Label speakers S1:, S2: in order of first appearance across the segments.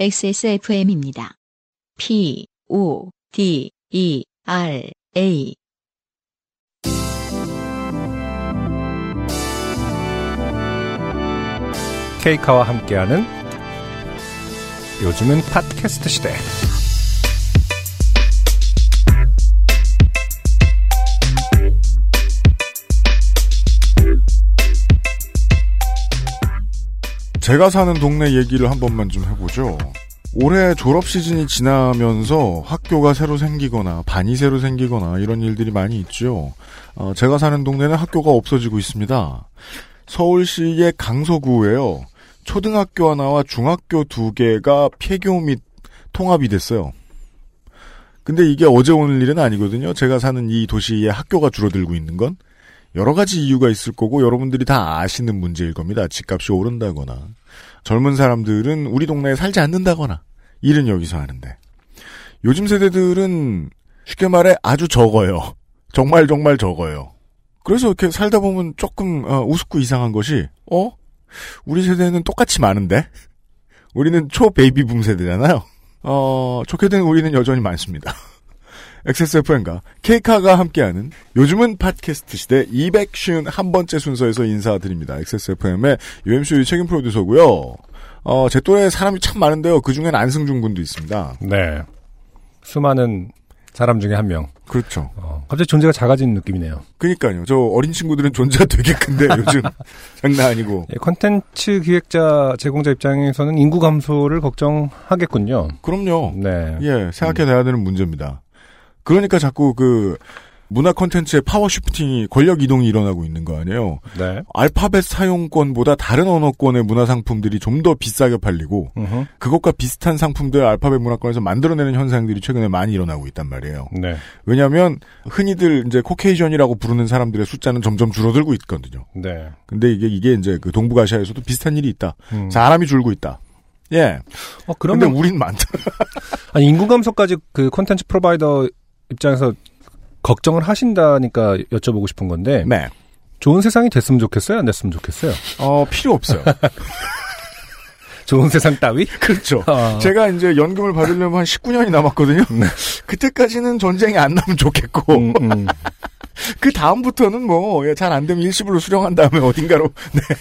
S1: XSFM입니다. P, O, D, E, R, A.
S2: 케이카와 함께하는 요즘은 팟캐스트 시대.
S3: 제가 사는 동네 얘기를 한 번만 좀 해보죠. 올해 졸업 시즌이 지나면서 학교가 새로 생기거나 반이 새로 생기거나 이런 일들이 많이 있죠. 어, 제가 사는 동네는 학교가 없어지고 있습니다. 서울시의 강서구예요. 초등학교 하나와 중학교 두 개가 폐교 및 통합이 됐어요. 근데 이게 어제 오늘 일은 아니거든요. 제가 사는 이 도시의 학교가 줄어들고 있는 건 여러 가지 이유가 있을 거고 여러분들이 다 아시는 문제일 겁니다. 집값이 오른다거나 젊은 사람들은 우리 동네에 살지 않는다거나 일은 여기서 하는데 요즘 세대들은 쉽게 말해 아주 적어요. 정말 정말 적어요. 그래서 이렇게 살다 보면 조금 어, 우습고 이상한 것이 어 우리 세대는 똑같이 많은데 우리는 초 베이비붐 세대잖아요. 어 좋게 된 우리는 여전히 많습니다. XSFM과 케이카가 함께하는 요즘은 팟캐스트 시대 251번째 순서에서 인사드립니다. XSFM의 UMC의 책임 프로듀서고요. 어, 제 또래 사람이 참 많은데요. 그중엔 안승준 군도 있습니다.
S2: 네. 수많은 사람 중에 한 명.
S3: 그렇죠.
S2: 어, 갑자기 존재가 작아지는 느낌이네요.
S3: 그니까요. 저 어린 친구들은 존재가 되게 큰데 요즘 장난 아니고.
S2: 예, 컨텐츠 기획자, 제공자 입장에서는 인구 감소를 걱정하겠군요.
S3: 그럼요.
S2: 네.
S3: 예, 생각해내야 되는 문제입니다. 그러니까 자꾸 그 문화 콘텐츠의 파워 쉬프팅이 권력 이동이 일어나고 있는 거 아니에요.
S2: 네.
S3: 알파벳 사용권보다 다른 언어권의 문화 상품들이 좀 더 비싸게 팔리고
S2: 음흠.
S3: 그것과 비슷한 상품들 알파벳 문화권에서 만들어내는 현상들이 최근에 많이 일어나고 있단 말이에요.
S2: 네.
S3: 왜냐하면 흔히들 이제 코케이션이라고 부르는 사람들의 숫자는 점점 줄어들고 있거든요.
S2: 네.
S3: 근데 이게 이게 이제 그 동북아시아에서도 비슷한 일이 있다.
S2: 음.
S3: 사람이 줄고 있다. 예.
S2: 어,
S3: 그런데
S2: 그러면
S3: 우린 많다.
S2: 아니, 인구 감소까지 그 콘텐츠 프로바이더 입장에서 걱정을 하신다니까 여쭤보고 싶은 건데
S3: 네.
S2: 좋은 세상이 됐으면 좋겠어요, 안 됐으면 좋겠어요.
S3: 어 필요 없어요.
S2: 좋은 세상 따위?
S3: 그렇죠.
S2: 아.
S3: 제가 이제 연금을 받으려면 한 19년이 남았거든요. 그때까지는 전쟁이 안 나면 좋겠고,
S2: 음, 음.
S3: 그 다음부터는 뭐, 잘 안 되면 일시불로 수령한 다음에 어딘가로,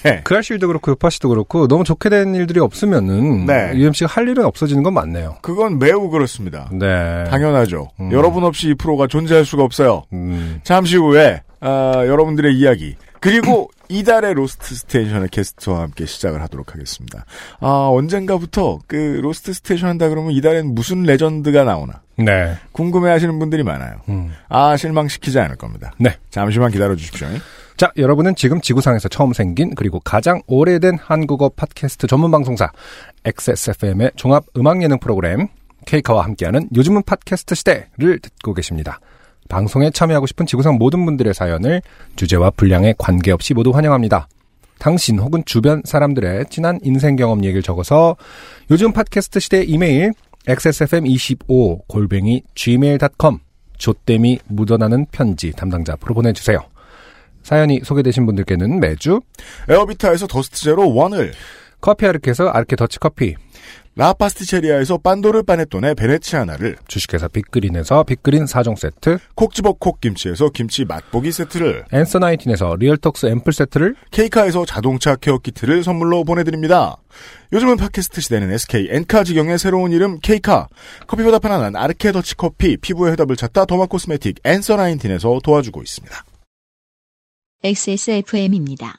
S3: 네.
S2: 크라쉬도 그렇고 요파시도 그렇고 너무 좋게 된 일들이 없으면은
S3: 네.
S2: UMC가 할 일은 없어지는 건 맞네요.
S3: 그건 매우 그렇습니다.
S2: 네.
S3: 당연하죠.
S2: 음.
S3: 여러분 없이 이 프로가 존재할 수가 없어요.
S2: 음,
S3: 잠시 후에, 아, 여러분들의 이야기. 그리고 이달의 로스트 스테이션의 게스트와 함께 시작을 하도록 하겠습니다. 아, 언젠가부터 그 로스트 스테이션 한다 그러면 이달엔 무슨 레전드가 나오나
S2: 네.
S3: 궁금해 하시는 분들이 많아요.
S2: 음.
S3: 아, 실망시키지 않을 겁니다.
S2: 네.
S3: 잠시만 기다려 주십시오.
S2: 자, 여러분은 지금 지구상에서 처음 생긴 그리고 가장 오래된 한국어 팟캐스트 전문 방송사 XSFM의 종합 음악 예능 프로그램 케이카와 함께하는 요즘은 팟캐스트 시대를 듣고 계십니다. 방송에 참여하고 싶은 지구상 모든 분들의 사연을 주제와 분량에 관계없이 모두 환영합니다. 당신 혹은 주변 사람들의 지난 인생 경험 얘기를 적어서 요즘 팟캐스트 시대 이메일 xsfm25 골뱅이 gmail.com 조땜이 묻어나는 편지 담당자 앞으로 보내주세요. 사연이 소개되신 분들께는 매주
S3: 에어비타에서 더스트 제로 원을
S2: 커피 아르케에서 아르케 더치 커피,
S3: 라파스티체리아에서 빤도르 빠네톤의 베네치아나를,
S2: 주식회사 빅그린에서 빅그린 4종 세트,
S3: 콕 집어 콕 김치에서 김치 맛보기 세트를,
S2: 앤서 나이틴에서 리얼톡스 앰플 세트를
S3: 케이카에서 자동차 케어 키트를 선물로 보내드립니다. 요즘은 팟캐스트 시대는 SK 엔카 직영의 새로운 이름 케이카, 커피보다 편안한 아르케 더치 커피, 피부의 해답을 찾다 더마 코스메틱 앤서 나인틴에서 도와주고 있습니다.
S1: XSFM입니다.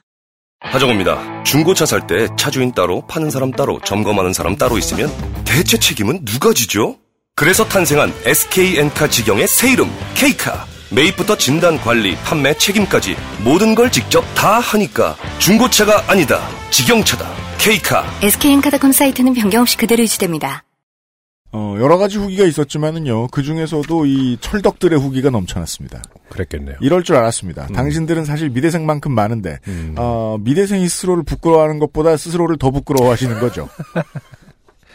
S4: 하정우입니다. 중고차 살 때 차주인 따로 파는 사람 따로 점검하는 사람 따로 있으면 대체 책임은 누가 지죠? 그래서 탄생한 SK엔카 직영의 새 이름 K카. 매입부터 진단 관리, 판매 책임까지 모든 걸 직접 다 하니까 중고차가 아니다. 직영차다. K카.
S5: SK엔카닷컴 사이트는 변경 없이 그대로 유지됩니다.
S3: 어, 여러 가지 후기가 있었지만은요, 그 중에서도 이 철덕들의 후기가 넘쳐났습니다.
S2: 그랬겠네요.
S3: 이럴 줄 알았습니다. 당신들은 사실 미대생만큼 많은데
S2: 음.
S3: 어, 미대생이 스스로를 부끄러워하는 것보다 스스로를 더 부끄러워하시는 거죠.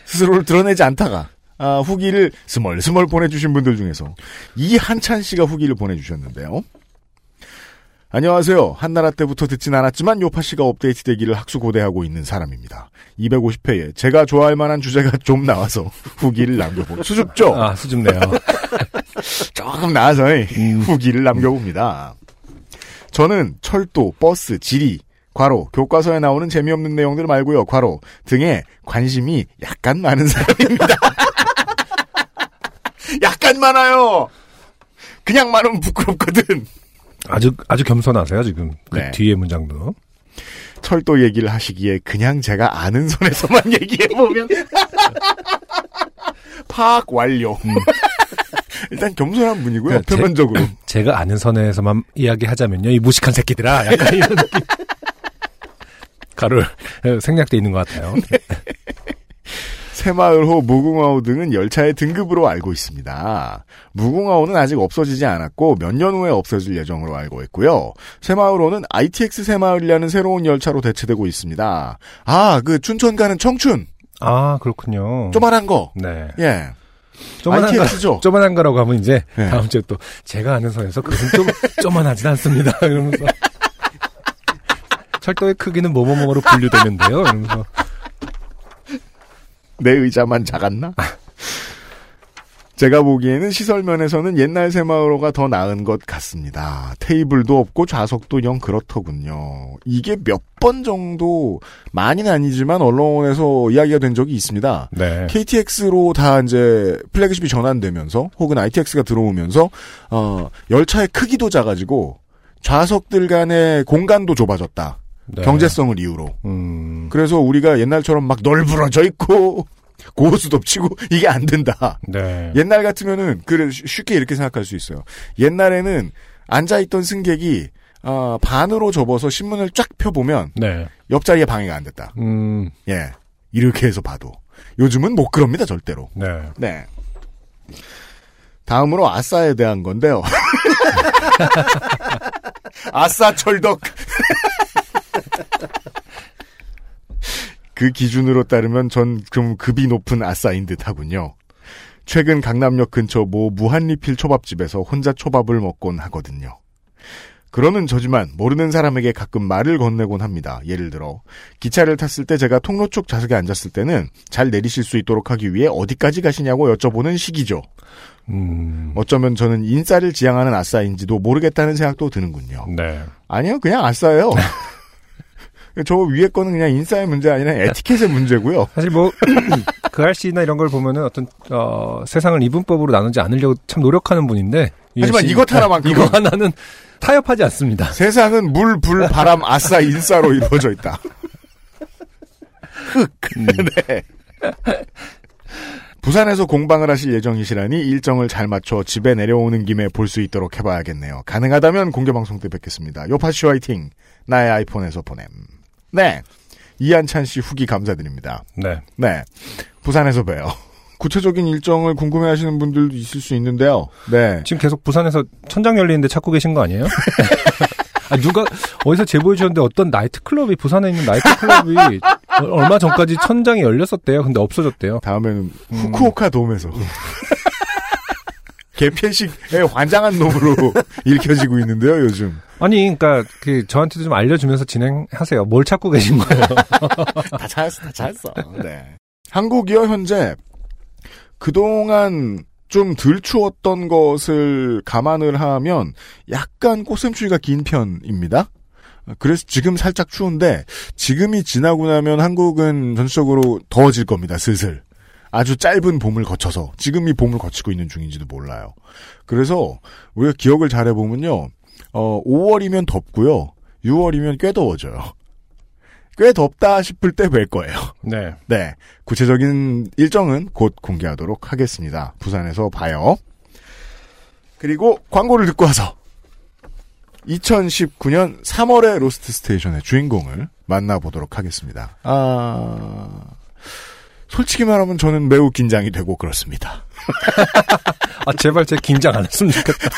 S3: 스스로를 드러내지 않다가 아, 후기를 스멀스멀 보내주신 분들 중에서 이한찬 씨가 후기를 보내주셨는데요. 안녕하세요. 한나라 때부터 듣진 않았지만 요파 씨가 업데이트 되기를 학수고대하고 있는 사람입니다. 250회에 제가 좋아할 만한 주제가 좀 나와서 후기를 남겨봅니다. 수줍죠?
S2: 아, 수줍네요.
S3: 조금 나와서 후기를 남겨봅니다. 저는 철도, 버스, 지리, 과로, 교과서에 나오는 재미없는 내용들 말고요, 과로 등에 관심이 약간 많은 사람입니다. 약간 많아요. 그냥 많으면 부끄럽거든.
S2: 아주, 아주 겸손하세요, 지금. 그
S3: 네.
S2: 뒤에 문장도.
S3: 철도 얘기를 하시기에 그냥 제가 아는 선에서만 얘기해 보면 파악 완료. 일단 겸손한 분이고요.
S2: 그러니까 제-
S3: 표면적으로.
S2: 제가 아는 선에서만 이야기하자면요. 이 무식한 새끼들아. 약간 이런 느낌. 가를 생략돼 있는 것 같아요.
S3: 네. 새마을호, 무궁화호 등은 열차의 등급으로 알고 있습니다. 무궁화호는 아직 없어지지 않았고 몇 년 후에 없어질 예정으로 알고 있고요. 새마을호는 ITX 새마을이라는 새로운 열차로 대체되고 있습니다. 아, 그 춘천 가는 청춘
S2: 아 그렇군요.
S3: 조만한 거.
S2: 네.
S3: 예.
S2: 조만한 거,
S3: ITX 죠?
S2: 조만한 거라고 하면 이제
S3: 네.
S2: 다음 주에 또 제가 아는 선에서 그건 좀 조만하진 않습니다. 이러면서 철도의 크기는 뭐뭐뭐로 분류되는데요. 이러면서
S3: 내 의자만 작았나? 제가 보기에는 시설면에서는 옛날 새마을호가 더 나은 것 같습니다. 테이블도 없고 좌석도 영 그렇더군요. 이게 몇 번 정도 많이는 아니지만 언론에서 이야기가 된 적이 있습니다.
S2: 네.
S3: KTX로 다 이제 플래그십이 전환되면서 혹은 ITX가 들어오면서 어, 열차의 크기도 작아지고 좌석들 간의 공간도 좁아졌다.
S2: 네.
S3: 경제성을 이유로.
S2: 음,
S3: 그래서 우리가 옛날처럼 막 널브러져 있고 고수도 치고 이게 안 된다.
S2: 네.
S3: 옛날 같으면은 그래 쉬- 쉽게 이렇게 생각할 수 있어요. 옛날에는 앉아 있던 승객이 아, 반으로 접어서 신문을 쫙 펴보면
S2: 네.
S3: 옆자리에 방해가 안 됐다.
S2: 음,
S3: 예. 이렇게 해서 봐도 요즘은 못 그럽니다 절대로.
S2: 네.
S3: 네. 다음으로 아싸에 대한 건데요. 아싸 철덕. 그 기준으로 따르면 전 좀 급이 높은 아싸인 듯 하군요. 최근 강남역 근처 모 무한리필 초밥집에서 혼자 초밥을 먹곤 하거든요. 그러는 저지만 모르는 사람에게 가끔 말을 건네곤 합니다. 예를 들어 기차를 탔을 때 제가 통로 쪽 좌석에 앉았을 때는 잘 내리실 수 있도록 하기 위해 어디까지 가시냐고 여쭤보는 시기죠.
S2: 음,
S3: 어쩌면 저는 인싸를 지향하는 아싸인지도 모르겠다는 생각도 드는군요.
S2: 네.
S3: 아니요, 그냥 아싸예요. 저 위에 거는 그냥 인싸의 문제 아니라 에티켓의 문제고요.
S2: 사실 뭐, 그 할씨나 이런 걸 보면은 어떤, 어, 세상을 이분법으로 나누지 않으려고 참 노력하는 분인데. 이
S3: 하지만
S2: 씨-
S3: 이것 하나만큼은-
S2: 이거 하나는 타협하지 않습니다.
S3: 세상은 물, 불, 바람, 아싸, 인싸로 이루어져 있다.
S2: 음,
S3: 네. 부산에서 공방을 하실 예정이시라니 일정을 잘 맞춰 집에 내려오는 김에 볼 수 있도록 해봐야겠네요. 가능하다면 공개방송 때 뵙겠습니다. 요파씨 화이팅! 나의 아이폰에서 보냄. 네. 이한찬 씨 후기 감사드립니다.
S2: 네.
S3: 네. 부산에서 봬요. 구체적인 일정을 궁금해 하시는 분들도 있을 수 있는데요. 네.
S2: 지금 계속 부산에서 천장 열리는데 찾고 계신 거 아니에요? 아, 누가 어디서 제보해 주셨는데 어떤 나이트클럽이 부산에 있는 나이트클럽이 어- 얼마 전까지 천장이 열렸었대요. 근데 없어졌대요.
S3: 다음에는 후쿠오카 돔에서. 개편식의 예, 환장한 놈으로 읽혀지고 있는데요, 요즘.
S2: 아니, 그러니까 그 저한테도 좀 알려주면서 진행하세요. 뭘 찾고 계신 거예요?
S3: 다 찾았어, 다 찾았어. 네. 한국이요, 현재. 그동안 좀 덜 추웠던 것을 감안을 하면 약간 꽃샘추위가 긴 편입니다. 어, 그래서 지금 살짝 추운데 지금이 지나고 나면 한국은 전체적으로 더워질 겁니다, 슬슬. 아주 짧은 봄을 거쳐서 지금 이 봄을 거치고 있는 중인지도 몰라요. 그래서 우리가 기억을 잘 해보면요. 어, 5월이면 덥고요. 6월이면 꽤 더워져요. 꽤 덥다 싶을 때 뵐 거예요.
S2: 네.
S3: 네. 구체적인 일정은 곧 공개하도록 하겠습니다. 부산에서 봐요. 그리고 광고를 듣고 와서 2019년 3월의 로스트 스테이션의 주인공을 만나보도록 하겠습니다. 아, 솔직히 말하면 저는 매우 긴장이 되고 그렇습니다.
S2: 아, 제발 제 긴장 안 했으면 좋겠다.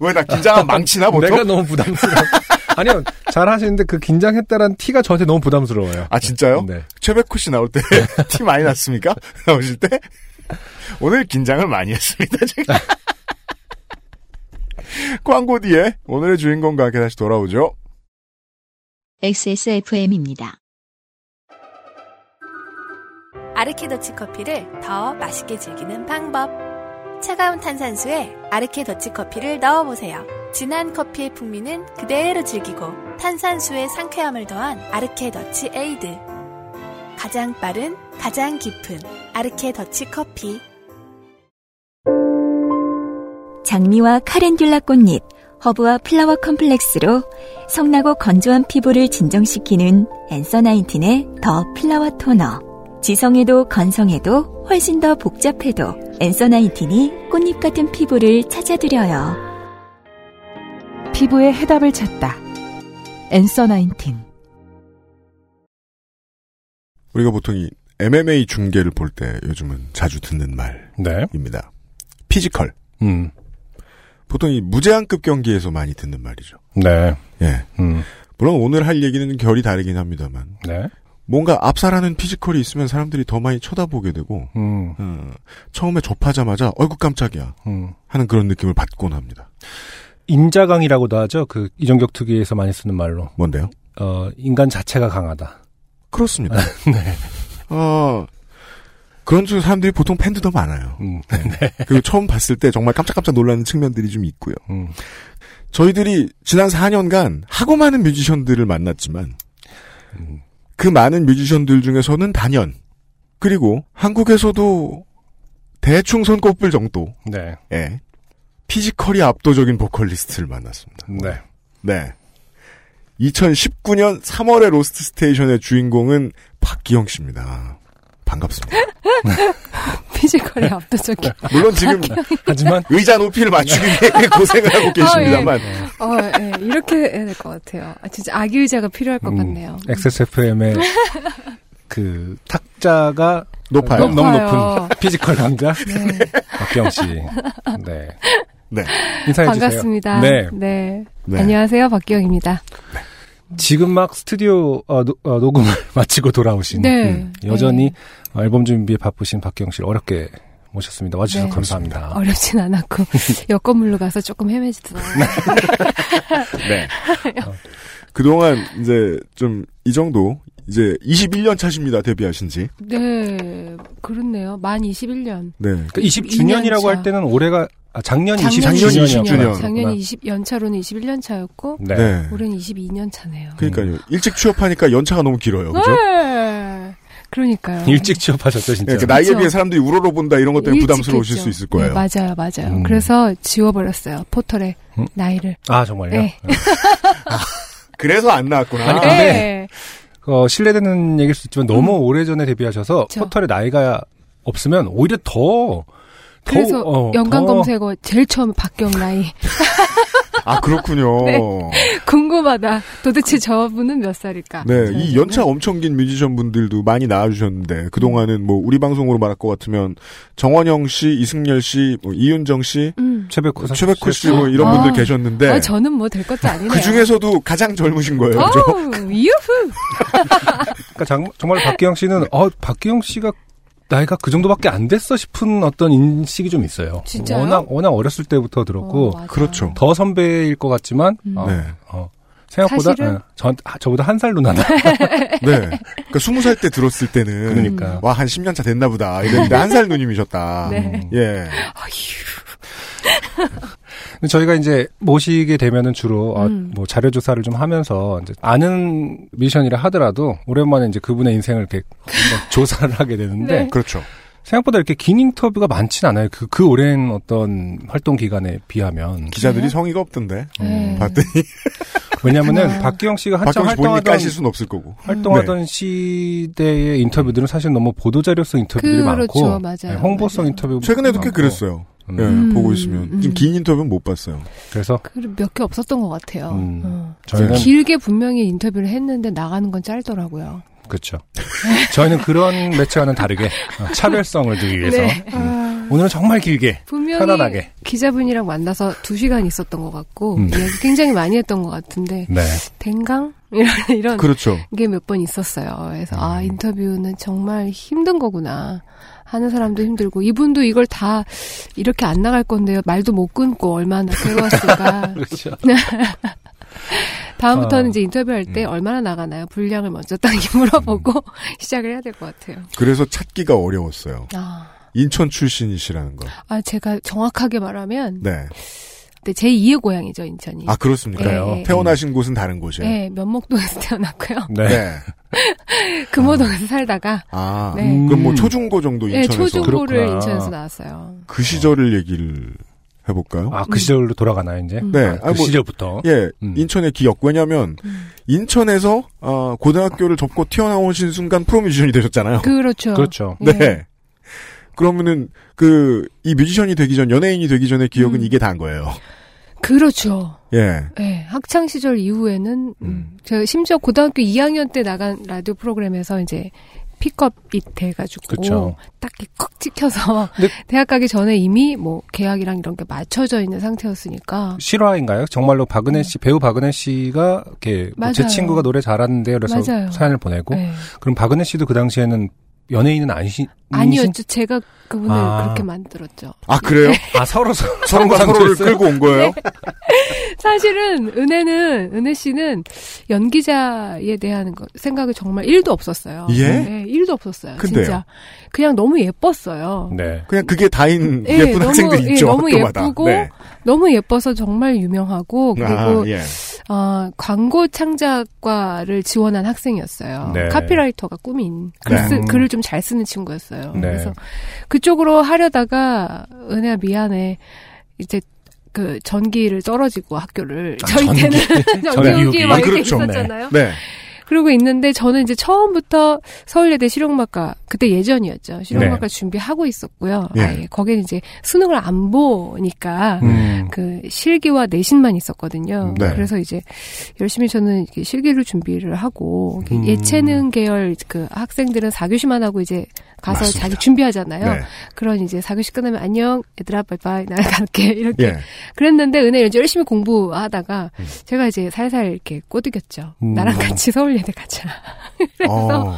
S3: 왜 나 긴장한 망치나 보통?
S2: 내가 너무 부담스러워. 아니요, 잘 하시는데 그 긴장했다라는 티가 저한테 너무 부담스러워요.
S3: 아 진짜요?
S2: 네.
S3: 최백호 씨 나올 때 티 많이 났습니까? 네. 나오실 때 오늘 긴장을 많이 했습니다. 제가 광고 뒤에 오늘의 주인공과 함께 다시 돌아오죠.
S1: XSFM입니다.
S6: 아르케더치 커피를 더 맛있게 즐기는 방법. 차가운 탄산수에 아르케더치 커피를 넣어보세요. 진한 커피의 풍미는 그대로 즐기고 탄산수의 상쾌함을 더한 아르케더치 에이드. 가장 빠른, 가장 깊은 아르케더치 커피.
S7: 장미와 카렌듈라 꽃잎, 허브와 플라워 컴플렉스로 성나고 건조한 피부를 진정시키는 앤서나인틴의 더 플라워 토너. 지성에도 건성에도 훨씬 더 복잡해도 앤서나인틴이 꽃잎 같은 피부를 찾아드려요.
S8: 피부의 해답을 찾다. 엔서 나인틴.
S3: 우리가 보통 이 MMA 중계를 볼 때 요즘은 자주 듣는
S2: 네.
S3: 말입니다. 피지컬.
S2: 음.
S3: 보통 이 무제한급 경기에서 많이 듣는 말이죠.
S2: 네.
S3: 예.
S2: 음.
S3: 물론 오늘 할 얘기는 결이 다르긴 합니다만.
S2: 네.
S3: 뭔가 압살하는 피지컬이 있으면 사람들이 더 많이 쳐다보게 되고,
S2: 음.
S3: 어, 처음에 접하자마자 얼굴 깜짝이야
S2: 음.
S3: 하는 그런 느낌을 받곤 합니다.
S2: 임자강이라고도 하죠. 그 이정격 특위에서 많이 쓰는 말로.
S3: 뭔데요?
S2: 어, 인간 자체가 강하다.
S3: 그렇습니다.
S2: 아, 네.
S3: 어, 그런 쪽 사람들이 보통 팬도 더 많아요.
S2: 음. 네.
S3: 그리고 처음 봤을 때 정말 깜짝깜짝 놀라는 측면들이 좀 있고요.
S2: 음.
S3: 저희들이 지난 4년간 하고 많은 뮤지션들을 만났지만
S2: 음.
S3: 그 많은 뮤지션들 중에서는 단연 그리고 한국에서도 대충 손꼽을 정도
S2: 네.
S3: 예. 피지컬이 압도적인 보컬리스트를 만났습니다.
S2: 네.
S3: 네. 2019년 3월의 로스트 스테이션의 주인공은 박기영 씨입니다. 반갑습니다.
S9: 피지컬이 압도적이야.
S3: 물론 지금
S2: 하지만
S3: 의자 높이를 맞추기 위해 고생을
S9: 아, 예.
S3: 하고 계십니다만
S9: 어, 예, 이렇게 해야 될 것 같아요. 아, 진짜 아기 의자가 필요할 것
S2: 음,
S9: 같네요.
S2: XSFM의 그 탁자가
S3: 높아요.
S2: 너무, 너무
S9: 높아요.
S2: 높은 피지컬 남자
S9: 네,
S2: 박경 씨. 네.
S3: 네.
S2: 인사해
S9: 반갑습니다.
S2: 주세요. 네.
S9: 네.
S3: 네.
S9: 안녕하세요, 박기영입니다.
S2: 지금 막 스튜디오 어, 노- 어, 녹음을 마치고 돌아오신
S9: 네.
S2: 음, 여전히
S9: 네.
S2: 앨범 준비에 바쁘신 박경 씨를 어렵게 모셨습니다. 와주셔서
S9: 네.
S2: 감사합니다.
S9: 어렵진 않았고 여건물로 가서 조금 헤매지더라고요.
S3: 네. 그동안 이제 좀 이 정도 이제 21년 차십니다. 데뷔하신 지.
S9: 네, 그렇네요. 만 21년.
S3: 네.
S2: 그 20주년이라고
S9: 차.
S2: 할 때는 올해가 아, 작년이
S9: 작년이
S2: 20주년이었구나.
S3: 20주년.
S9: 작년이 20 연차로는 21년 차였고
S2: 네.
S3: 네.
S9: 올해는 22년 차네요.
S3: 그러니까요. 일찍 취업하니까 연차가 너무 길어요. 그죠?
S9: 네. 그러니까요.
S2: 일찍 취업하셨죠, 진짜.
S3: 네, 그 나이에
S9: 그렇죠.
S3: 비해 사람들이 우러러 본다 이런 것 때문에
S9: 일찍
S3: 부담스러우실
S9: 했죠.
S3: 수 있을
S9: 네,
S3: 거예요.
S9: 맞아요, 맞아요.
S2: 음.
S9: 그래서 지워버렸어요. 포털에
S2: 음?
S9: 나이를.
S2: 아, 정말요?
S9: 네.
S3: 그래서 안 나왔구나.
S2: 아니,
S9: 네.
S2: 근데 어, 실례되는 얘기일 수 있지만 너무 오래전에 데뷔하셔서
S9: 음. 그렇죠.
S2: 포털에 나이가 없으면 오히려 더, 더
S9: 그래서
S2: 어,
S9: 연관
S2: 더-
S9: 검색어 제일 처음 박경 나이.
S3: 아, 그렇군요.
S9: 네. 궁금하다. 도대체 저분은 몇 살일까?
S3: 네,
S9: 저는.
S3: 이 연차 엄청 긴 뮤지션 분들도 많이 나와주셨는데 그 동안은 뭐 우리 방송으로 말할 것 같으면 정원영 씨, 이승열 씨, 뭐 이윤정 씨,
S9: 음.
S2: 최백호 사-
S3: 최백호 씨 뭐 이런
S9: 아.
S3: 분들 계셨는데
S9: 아, 저는 뭐 될 것도 아니네요.
S3: 그 중에서도 가장 젊으신 거예요. 그죠?
S9: 어우, 유후!
S2: 그러니까 장- 정말 박기영
S9: 네.
S2: 씨는 어 박기영 씨가 나이가 그 정도밖에 안 됐어 싶은 어떤 인식이 좀 있어요.
S9: 진짜요?
S2: 워낙 워낙 어렸을 때부터
S9: 어,
S2: 들었고
S9: 맞아.
S3: 그렇죠.
S2: 더 선배일 것 같지만
S9: 음.
S2: 어,
S3: 네,
S2: 어, 생각보다
S9: 사실은-
S2: 어, 전- 아, 저보다 한 살 누나다.
S3: 네. 그러니까 스무 살 때 들었을 때는
S2: 그러니까.
S3: 와 한 10년 차 됐나 보다 이랬는데 한 살 누님이셨다.
S9: 네.
S3: 예,
S2: 근데 저희가 이제 모시게 되면은 주로 어,
S9: 음.
S2: 뭐 자료 조사를 좀 하면서 이제 아는 미션이라 하더라도 오랜만에 이제 그분의 인생을 이렇게 한번 조사를 하게 되는데
S9: 네.
S3: 그렇죠.
S2: 생각보다 이렇게 긴 인터뷰가 많진 않아요. 그, 그 오랜 어떤 활동 기간에 비하면.
S3: 기자들이 성의가 없던데 음.
S9: 네.
S3: 봤더니
S2: 왜냐면은
S9: 아.
S2: 박기영 씨가 한참
S3: 박경 씨 본인이
S2: 활동하던
S3: 까실 네. 음. 순 없을 거고.
S2: 활동하던 시대의 인터뷰들은 사실 너무 보도자료성 인터뷰들이
S9: 그렇죠,
S2: 많고
S9: 맞아요.
S2: 네,
S9: 맞아요.
S2: 홍보성
S9: 네.
S2: 인터뷰
S3: 최근에도 꽤
S2: 많고.
S3: 그랬어요.
S2: 음,
S3: 예,
S9: 음.
S3: 보고 있으면
S9: 음.
S3: 좀 긴 인터뷰는 못 봤어요.
S2: 그래서
S9: 몇개 없었던 것 같아요.
S2: 음.
S9: 어.
S2: 저희는
S9: 길게 분명히 인터뷰를 했는데 나가는 건 짧더라고요.
S2: 그렇죠. 저희는 그런 매체와는 다르게 어, 차별성을 두기 위해서
S9: 네.
S2: 음, 오늘은 정말 길게
S9: 분명히
S2: 편안하게.
S9: 기자분이랑 만나서 두 시간 있었던 것 같고
S2: 음.
S9: 이야기 굉장히 많이 했던 것 같은데
S2: 네.
S9: 댕강 이런 이런
S3: 그렇죠.
S9: 게 몇 번 있었어요. 그래서 아 인터뷰는 정말 힘든 거구나. 하는 사람도 힘들고 이분도 이걸 다 이렇게 안 나갈 건데요. 말도 못 끊고 얼마나 괴로웠을까.
S2: 그렇죠.
S9: 다음부터는
S2: 아.
S9: 이제 인터뷰할 때 얼마나 나가나요? 분량을 먼저 딱 물어보고 시작을 해야 될 것 같아요.
S3: 그래서 찾기가 어려웠어요.
S9: 아,
S3: 인천 출신이시라는 거.
S9: 아, 제가 정확하게 말하면
S3: 네.
S9: 네, 제 2의 고향이죠 인천이.
S3: 아 그렇습니까?
S9: 그래요. 네.
S3: 태어나신 곳은 다른 곳이에요.
S9: 네, 면목동에서 태어났고요.
S2: 네.
S9: 금호동에서 살다가
S3: 아
S9: 네.
S3: 그럼
S2: 음.
S3: 뭐 초중고 정도
S9: 네,
S3: 인천에서
S9: 초중고를
S2: 그렇구나.
S9: 인천에서 나왔어요.
S3: 그 시절을 얘기를 해볼까요?
S2: 아, 그 시절로 돌아가나요, 이제?
S9: 음.
S3: 네.
S2: 아, 그
S3: 아, 뭐,
S2: 시절부터.
S3: 예,
S2: 음.
S3: 인천의 기억. 왜냐면,
S9: 음.
S3: 인천에서, 어, 고등학교를 접고 튀어나오신 순간 프로뮤지션이 되셨잖아요.
S9: 그렇죠.
S2: 그렇죠.
S9: 예.
S3: 네. 그러면은, 그, 이 뮤지션이 되기 전, 연예인이 되기 전의 기억은
S9: 음.
S3: 이게 다인 거예요.
S9: 그렇죠.
S3: 예.
S9: 네, 학창 시절 이후에는
S3: 음.
S9: 음, 제가 심지어 고등학교 2학년 때 나간 라디오 프로그램에서 이제 픽업이 돼가지고
S2: 그쵸.
S9: 딱히콕 찍혀서
S2: 근데-
S9: 대학 가기 전에 이미 뭐 계약이랑 이런 게 맞춰져 있는 상태였으니까
S2: 실화인가요? 정말로 박은혜 씨, 배우 박은혜 씨가, 이렇게, 뭐
S9: 맞아요.
S2: 제 친구가 노래 잘하는데요. 그래서
S9: 맞아요.
S2: 사연을 보내고.
S9: 네.
S2: 그럼 박은혜 씨도 그 당시에는 연예인은 아니신,
S9: 아니었죠. 제가 그분을
S2: 아.
S9: 그렇게 만들었죠.
S3: 아, 그래요?
S9: 네.
S2: 아, 서로, 서-
S3: 서로가 서로를
S2: 상처했어요?
S3: 끌고 온 거예요?
S9: 사실은 은혜는 은혜 씨는 연기자에 대한 거- 생각이 정말 1도 없었어요.
S3: 예?
S9: 네, 1도 없었어요.
S3: 근데요?
S9: 진짜 그냥 너무 예뻤어요.
S2: 네.
S3: 그냥 그게 다인
S9: 예,
S3: 예쁜
S9: 너무-
S3: 학생들
S9: 예,
S3: 있죠.
S9: 너무
S3: 학교마다.
S9: 예쁘고
S3: 네.
S9: 너무 예뻐서 정말 유명하고 그리고
S3: 아, 예.
S9: 어, 광고 창작과를 지원한 학생이었어요.
S2: 네.
S9: 카피라이터가 꿈인 글
S3: 네.
S9: 쓰, 글을 좀 잘 쓰는 친구였어요.
S2: 네.
S9: 그래서 그쪽으로 하려다가 은혜야 미안해 이제 그 전기를 떨어지고 학교를 저희
S2: 아, 전기.
S9: 때는
S2: 전기
S9: 전기후기
S2: 아,
S9: 막 이렇게
S2: 그렇죠.
S9: 있었잖아요.
S3: 네.
S9: 그러고 있는데 저는 이제 처음부터 서울예대 실용음악과 그때 예전이었죠.
S2: 네.
S9: 실용음악과 준비하고 있었고요.
S3: 예.
S9: 아예 거기는 이제 수능을 안 보니까
S2: 음.
S9: 그 실기와 내신만 있었거든요.
S3: 네.
S9: 그래서 이제 열심히 저는 이렇게 실기를 준비를 하고 이렇게
S2: 음.
S9: 예체능 계열 그 학생들은 4교시만 하고 이제 가서
S3: 맞습니다.
S9: 자기 준비하잖아요.
S3: 네. 음.
S9: 그런 이제 4교시 끝나면 안녕 얘들아 바이바이 나 갈게 이렇게
S3: 예. 음.
S9: 그랬는데 은혜 이제 열심히 공부하다가 제가 이제 살살 이렇게 꼬드겼죠.
S2: 음.
S9: 나랑 같이 서울예대 가자. 그래서
S3: 어,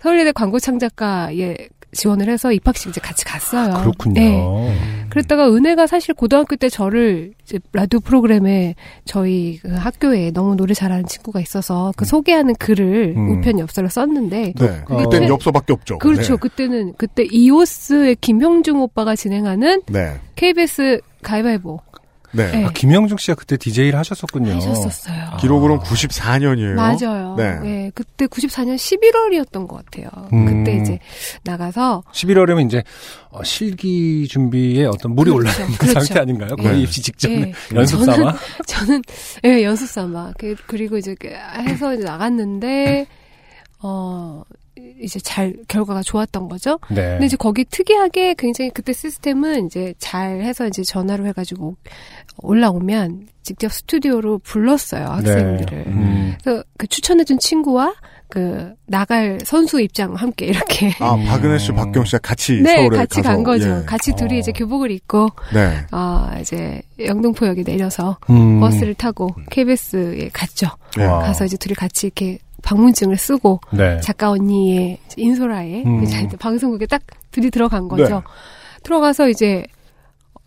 S9: 서울예대 광고창작과에 지원을 해서 입학식 이제 같이 갔어요.
S3: 아,
S2: 그렇군요.
S9: 네. 그랬다가 은혜가 사실 고등학교 때 저를 이제 라디오 프로그램에 저희 그 학교에 너무 노래 잘하는 친구가 있어서 그 소개하는 글을
S2: 음.
S9: 우편 엽서를 썼는데
S3: 음. 네.
S2: 어.
S3: 그때는 엽서밖에 없죠.
S9: 그렇죠. 그때는 그때 이오스의 김형중 오빠가 진행하는
S3: 네.
S9: KBS 가위바위보
S3: 네. 네.
S9: 네.
S2: 아, 김영중 씨가 그때 DJ를 하셨었군요.
S9: 하셨었어요.
S3: 기록으로는 94년이에요.
S9: 맞아요.
S3: 네.
S9: 네. 그때 94년 11월이었던 것 같아요.
S2: 음.
S9: 그때 이제 나가서
S2: 11월이면 이제, 어, 실기 준비에 어떤 물이
S9: 그렇죠.
S2: 올라있는
S9: 그렇죠.
S2: 상태 아닌가요? 거의
S3: 네.
S2: 입시 직전에.
S9: 예,
S2: 연습
S9: 저는-
S2: 삼아?
S9: 저는 예 연습 삼아 그- 그리고 이제 그 해서 이제 나갔는데 어 이제 잘 결과가 좋았던 거죠.
S2: 네.
S9: 근데 이제 거기 특이하게 굉장히 그때 시스템은 이제 잘 해서 이제 전화로 해가지고 올라오면 직접 스튜디오로 불렀어요 학생들을.
S2: 네. 음.
S9: 그래서 그 추천해준 친구와 그 나갈 선수 입장 함께 이렇게
S3: 아,
S2: 음.
S3: 박은혜 씨, 박경 씨가 같이
S9: 네
S3: 서울에
S9: 같이
S3: 가서,
S9: 간 거죠.
S3: 예.
S9: 같이 둘이
S2: 어.
S9: 이제 교복을 입고
S3: 네.
S9: 아 이제 영등포역에 내려서
S2: 음.
S9: 버스를 타고 KBS에 갔죠.
S3: 예.
S2: 와.
S9: 가서 이제 둘이 같이 이렇게 방문증을 쓰고
S2: 네.
S9: 작가 언니의 인솔아에
S2: 음.
S9: 이제 방송국에 딱 둘이 들어간 거죠. 들어가서 이제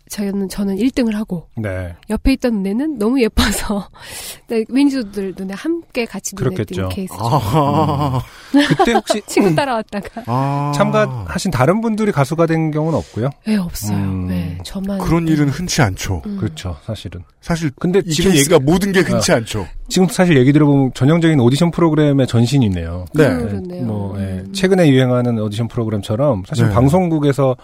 S9: 저는 저는 1등을 하고
S2: 네.
S9: 옆에 있던 눈에는 너무 예뻐서 네, 매니저들 눈에 함께 같이 눈에
S2: 그렇겠죠.
S9: 띈 케이스.
S3: 아,
S2: 그때 혹시
S9: 친구 따라왔다가
S3: 아.
S2: 음. 참가하신 다른 분들이 가수가 된 경우는 없고요.
S9: 왜 없어요.
S2: 음.
S9: 네, 저만
S3: 그런 일은 흔치 않죠.
S9: 음.
S2: 그렇죠, 사실은.
S3: 사실
S2: 근데
S3: 이
S2: 지금 뭐- 아.
S3: 케이스가 모든 게 흔치 않죠.
S2: 지금 사실 얘기 들어보면 전형적인 오디션 프로그램의 전신이네요.
S3: 네.
S9: 그렇네요.
S2: 뭐 예,
S9: 음.
S2: 최근에 유행하는 오디션 프로그램처럼 사실
S3: 네.
S2: 방송국에서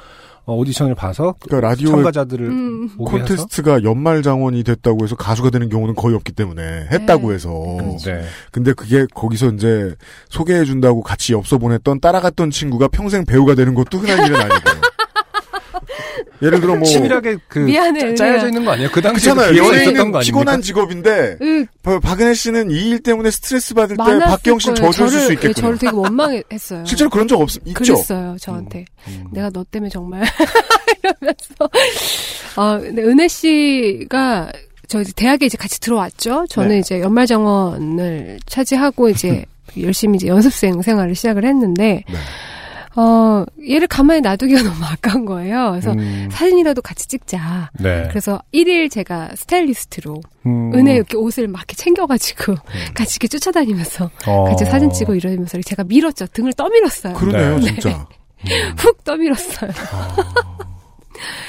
S2: 어, 오디션을 봐서 그
S3: 그러니까 라디오
S2: 참가자들을
S9: 음.
S2: 오게 해서
S3: 콘테스트가 연말 장원이 됐다고 해서 가수가 되는 경우는 거의 없기 때문에 했다고 해서.
S2: 네.
S3: 근데 그게 거기서 이제 소개해 준다고 같이 엽서 보냈던 따라갔던 친구가 평생 배우가 되는 것도 흔한 일은 아니고요. 예를 들어 뭐
S2: 치밀하게 그
S9: 미안해,
S2: 짜- 짜여져
S9: 미안.
S2: 있는 거 아니에요? 그 당시에
S3: 그렇잖아요.
S2: 비어져 있었던
S3: 연예인은
S2: 거 아닙니까?
S3: 피곤한 직업인데
S9: 으,
S3: 바- 박은혜 씨는 이 일 때문에 스트레스 받을
S9: 그
S3: 때
S9: 많았을
S3: 네, 박경 씨는
S9: 거예요.
S3: 저주했을
S9: 저를-
S3: 수
S9: 예,
S3: 있겠군요.
S9: 저를 되게 원망했어요.
S3: 실제로 그런 적 없, 있죠?
S2: 음.
S9: 그랬어요 저한테. 내가 너 때문에 정말 이러면서. 어, 근데 은혜 씨가 저 이제 대학에 이제 같이 들어왔죠. 저는
S3: 네.
S9: 이제 연말정원을 차지하고 이제 열심히 이제 연습생 생활을 시작을 했는데 어 얘를 가만히 놔두기가 너무 아까운 거예요. 그래서
S2: 네. 음,
S9: 사진이라도 같이 찍자.
S2: 네.
S9: 그래서 일일 제가 스타일리스트로
S2: 음, 네.
S9: 은혜 이렇게 옷을 막 이렇게 챙겨가지고 같이 이렇게 쫓아다니면서
S2: 어.
S9: 같이 사진 찍고 이러면서 제가 밀었죠. 등을 떠밀었어요.
S3: 그러네요,
S2: 네.
S3: 진짜.
S9: 훅 떠밀었어요.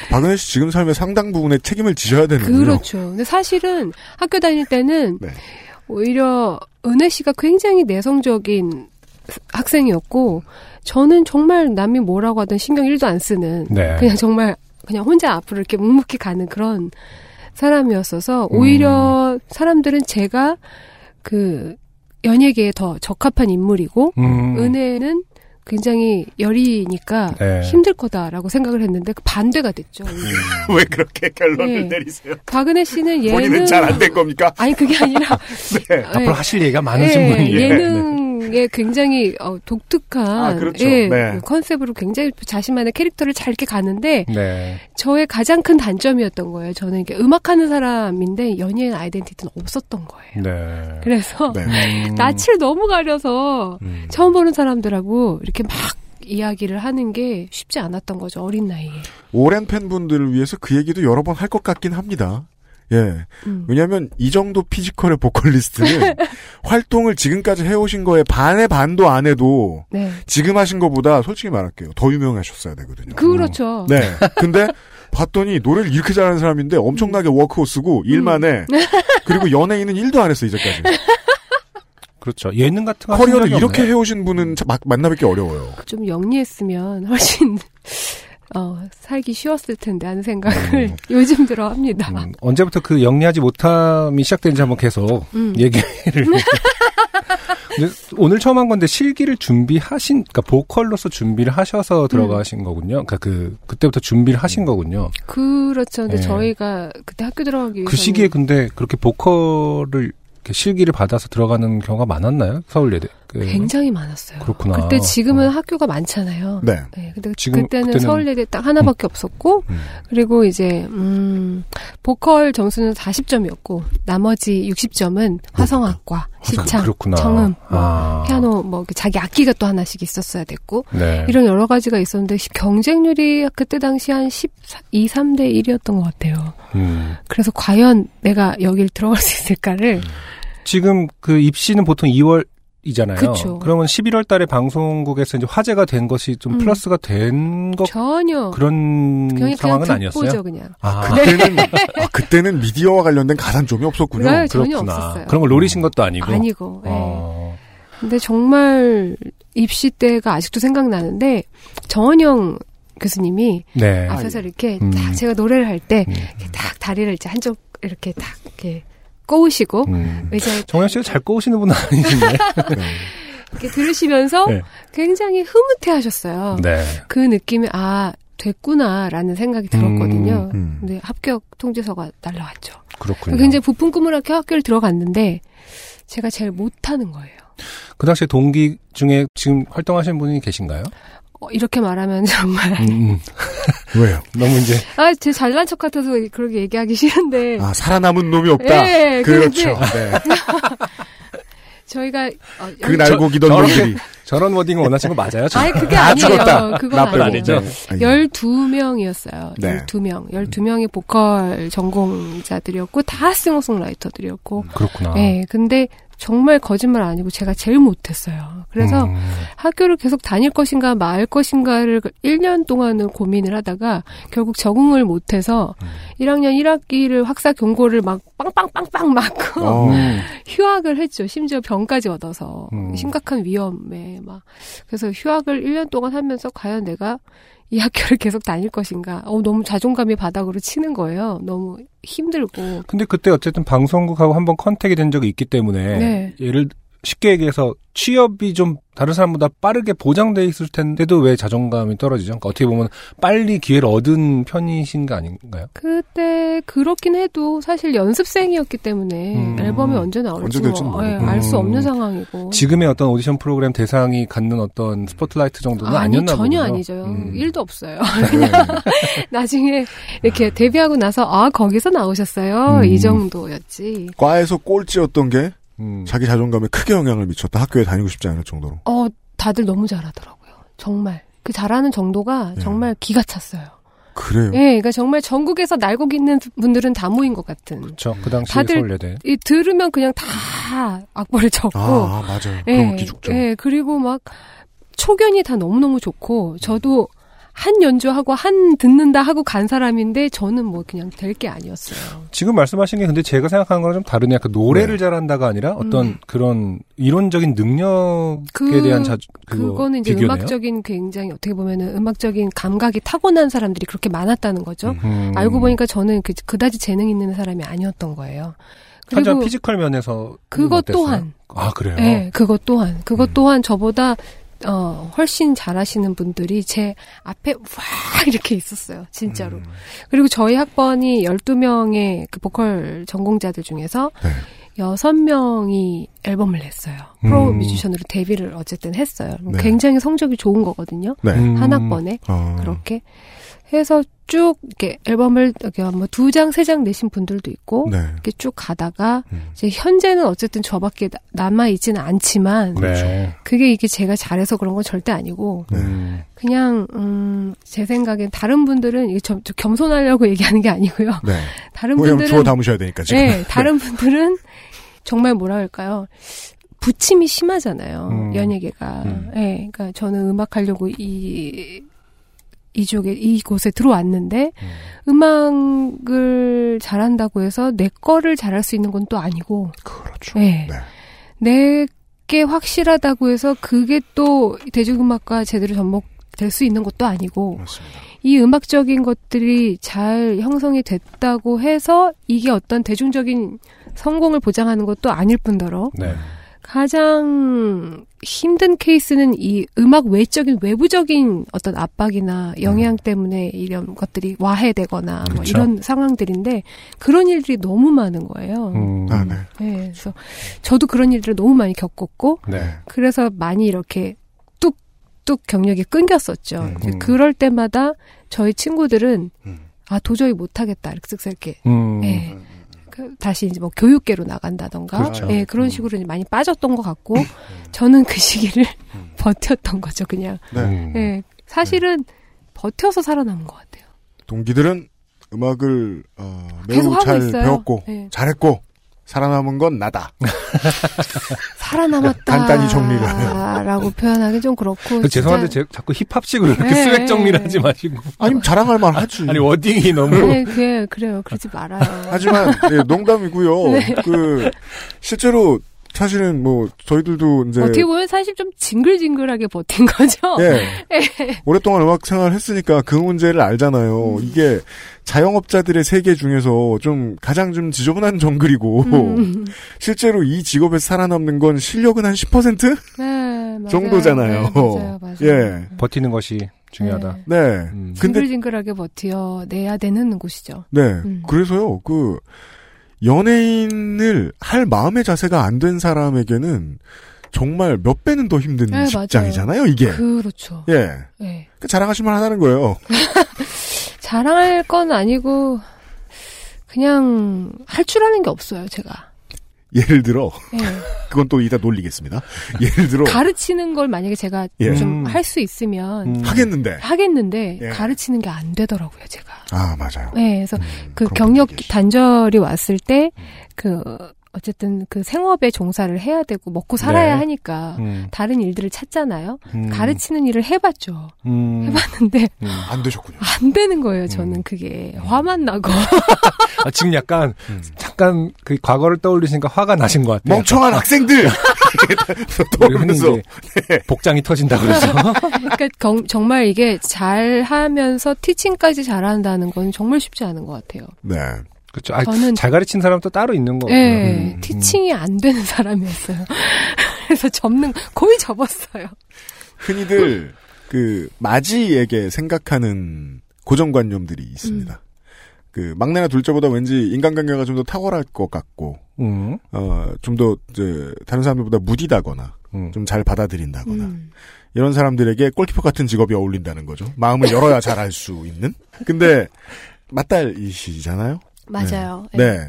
S3: 박은혜 씨 지금 삶의 상당 부분에 책임을 지셔야 되는군요.
S9: 그렇죠. 근데 사실은 학교 다닐 때는
S3: 네.
S9: 오히려 은혜 씨가 굉장히 내성적인 학생이었고 저는 정말 남이 뭐라고 하든 신경 1도 안 쓰는
S2: 네.
S9: 그냥 정말 그냥 혼자 앞으로 이렇게 묵묵히 가는 그런 사람이었어서 오히려 사람들은 제가 그 연예계에 더 적합한 인물이고
S2: 음,
S9: 은혜는 굉장히 열이니까
S2: 네.
S9: 힘들 거다라고 생각을 했는데 그 반대가 됐죠.
S2: 음.
S3: 왜 그렇게
S9: 네.
S3: 결론을 내리세요?
S9: 박은혜 씨는 얘는
S3: 본인은 잘 안 된 겁니까?
S9: 아니 그게 아니라
S3: 네.
S9: 예,
S2: 앞으로 하실 얘기가 많으신
S9: 예,
S2: 분이에요. 네.
S9: 예능에 굉장히 어, 독특한
S3: 아, 그렇죠.
S9: 예,
S3: 네.
S9: 그 컨셉으로 굉장히 자신만의 캐릭터를 잘 이렇게 가는데
S2: 네. 네.
S9: 저의 가장 큰 단점이었던 거예요. 저는 이게 음악하는 사람인데 연예인 아이덴티티는 없었던 거예요.
S2: 네.
S9: 그래서
S3: 네.
S2: 음,
S9: 낯을 너무 가려서
S2: 음.
S9: 처음 보는 사람들하고 이렇게 막 이야기를 하는 게 쉽지 않았던 거죠 어린 나이에.
S3: 오랜 팬분들을 위해서 그 얘기도 여러 번 할 것 같긴 합니다. 예.
S9: 음.
S3: 왜냐면, 이 정도 피지컬의 보컬리스트는 활동을 지금까지 해오신 거에 반의 반도 안 해도
S9: 네,
S3: 지금 하신 거보다 솔직히 말할게요. 더 유명하셨어야 되거든요.
S2: 음.
S9: 그렇죠.
S3: 네. 근데 봤더니 노래를 이렇게 잘하는 사람인데 엄청나게 워크호스고
S9: 음.
S3: 일만 해. 그리고 연예인은 일도 안 했어, 이제까지.
S9: 아,
S2: 그렇죠. 예능 같은 거 하신
S3: 커리어를
S2: 적이
S3: 이렇게
S2: 없나요?
S3: 해오신 분은 참 마- 만나뵙기 어려워요.
S9: 좀 영리했으면 훨씬 어, 살기 쉬웠을 텐데 하는 생각을 요즘 들어 합니다.
S2: 음, 언제부터 그 영리하지 못함이 시작된지 한번 계속
S9: 음.
S2: 얘기를. 근데 오늘 처음 한 건데 실기를 준비하신, 그러니까 보컬로서 준비를 하셔서 들어가신
S9: 음.
S2: 거군요. 그러니까 그 그때부터 준비를 하신 거군요.
S9: 그렇죠. 근데
S2: 예.
S9: 저희가 그때 학교 들어가기 위해서
S2: 그 시기에 근데 그렇게 보컬을 이렇게 실기를 받아서 들어가는 경우가 많았나요? 서울예대. 그-
S9: 굉장히 많았어요.
S2: 그렇구나.
S9: 그때 지금은
S2: 어.
S9: 학교가 많잖아요.
S3: 네.
S9: 네, 근데
S2: 지금-
S9: 그때는,
S2: 그때는-
S9: 서울예대 딱 하나밖에 없었고
S3: 음.
S9: 그리고 이제 음 보컬 점수는 40점이었고 나머지 60점은 화성학과,
S2: 아,
S9: 시창,
S2: 그렇구나.
S9: 청음, 뭐
S2: 아.
S9: 피아노 뭐 이렇게 자기 악기가 또 하나씩 있었어야 됐고
S2: 네.
S9: 이런 여러 가지가 있었는데 시- 경쟁률이 그때 당시 한 12, 3대 1이었던 것 같아요.
S2: 음.
S9: 그래서 과연 내가 여길 들어갈 수 있을까를
S2: 지금 그 입시는 보통 2월 이잖아요.
S9: 그쵸.
S2: 그러면 11월 달에 방송국에서 이제 화제가 된 것이 좀
S9: 음.
S2: 플러스가 된것
S9: 전혀
S2: 그런
S9: 그냥
S2: 상황은
S9: 그냥
S2: 아니었어요.
S9: 듣보죠 그냥.
S2: 아,
S3: 그때는, 아, 그때는 미디어와 관련된 가산점이 없었군요.
S9: 네, 전혀
S2: 그렇구나.
S9: 없었어요.
S2: 그런 걸 노리신 것도 아니고.
S9: 아니고. 예.
S2: 어,
S9: 근데 정말 입시 때가 아직도 생각나는데 정원영 교수님이
S2: 네.
S9: 앞에서 이렇게
S2: 음.
S9: 딱 제가 노래를 할 때 딱
S2: 음.
S9: 다리를 이제 한쪽 이렇게 딱 이렇게 꼬으시고
S2: 음.
S9: 의자에
S2: 정현 씨가 잘 꼬우시는 분은 아니신데.
S9: 이렇게 들으시면서
S2: 네.
S9: 굉장히 흐뭇해하셨어요.
S2: 네.
S9: 그 느낌이 아 됐구나라는 생각이 들었거든요.
S3: 음.
S9: 근데 합격 통지서가 날라왔죠.
S2: 그렇군요.
S9: 굉장히 부푼꾸물하게 학교를 들어갔는데 제가 제일 못하는 거예요.
S2: 그 당시에 동기 중에 지금 활동하시는 분이 계신가요?
S9: 어, 이렇게 말하면 정말
S2: 음, 음.
S3: 왜요?
S2: 너무 이제
S9: 아, 제 잘난 척 같아서 그렇게 얘기하기 싫은데.
S3: 아, 살아남은 놈이 없다.
S9: 예,
S3: 그렇죠.
S9: 그런데
S3: 네.
S9: 저희가 어,
S3: 그
S9: 연-
S3: 날고 기던
S2: 저런-
S3: 놈들이.
S2: 저런 워딩을 원하신 거 맞아요? 지금?
S9: 아니 그게
S3: 다
S9: 아니에요.
S3: 죽었다.
S9: 그건
S3: 나 빼고.
S9: 아니죠.
S3: 네. 알겠습니다.
S9: 12명이었어요.
S3: 네.
S9: 12명. 12명의 보컬 전공자들이었고 다
S3: 음.
S9: 싱어송라이터들이었고.
S3: 아.
S2: 그렇구나.
S9: 네, 근데 정말 거짓말 아니고 제가 제일 못했어요. 그래서
S2: 음,
S9: 학교를 계속 다닐 것인가 말 것인가를 1년 동안은 고민을 하다가 결국 적응을 못해서
S3: 음.
S9: 1학년 1학기를 학사 경고를 막 빵빵빵빵 맞고
S3: 어,
S9: 휴학을 했죠. 심지어 병까지 얻어서
S2: 음.
S9: 심각한 위험에 막 그래서 휴학을 1년 동안 하면서 과연 내가 이 학교를 계속 다닐 것인가? 어 너무 자존감이 바닥으로 치는 거예요. 너무 힘들고
S2: 근데 그때 어쨌든 방송국하고 한번 컨택이 된 적이 있기 때문에
S9: 네.
S2: 예를 쉽게 얘기해서 취업이 좀 다른 사람보다 빠르게 보장돼 있을 텐데도 왜 자존감이 떨어지죠? 그러니까 어떻게 보면 빨리 기회를 얻은 편이신 거 아닌가요?
S9: 그때 그렇긴 해도 사실 연습생이었기 때문에
S2: 음.
S9: 앨범이 언제 나올지
S3: 언제 될지
S9: 뭐,
S3: 모르고.
S9: 알수 없는
S2: 음.
S9: 상황이고.
S2: 지금의 어떤 오디션 프로그램 대상이 갖는 어떤 스포트라이트 정도는
S9: 아니,
S2: 아니었나 보군요.
S9: 전혀 아니죠.
S2: 음.
S9: 일도 없어요. 그냥 나중에 이렇게 데뷔하고 나서 아 거기서 나오셨어요
S2: 음.
S9: 이 정도였지.
S3: 과에서 꼴찌였던 게
S2: 음.
S3: 자기 자존감에 크게 영향을 미쳤다. 학교에 다니고 싶지 않을 정도로.
S9: 어 다들 너무 잘하더라고요. 정말 그 잘하는 정도가
S2: 네.
S3: 예.
S9: 정말 기가 찼어요.
S3: 그래요.
S9: 예, 그러니까 정말 전국에서 날고 있는 분들은 다 모인 것 같은.
S2: 그렇죠. 그 당시
S9: 다들
S2: 서울예대.
S9: 이 들으면 그냥 다 악보를 적고.
S3: 아, 맞아요. 그런 거 기죽죠.
S9: 어. 예, 그리고 막 초견이 다 너무너무 좋고 저도 한 연주하고 한 듣는다 하고 간 사람인데 저는 뭐 그냥 될 게 아니었어요.
S2: 지금 말씀하신 게 근데 제가 생각하는 거랑 좀 다르네요. 그 노래를 잘한다가 아니라 어떤
S9: 음.
S2: 그런 이론적인 능력에
S9: 그-
S2: 대한 자주 그거
S9: 그거는 이제
S2: 비교네요.
S9: 음악적인 굉장히 어떻게 보면은 음악적인 감각이 타고난 사람들이 그렇게 많았다는 거죠.
S2: 음.
S9: 알고 보니까 저는 그, 그다지 재능 있는 사람이 아니었던 거예요.
S2: 한참
S9: 그리고
S2: 피지컬 면에서
S9: 그것
S2: 어땠어요?
S9: 또한,
S2: 아 그래요.
S9: 예, 그것 또한, 그것
S2: 음.
S9: 또한 저보다 어, 훨씬 잘하시는 분들이 제 앞에 와 이렇게 있었어요, 진짜로.
S3: 음.
S9: 그리고 저희 학번이 12명의 그 보컬 전공자들 중에서
S3: 네.
S9: 여섯 명이 앨범을 냈어요.
S2: 음.
S9: 프로 뮤지션으로 데뷔를 어쨌든 했어요. 뭐
S3: 네.
S9: 굉장히 성적이 좋은 거거든요.
S3: 네.
S2: 음.
S9: 한 학번에.
S3: 어.
S9: 그렇게 해서 쭉 이렇게 앨범을 뭐두 장, 세 장 내신 분들도 있고
S3: 네.
S9: 이렇게 쭉 가다가
S3: 음.
S9: 이제 현재는 어쨌든 저밖에 남아 있지는 않지만
S2: 네.
S9: 그게 이게 제가 잘해서 그런 건 절대 아니고
S3: 네.
S2: 음.
S9: 그냥 음, 제 생각엔 다른 분들은 이게 저, 저 겸손하려고 얘기하는 게 아니고요.
S3: 네.
S9: 다른
S3: 왜냐면 주워
S9: 분들은
S3: 담으셔야 되니까 지금.
S9: 네, 다른 분들은 정말 뭐라 할까요? 부침이 심하잖아요.
S2: 음.
S9: 연예계가.
S2: 음.
S9: 예, 그러니까 저는 음악 하려고 이 이쪽에 이곳에 들어왔는데 음악을 잘한다고 해서 내 거를 잘할 수 있는 건 또 아니고.
S3: 그렇죠.
S9: 예.
S3: 네.
S9: 내게 확실하다고 해서 그게 또 대중음악과 제대로 접목될 수 있는 것도 아니고
S3: 맞습니다.
S9: 이 음악적인 것들이 잘 형성이 됐다고 해서 이게 어떤 대중적인 성공을 보장하는 것도 아닐 뿐더러
S2: 네.
S9: 가장 힘든 케이스는 이 음악 외적인 외부적인 어떤 압박이나 영향 때문에 이런 것들이 와해되거나 뭐
S2: 음. 그렇죠.
S9: 이런 상황들인데 그런 일들이 너무 많은 거예요.
S2: 음.
S3: 아, 네.
S9: 네, 그래서 저도 그런 일들을 너무 많이 겪었고
S2: 네.
S9: 그래서 많이 이렇게 뚝뚝 경력이 끊겼었죠.
S3: 음.
S9: 이제 그럴 때마다 저희 친구들은
S3: 음.
S9: 아 도저히 못하겠다 이렇게 쓱쓱 이렇게
S2: 음.
S9: 예. 그 다시 이제 뭐 교육계로 나간다던가
S2: 그렇죠.
S9: 예, 그런
S3: 음.
S9: 식으로 이제 많이 빠졌던 것 같고 저는 그 시기를 버텼던 거죠 그냥
S3: 네.
S2: 음.
S9: 예, 사실은 버텨서 살아남은 것 같아요.
S3: 동기들은 음악을 어,
S9: 계속
S3: 매우
S9: 하고
S3: 잘
S9: 있어요.
S3: 배웠고
S9: 네.
S3: 잘했고 살아남은 건 나다.
S9: 살아남았다.
S3: 간단히 정리를 하면.
S9: 라고 표현하기 좀 그렇고
S2: 그 죄송한데
S9: 진짜-
S2: 제- 자꾸 힙합식으로 이렇게
S9: 네.
S2: 스웩 정리를 하지 마시고.
S3: 아니면 자랑할 만하지.
S2: 아니 워딩이 너무
S9: 네, 그 그래요. 그러지 말아요.
S3: 하지만 예, 농담이고요.
S9: 네.
S3: 그 실제로 사실은 뭐 저희들도 이제
S9: 어떻게 보면 사실 좀 징글징글하게 버틴 거죠.
S3: 예. 오랫동안 음악 생활을 했으니까 그 문제를
S9: 음.
S3: 알잖아요. 이게 자영업자들의 세계 중에서 좀 가장 좀 지저분한 정글이고
S9: 음.
S3: 실제로 이 직업에 살아남는 건 실력은 한 10%?
S9: 네, 맞아요. 네,
S3: 정도잖아요.
S9: 맞아요, 맞아요.
S3: 예.
S2: 버티는 것이 중요하다.
S9: 네.
S3: 네.
S2: 음.
S3: 근데
S9: 징글징글하게 버텨 내야 되는 곳이죠.
S3: 네.
S9: 음.
S3: 그래서요. 그 연예인을 할 마음의 자세가 안 된 사람에게는 정말 몇 배는 더 힘든
S9: 네,
S3: 직장이잖아요, 이게.
S9: 그렇죠.
S3: 예.
S9: 예.
S3: 그 자랑하실 만 하다는 거예요.
S9: 자랑할 건 아니고 그냥 할 줄 아는 게 없어요, 제가.
S3: 예를 들어
S9: 예.
S3: 그건 또 이따 놀리겠습니다. 예를 들어
S9: 가르치는 걸 만약에 제가
S3: 예.
S9: 좀
S2: 음.
S9: 할 수 있으면
S2: 음.
S3: 하겠는데.
S9: 하겠는데
S3: 예.
S9: 가르치는 게 안 되더라고요, 제가.
S3: 아, 맞아요.
S9: 예. 그래서
S3: 음,
S9: 그
S3: 그런
S9: 경력
S3: 분들이 음. 계시-
S9: 단절이 왔을 때 그 어쨌든 그 생업에 종사를 해야 되고 먹고 살아야
S2: 네.
S9: 하니까
S2: 음.
S9: 다른 일들을 찾잖아요.
S2: 음.
S9: 가르치는 일을 해봤죠.
S2: 음.
S9: 해봤는데
S2: 음.
S3: 안 되셨군요.
S9: 안 되는 거예요. 저는 그게 화만 나고
S2: 아, 지금 약간
S3: 음.
S2: 잠깐 그 과거를 떠올리시니까 화가 나신 것 같아요.
S3: 멍청한 학생들.
S2: 우리 흔히
S3: 떠오르면서
S2: 이제 복장이 터진다 그래서
S9: 그러니까 경- 정말 이게 잘하면서 티칭까지 잘한다는 건 정말 쉽지 않은 것 같아요.
S3: 네.
S2: 그렇죠. 아,
S9: 저는-
S2: 잘 가르친 사람 또 따로 있는 거고.
S9: 예,
S3: 어, 음,
S9: 티칭이 안 되는 사람이었어요. 그래서 접는 거의 접었어요.
S3: 흔히들 그 마지에게 생각하는 고정관념들이
S9: 음.
S3: 있습니다. 그 막내나 둘째보다 왠지 인간관계가 좀 더 탁월할 것 같고
S2: 음,
S3: 어좀 더 이제 다른 사람들보다 무디다거나
S2: 음.
S3: 좀 잘 받아들인다거나
S9: 음.
S3: 이런 사람들에게 골키퍼 같은 직업이 어울린다는 거죠. 마음을 열어야 잘 알 수 있는. 근데 맞딸이시잖아요.
S9: 맞아요. 예.
S3: 네.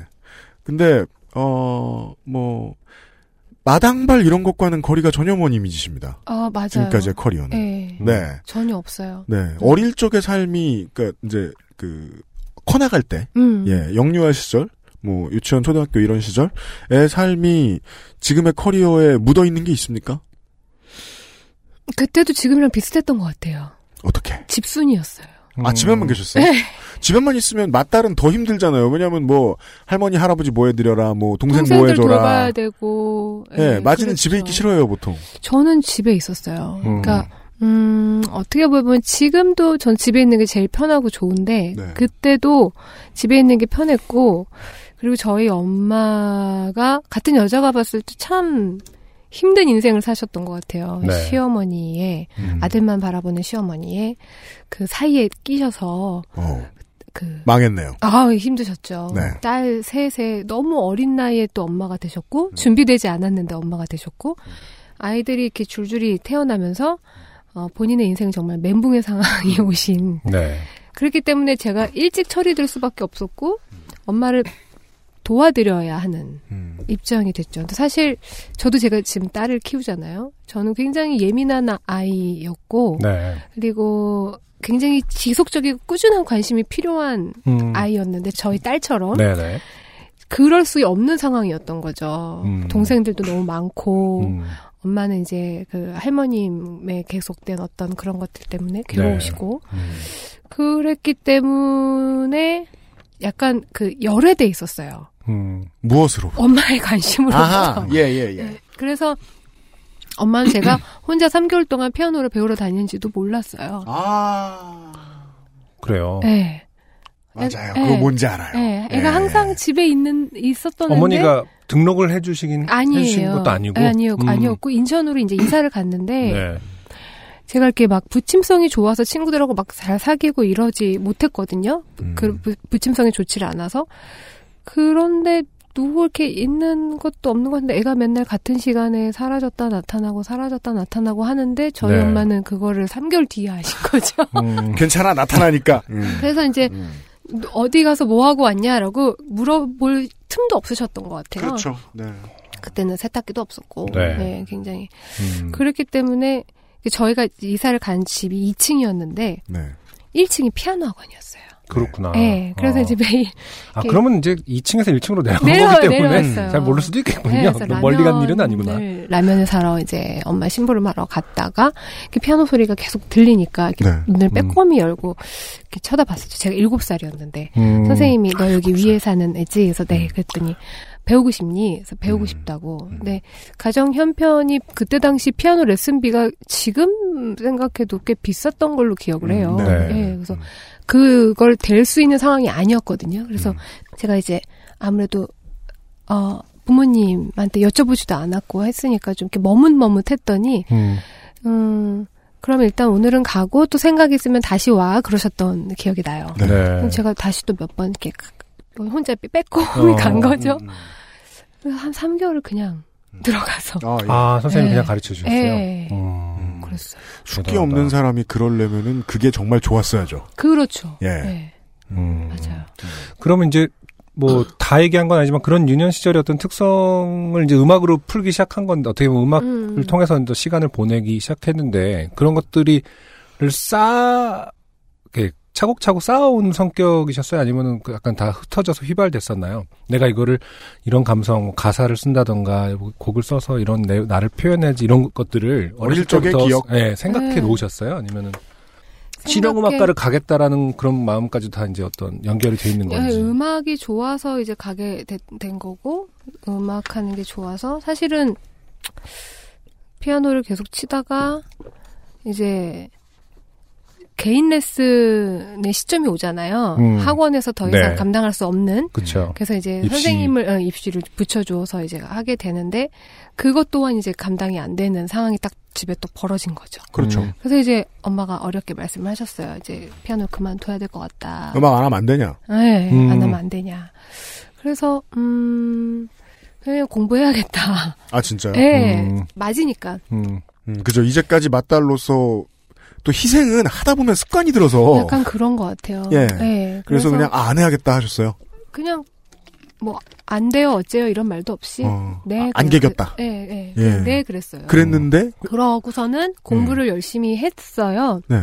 S3: 근데 어, 어뭐 마당발 이런 것과는 거리가 전혀 먼 이미지십니다.
S9: 아 맞아요.
S3: 지금까지의 커리어는.
S9: 예.
S3: 네.
S9: 전혀 없어요.
S3: 네. 어릴 적의 삶이, 그니까, 이제, 그, 커나갈 때,
S9: 음.
S3: 예, 영유아 시절, 뭐, 유치원, 초등학교 이런 시절의 삶이 지금의 커리어에 묻어있는 게 있습니까?
S9: 그때도 지금이랑 비슷했던 것 같아요.
S3: 어떻게?
S9: 집순이었어요.
S3: 아, 집에만 계셨어요?
S9: 네.
S3: 집에만 있으면 맞딸은 더 힘들잖아요. 왜냐면 뭐, 할머니, 할아버지 뭐 해드려라, 뭐, 동생 뭐
S9: 동생들
S3: 해줘라.
S9: 돌봐야 그렇죠. 되고.
S3: 예, 맞이는
S9: 그랬죠.
S3: 집에 있기 싫어요, 보통.
S9: 저는 집에 있었어요.
S2: 음.
S9: 그러니까 음, 어떻게 보면 지금도 전 집에 있는 게 제일 편하고 좋은데
S3: 네.
S9: 그때도 집에 있는 게 편했고 그리고 저희 엄마가 같은 여자가 봤을 때 참 힘든 인생을 사셨던 것 같아요.
S2: 네.
S9: 시어머니의
S2: 음.
S9: 아들만 바라보는 시어머니의 그 사이에 끼셔서
S3: 어,
S9: 그
S3: 망했네요.
S9: 아, 힘드셨죠.
S3: 네.
S9: 딸 셋에 너무 어린 나이에 또 엄마가 되셨고
S3: 네.
S9: 준비되지 않았는데 엄마가 되셨고 아이들이 이렇게 줄줄이 태어나면서 어, 본인의 인생 정말 멘붕의 상황에
S3: 음.
S9: 오신
S2: 네.
S9: 그렇기 때문에 제가 일찍 처리될 수밖에 없었고 엄마를 도와드려야 하는
S3: 음.
S9: 입장이 됐죠. 근데 사실 저도 제가 지금 딸을 키우잖아요. 저는 굉장히 예민한 아이였고
S2: 네.
S9: 그리고 굉장히 지속적이고 꾸준한 관심이 필요한
S2: 음.
S9: 아이였는데 저희 딸처럼
S2: 네네.
S9: 그럴 수 없는 상황이었던 거죠.
S2: 음.
S9: 동생들도 너무 많고
S2: 음.
S9: 엄마는 이제 그 할머님의 계속된 어떤 그런 것들 때문에
S2: 네.
S9: 괴로우시고
S2: 음.
S9: 그랬기 때문에 약간 그 열애돼 있었어요.
S2: 음.
S3: 무엇으로?
S9: 엄마의 관심으로.
S3: 아하, 예, 예, 예.
S9: 네. 그래서 엄마는 제가 혼자 3개월 동안 피아노를 배우러 다니는지도 몰랐어요.
S3: 아,
S2: 그래요.
S9: 네.
S3: 맞아요.
S9: 예.
S3: 그거 뭔지 알아요.
S9: 네.
S3: 예.
S9: 애가 항상 집에 있는 있었던
S2: 어머니가 등록을 해주시긴 해주신
S9: 아니에요.
S2: 것도 아니고.
S9: 네, 아니요,
S2: 음.
S9: 아니었고 인천으로 이제 이사를 갔는데
S2: 네.
S9: 제가 이렇게 막 부침성이 좋아서 친구들하고 막 잘 사귀고 이러지 못했거든요.
S3: 음.
S9: 그 부, 부침성이 좋지를 않아서 그런데 누구 이렇게 있는 것도 없는 건데 애가 맨날 같은 시간에 사라졌다 나타나고 사라졌다 나타나고 하는데 저희
S2: 네.
S9: 엄마는 그거를 3개월 뒤에 아신 거죠.
S2: 음.
S3: 괜찮아, 나타나니까.
S9: 그래서 이제
S3: 음.
S9: 어디 가서 뭐 하고 왔냐라고 물어볼 틈도 없으셨던 것 같아요.
S3: 그렇죠. 네.
S9: 그때는 세탁기도 없었고,
S2: 네.
S9: 네, 굉장히
S2: 음.
S9: 그렇기 때문에 저희가 이사를 간 집이 2층이었는데
S3: 네.
S9: 1층이 피아노 학원이었어요.
S2: 그렇구나.
S9: 네, 그래서
S2: 어.
S9: 이제 매일
S2: 아, 그러면 이제 2층에서 1층으로 내려온
S9: 내려와요,
S2: 거기 때문에
S9: 내려왔어요. 네,
S2: 잘 모를 수도 있겠군요.
S9: 예, 그래서
S2: 멀리 간
S9: 라면을-
S2: 일은
S9: 네.
S2: 아니구나.
S9: 라면을 사러 이제 엄마 심부름하러 갔다가 이렇게 피아노 소리가 계속 들리니까 이렇게
S3: 네.
S9: 눈을
S2: 음.
S9: 빼꼼히 열고 이렇게 쳐다봤었죠. 제가 7살이었는데
S2: 음.
S9: 선생님이 너 여기
S3: 아,
S9: 위에 사는 애지? 그래서 네 그랬더니 배우고 싶니? 그래서 배우고
S3: 음.
S9: 싶다고. 근데 가정 형편이 그때 당시 피아노 레슨비가 지금 생각해도 꽤 비쌌던 걸로 기억을 해요.
S3: 음,
S2: 네.
S9: 예, 그래서 그걸 될 수 있는 상황이 아니었거든요. 그래서
S3: 음.
S9: 제가 이제 아무래도 어 부모님한테 여쭤보지도 않았고 했으니까 좀 이렇게 머뭇머뭇했더니
S2: 음.
S9: 음 그럼 일단 오늘은 가고 또 생각 있으면 다시 와 그러셨던 기억이 나요.
S2: 네.
S9: 그럼 제가 다시 또 몇 번 이렇게 뭐 혼자 빼꼼히
S2: 어,
S9: 간 거죠.
S3: 음, 음.
S9: 그래서 한 3개월을 그냥
S2: 음.
S9: 들어가서.
S3: 아, 예.
S2: 아, 선생님 이
S9: 네.
S2: 그냥 가르쳐 주셨어요.
S9: 예.
S2: 음.
S9: 그랬어요.
S3: 숙기 없는 사람이 그러려면은 그게 정말 좋았어야죠.
S9: 그렇죠.
S3: 예.
S9: 네,
S2: 음.
S9: 맞아요.
S2: 그러면 이제
S3: 음.
S2: 뭐 다 얘기한 건 아니지만 그런 유년 시절의 어떤 특성을 이제 음악으로 풀기 시작한 건데 어떻게 보면 음악을
S9: 음.
S2: 통해서 이제 시간을 보내기 시작했는데 그런 것들이를 쌓 이렇게 차곡차곡 쌓아온 성격이셨어요? 아니면은 그 약간 다 흩어져서 휘발됐었나요? 내가 이거를 이런 감성, 뭐 가사를 쓴다던가 뭐 곡을 써서 이런 내, 나를 표현해야지 이런 것들을
S3: 어릴 적의
S2: 때부터
S3: 기억? 음.
S2: 예, 생각해
S9: 네.
S2: 놓으셨어요? 아니면은
S9: 생각해-
S2: 실용음악가를 가겠다라는 그런 마음까지 다 이제 어떤 연결이 돼 있는
S9: 예,
S2: 건지.
S9: 음악이 좋아서 이제 가게 되- 된 거고 음악 하는 게 좋아서 사실은 피아노를 계속 치다가 이제 개인 레슨의 시점이 오잖아요.
S2: 음.
S9: 학원에서 더 이상
S2: 네.
S9: 감당할 수 없는.
S2: 그렇죠.
S9: 그래서 이제
S2: 입시.
S9: 선생님을 어, 입시를 붙여줘서 이제 하게 되는데 그것 또한 이제 감당이 안 되는 상황이 딱 집에 또 벌어진 거죠.
S3: 그렇죠.
S2: 음.
S9: 그래서 이제 엄마가 어렵게 말씀을 하셨어요. 이제 피아노 그만둬야 될 것 같다.
S3: 음악 안 하면 안 되냐?
S9: 네,
S2: 음.
S9: 안 하면 안 되냐. 그래서 음 그냥 공부해야겠다.
S3: 아 진짜요?
S9: 네,
S2: 음.
S9: 맞으니까.
S2: 음.
S3: 음, 그죠. 이제까지 맞달로서 또 희생은 하다 보면 습관이 들어서
S9: 약간 그런 것 같아요.
S3: 예.
S9: 네,
S3: 그래서, 그냥 아, 안 해야겠다 하셨어요.
S9: 음. 그냥 뭐 안 돼요 어째요 이런 말도 없이
S3: 어.
S9: 네
S3: 아,
S9: 그냥
S3: 안 개겼다.
S9: 그, 예, 예.
S3: 예.
S9: 네 그랬어요.
S3: 그랬는데
S9: 그러고서는
S2: 음.
S9: 공부를 열심히 했어요.
S3: 네.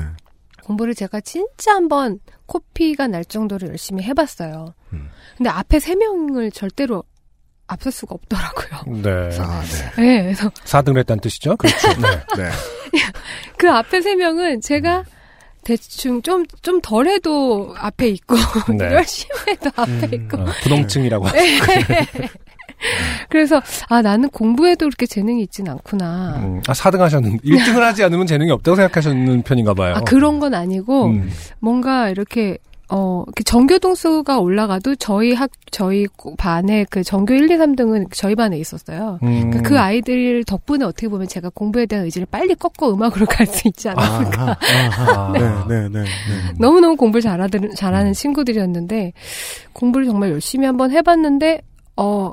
S9: 공부를 제가 진짜 한번 코피가 날 정도로 열심히 해봤어요.
S3: 음.
S9: 근데 앞에 세 명을 절대로 앞설 수가 없더라고요.
S2: 네.
S3: 아, 네.
S9: 네, 그래서
S2: 4등을 했다는 뜻이죠? 그렇죠. 네.
S3: 네.
S9: 그 앞에 세 명은
S2: 음.
S9: 제가 대충 좀, 좀 덜 해도 앞에 있고,
S2: 네.
S9: 열심히 해도 앞에 있고.
S2: 어, 부동층이라고. 하죠.
S9: 그래서, 아, 나는 공부에도 그렇게 재능이 있진 않구나.
S2: 음. 아, 4등 하셨는데 1등을 하지 않으면 재능이 없다고 생각하셨는 편인가 봐요.
S9: 네. 아, 그런 건 아니고,
S2: 음.
S9: 뭔가 이렇게, 어, 이렇게 전교동수가 올라가도 저희 학, 저희 반에 그 전교 1, 2, 3등은 저희 반에 있었어요.
S2: 음.
S9: 그러니까 그 아이들 덕분에 어떻게 보면 제가 공부에 대한 의지를 빨리 꺾고 음악으로 갈 수 있지 않았나.
S3: 아하, 아하. 네, 네, 네. 네.
S9: 너무너무 공부를 잘하는,
S3: 음.
S9: 잘하는 친구들이었는데, 공부를 정말 열심히 한번 해봤는데, 어,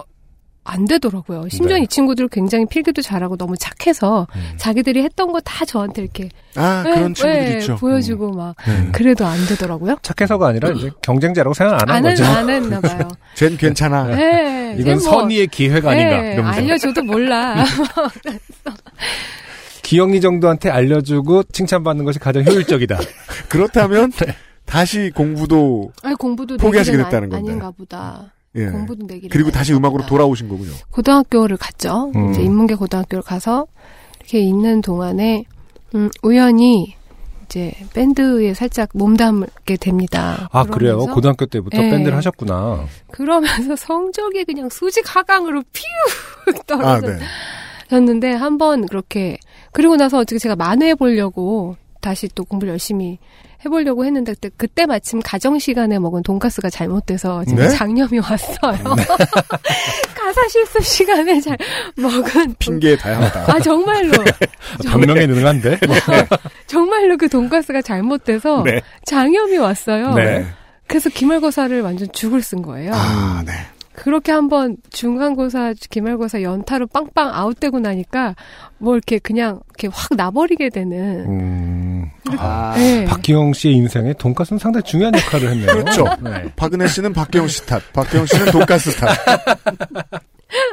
S9: 안 되더라고요. 심지어
S2: 네.
S9: 이 친구들 굉장히 필기도 잘하고 너무 착해서 자기들이 했던 거 다 저한테 이렇게
S3: 음. 아, 그런
S9: 에,
S3: 친구들
S9: 에,
S3: 있죠.
S9: 네, 보여주고 막
S3: 네.
S9: 그래도 안 되더라고요.
S2: 착해서가 아니라 이제 경쟁자라고 생각 안 한
S9: 안은
S2: 거죠.
S9: 안 했나 봐요.
S3: 음. 쟨 괜찮아.
S9: 네,
S2: 이건 선의의 기회가 아닌가. 이러면서.
S9: 예, 알려줘도
S3: 음.
S9: 몰라.
S2: 기영이 정도한테 알려주고 칭찬받는 것이 가장 효율적이다.
S3: 그렇다면 다시 공부도
S9: 아니, 공부도
S3: 포기하시게
S9: 내기는
S3: 됐다는 건데.
S9: 아닌가 보다.
S3: 예.
S9: 공부도 내기
S3: 그리고 다시 음악으로 돌아오신 거군요.
S9: 고등학교를 갔죠.
S2: 음.
S9: 이제 인문계 고등학교를 가서 이렇게 있는 동안에 음, 우연히 이제 밴드에 살짝 몸담게 됩니다.
S2: 아, 그래요?
S9: 그러면서-
S2: 고등학교 때부터
S9: 예.
S2: 밴드를 하셨구나.
S9: 그러면서 성적이 그냥 수직 하강으로 피우
S3: 아,
S9: 떨어졌는데
S3: 네.
S9: 한번 그렇게 그리고 나서 어떻게 제가 만회해 보려고 다시 또 공부를 열심히 해보려고 했는데 그때, 그때 마침 가정 시간에 먹은 돈가스가 잘못돼서 지금
S3: 네?
S9: 장염이 왔어요. 가사 실습 시간에 잘 먹은
S3: 핑계 다양하다.
S9: 아 정말로 네.
S2: 변명에 능한데?
S9: 그렇죠. 정말로 그 돈가스가 잘못돼서
S2: 네.
S9: 장염이 왔어요.
S2: 네.
S9: 그래서 기말고사를 완전 죽을 쓴 거예요.
S3: 아, 네.
S9: 그렇게 한번 중간고사, 기말고사 연타로 빵빵 아웃되고 나니까 뭐 이렇게 그냥 이렇게 확 나버리게 되는.
S2: 음,
S9: 네.
S2: 박기영 씨의 인생에 돈가스는 상당히 중요한 역할을 했네요.
S3: 그렇죠.
S2: 네.
S3: 박은혜 씨는 박경 씨 탓, 박경 씨는 돈가스 탓.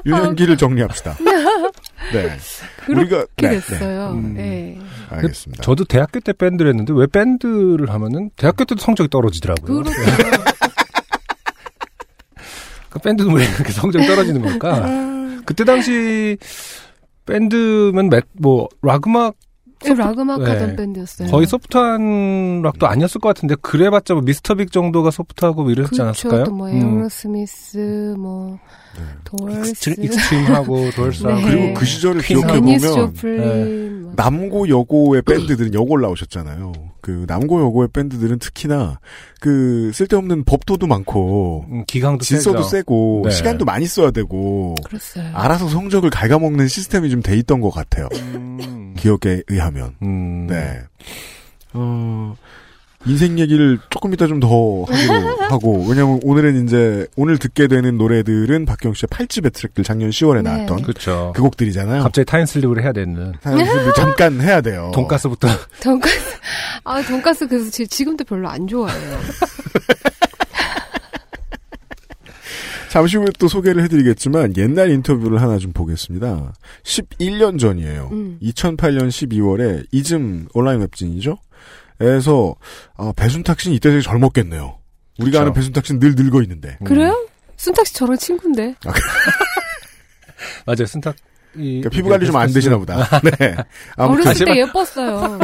S3: 유년기를 정리합시다. 네.
S9: 아. 그렇게
S3: 우리가- 네, 네.
S9: 됐어요.
S2: 음.
S9: 네.
S3: 알겠습니다.
S2: 저도 대학교 때 밴드를 했는데 왜 밴드를 하면은 대학교 때도 성적이 떨어지더라고요.
S9: 그렇죠.
S2: 그 밴드는 왜 이렇게 성적이 떨어지는
S9: 음.
S2: 걸까? 그때 당시 밴드면 맷- 뭐 락음악
S9: 락음악 하던
S2: 네.
S9: 밴드였어요.
S2: 거의 소프트한 락도 아니었을 것 같은데 그래봤자 뭐 미스터빅 정도가 소프트하고 뭐 이랬지 않았을까요?
S9: 그렇죠. 또뭐
S2: 음. 네.
S9: 에어로 스미스, 뭐 돌스,
S2: 익스트림, 익스트림하고 돌사
S9: 네.
S3: 그리고 그 시절을
S2: 퀸
S3: 기억해
S2: 하고.
S9: 데니스
S2: 네.
S3: 보면
S9: 조플린. 뭐.
S3: 남고 여고의 밴드들은 여고 올라오셨잖아요. 그 남고 여고의 밴드들은 특히나 그 쓸데없는 법도도 많고
S2: 음, 기강도
S3: 질서도
S2: 세죠.
S3: 세고
S2: 네.
S3: 시간도 많이 써야 되고
S9: 그랬어요.
S3: 알아서 성적을 갉아먹는 시스템이 좀 돼 있던 것 같아요.
S2: 음.
S3: 기억에 의하면.
S2: 음.
S3: 네. 어, 인생 얘기를 조금 이따 좀 더 하기로 하고, 왜냐면 오늘은 이제, 오늘 듣게 되는 노래들은 박경 씨의 팔집의 트랙들 작년 10월에
S9: 네.
S3: 나왔던 그,
S2: 그렇죠.
S3: 곡들이잖아요.
S2: 갑자기 타임슬립을 해야 되는
S3: 사연을 잠깐 해야
S2: 어.
S3: 돼요.
S2: 돈가스부터
S9: 돈가스, 아, 돈가스 그래서 지- 지금도 별로 안 좋아해요.
S2: 음.
S3: 잠시 후에 또 소개를 해드리겠지만 옛날 인터뷰를 하나 좀 보겠습니다. 11년 전이에요.
S9: 음.
S3: 2008년 12월에 이즘 온라인 웹진이죠. 에서 아, 배순탁 씨는 이때 되게 젊었겠네요. 우리가
S2: 그쵸.
S3: 아는 배순탁 씨는 늘 늙어 있는데.
S9: 그래요? 순탁 씨 저랑 친구인데.
S2: 맞아요. 순탁 이
S3: 그러니까 피부 관리 좀 안 되시나 보다. 네. 아무튼
S9: 어렸을 때 예뻤어요.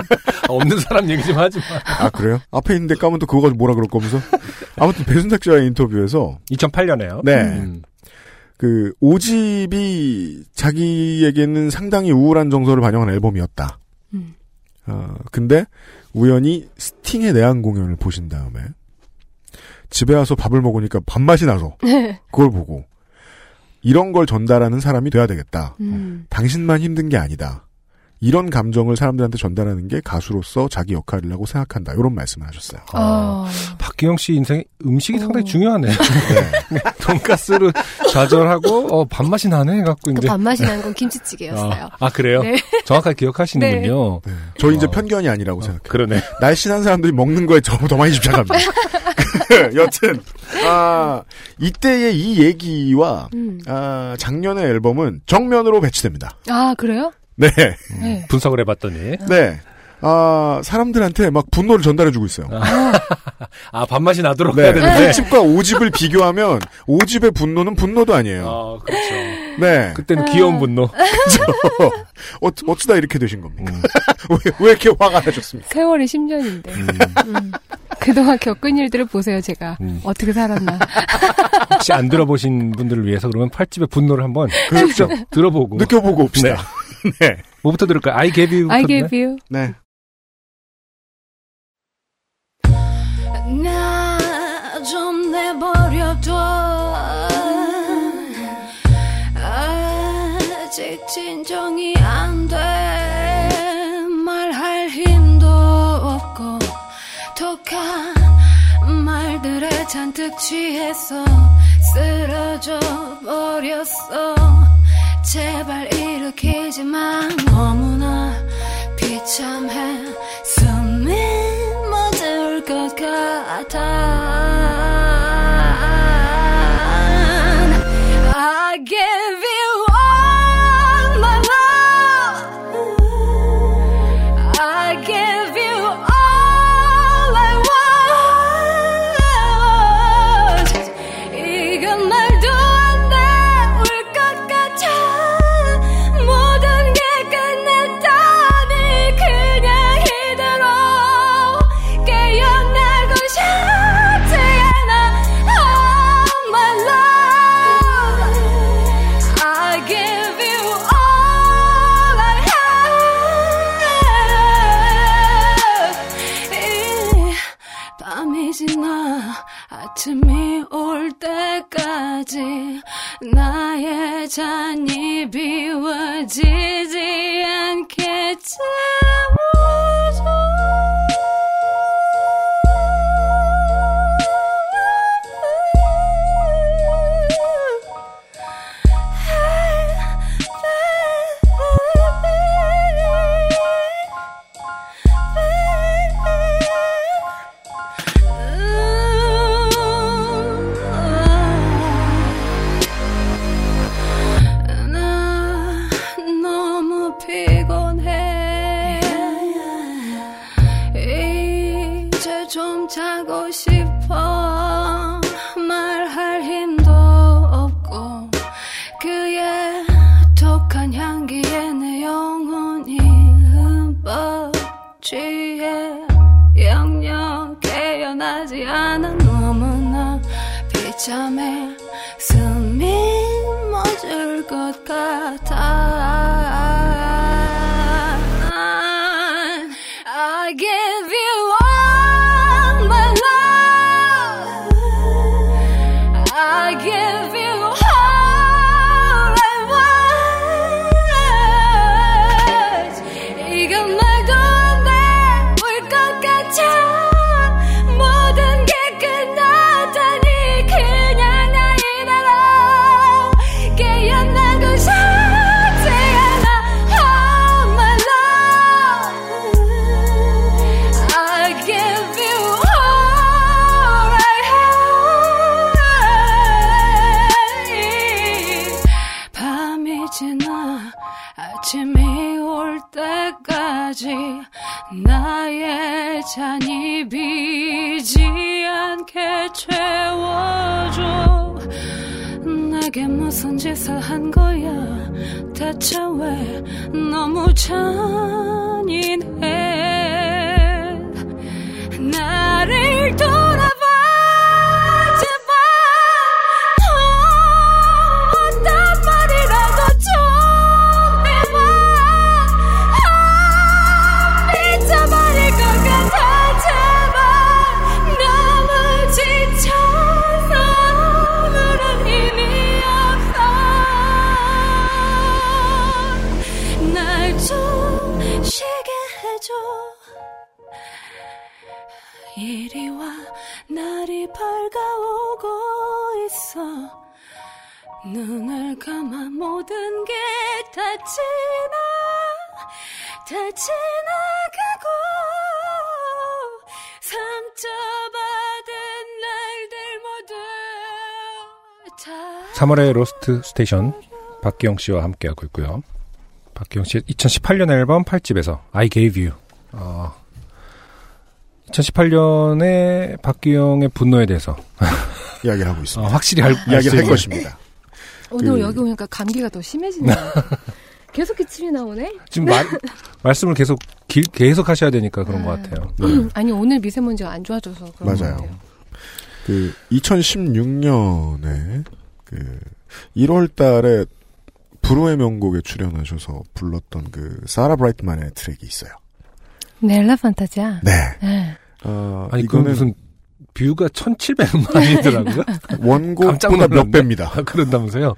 S2: 없는 사람 얘기 좀 하지 마.
S3: 아 그래요? 앞에 있는데 까면 또 그거 가지고 뭐라 그럴 거면서. 아무튼 배순탁 씨와의 인터뷰에서
S2: 2008년에요.
S3: 네. 그 오집이 자기에게는 상당히 우울한 정서를 반영한 앨범이었다.
S9: 음.
S3: 어, 어, 근데 우연히 스팅의 내한 공연을 보신 다음에 집에 와서 밥을 먹으니까 밥맛이 나서
S9: 네.
S3: 그걸 보고 이런 걸 전달하는 사람이 돼야 되겠다.
S9: 음.
S3: 당신만 힘든 게 아니다. 이런 감정을 사람들한테 전달하는 게 가수로서 자기 역할이라고 생각한다. 이런 말씀을 하셨어요.
S9: 아,
S2: 박기영 씨 인생에 음식이 상당히
S9: 어.
S2: 중요하네요. 돈가스로 좌절하고 어, 밥맛이 나네 해갖고
S9: 그
S2: 이제
S9: 밥맛이 난 건 김치찌개였어요.
S2: 아, 아, 그래요?
S9: 네.
S2: 정확하게 기억하시는군요.
S3: 네. 저 이제
S2: 어.
S3: 편견이 아니라고 생각해요.
S2: 그러네.
S3: 날씬한 사람들이 먹는 거에 저보다 더 많이 집착합니다. 여튼 아, 이때의 이 얘기와
S9: 음.
S3: 아, 작년의 앨범은 정면으로 배치됩니다.
S9: 아, 그래요?
S3: 네,
S9: 네.
S2: 분석을 해봤더니
S3: 네. 아, 사람들한테 막 분노를 전달해주고 있어요.
S2: 아 밥맛이 나도록
S3: 네,
S2: 해야 되는데.
S3: 1집과 5집을 비교하면 5집의 분노는 분노도 아니에요.
S2: 아 그렇죠.
S3: 네.
S2: 그때는
S9: 아.
S2: 귀여운 분노.
S3: 어, 어쩌다 이렇게 되신 겁니까?
S2: 음.
S3: 왜, 왜 이렇게 화가 나셨습니까?
S9: 세월이 10년인데. 음. 그동안 겪은 일들을 보세요, 제가. 어떻게 살았나.
S2: 혹시 안 들어보신 분들을 위해서 그러면 팔집의 분노를 한번
S3: 그렇죠.
S2: 들어보고
S3: 느껴보고 옵시다. 네.
S2: 뭐부터 들을까요? 아이 개비부터.
S9: I gave you.
S3: 네.
S6: 나 좀 내버려둬 아직 진정이 안 돼 말할 힘도 없고 독한 말들에 잔뜩 취해서 쓰러져 버렸어 제발 일으키지 마 너무나 비참해 숨이 멎을 것 같아 I give you all my love. I give you all I want. 이건 말도 안 나올 것 같아. 모든 게 끝났다니 그냥 이대로 깨어나고 싶지 않아. Oh my love, I give you all I have. 이 밤이 지나 아침이 올 때까지 나의 잔이 비워지지 않게 채워줘.
S10: ah.
S6: 나 너무 피곤해 이제 좀 자고 싶어 말할 힘도 없고 그의 독한 향기에 내 영혼이 흠뻑 취해 영영 깨어나지 않아 너무나 비참해 숨이 멎을 것 같아 I give you all my love I give you all I want 이건 말도 안돼울것 같아 모든 게 끝났다니 그냥 나 이대로 깨어나고 싶지 않아 Oh my love I give you all I have 밤이 지나 아침이 올 때까지 나의 잔이 비지 않게 채워줘 내게 무슨 짓을 한 거야 대체 왜 너무 잔인해 나를 돌아봐 제발 어떤 말이라도 좀 해봐 아, 미친
S11: 밝아오고 있어 눈을 감아 모든 게 다 지나 다 지나가고 상처받은 날들 모두 다
S2: 3월의 로스트 스테이션 박기영 씨와 함께하고 있고요. 박기영 씨의 2018년 앨범 8집에서 I Gave You. 어, 2018년에 박기영의 분노에 대해서
S3: 이야기를 하고 있습니다.
S2: 어, 확실히 알, 알수
S3: 이야기를 할
S2: 있는
S3: 것입니다.
S9: 오늘
S3: 그-
S9: 여기 오니까 감기가 더 심해지네요. 계속 기침이 나오네?
S2: 지금 말, 말씀을 계속 길, 계속 하셔야 되니까 그런
S9: 네.
S2: 것 같아요.
S3: 네.
S9: 아니, 오늘 미세먼지가 안 좋아져서 그런 것
S3: 맞아요.
S9: 같아요.
S3: 그 2016년에 그 1월 달에 불호의 명곡에 출연하셔서 불렀던 그 사라 브라이트만의 트랙이 있어요.
S9: 넬라 판타지야?
S3: 네.
S9: 네.
S3: 어,
S2: 아니 그건
S3: 이거는
S2: 무슨 뷰가 1,700만이더라고요. 깜짝
S3: 원곡보다
S2: 놀랐네.
S3: 몇 배입니다.
S2: 아, 그런다면서요?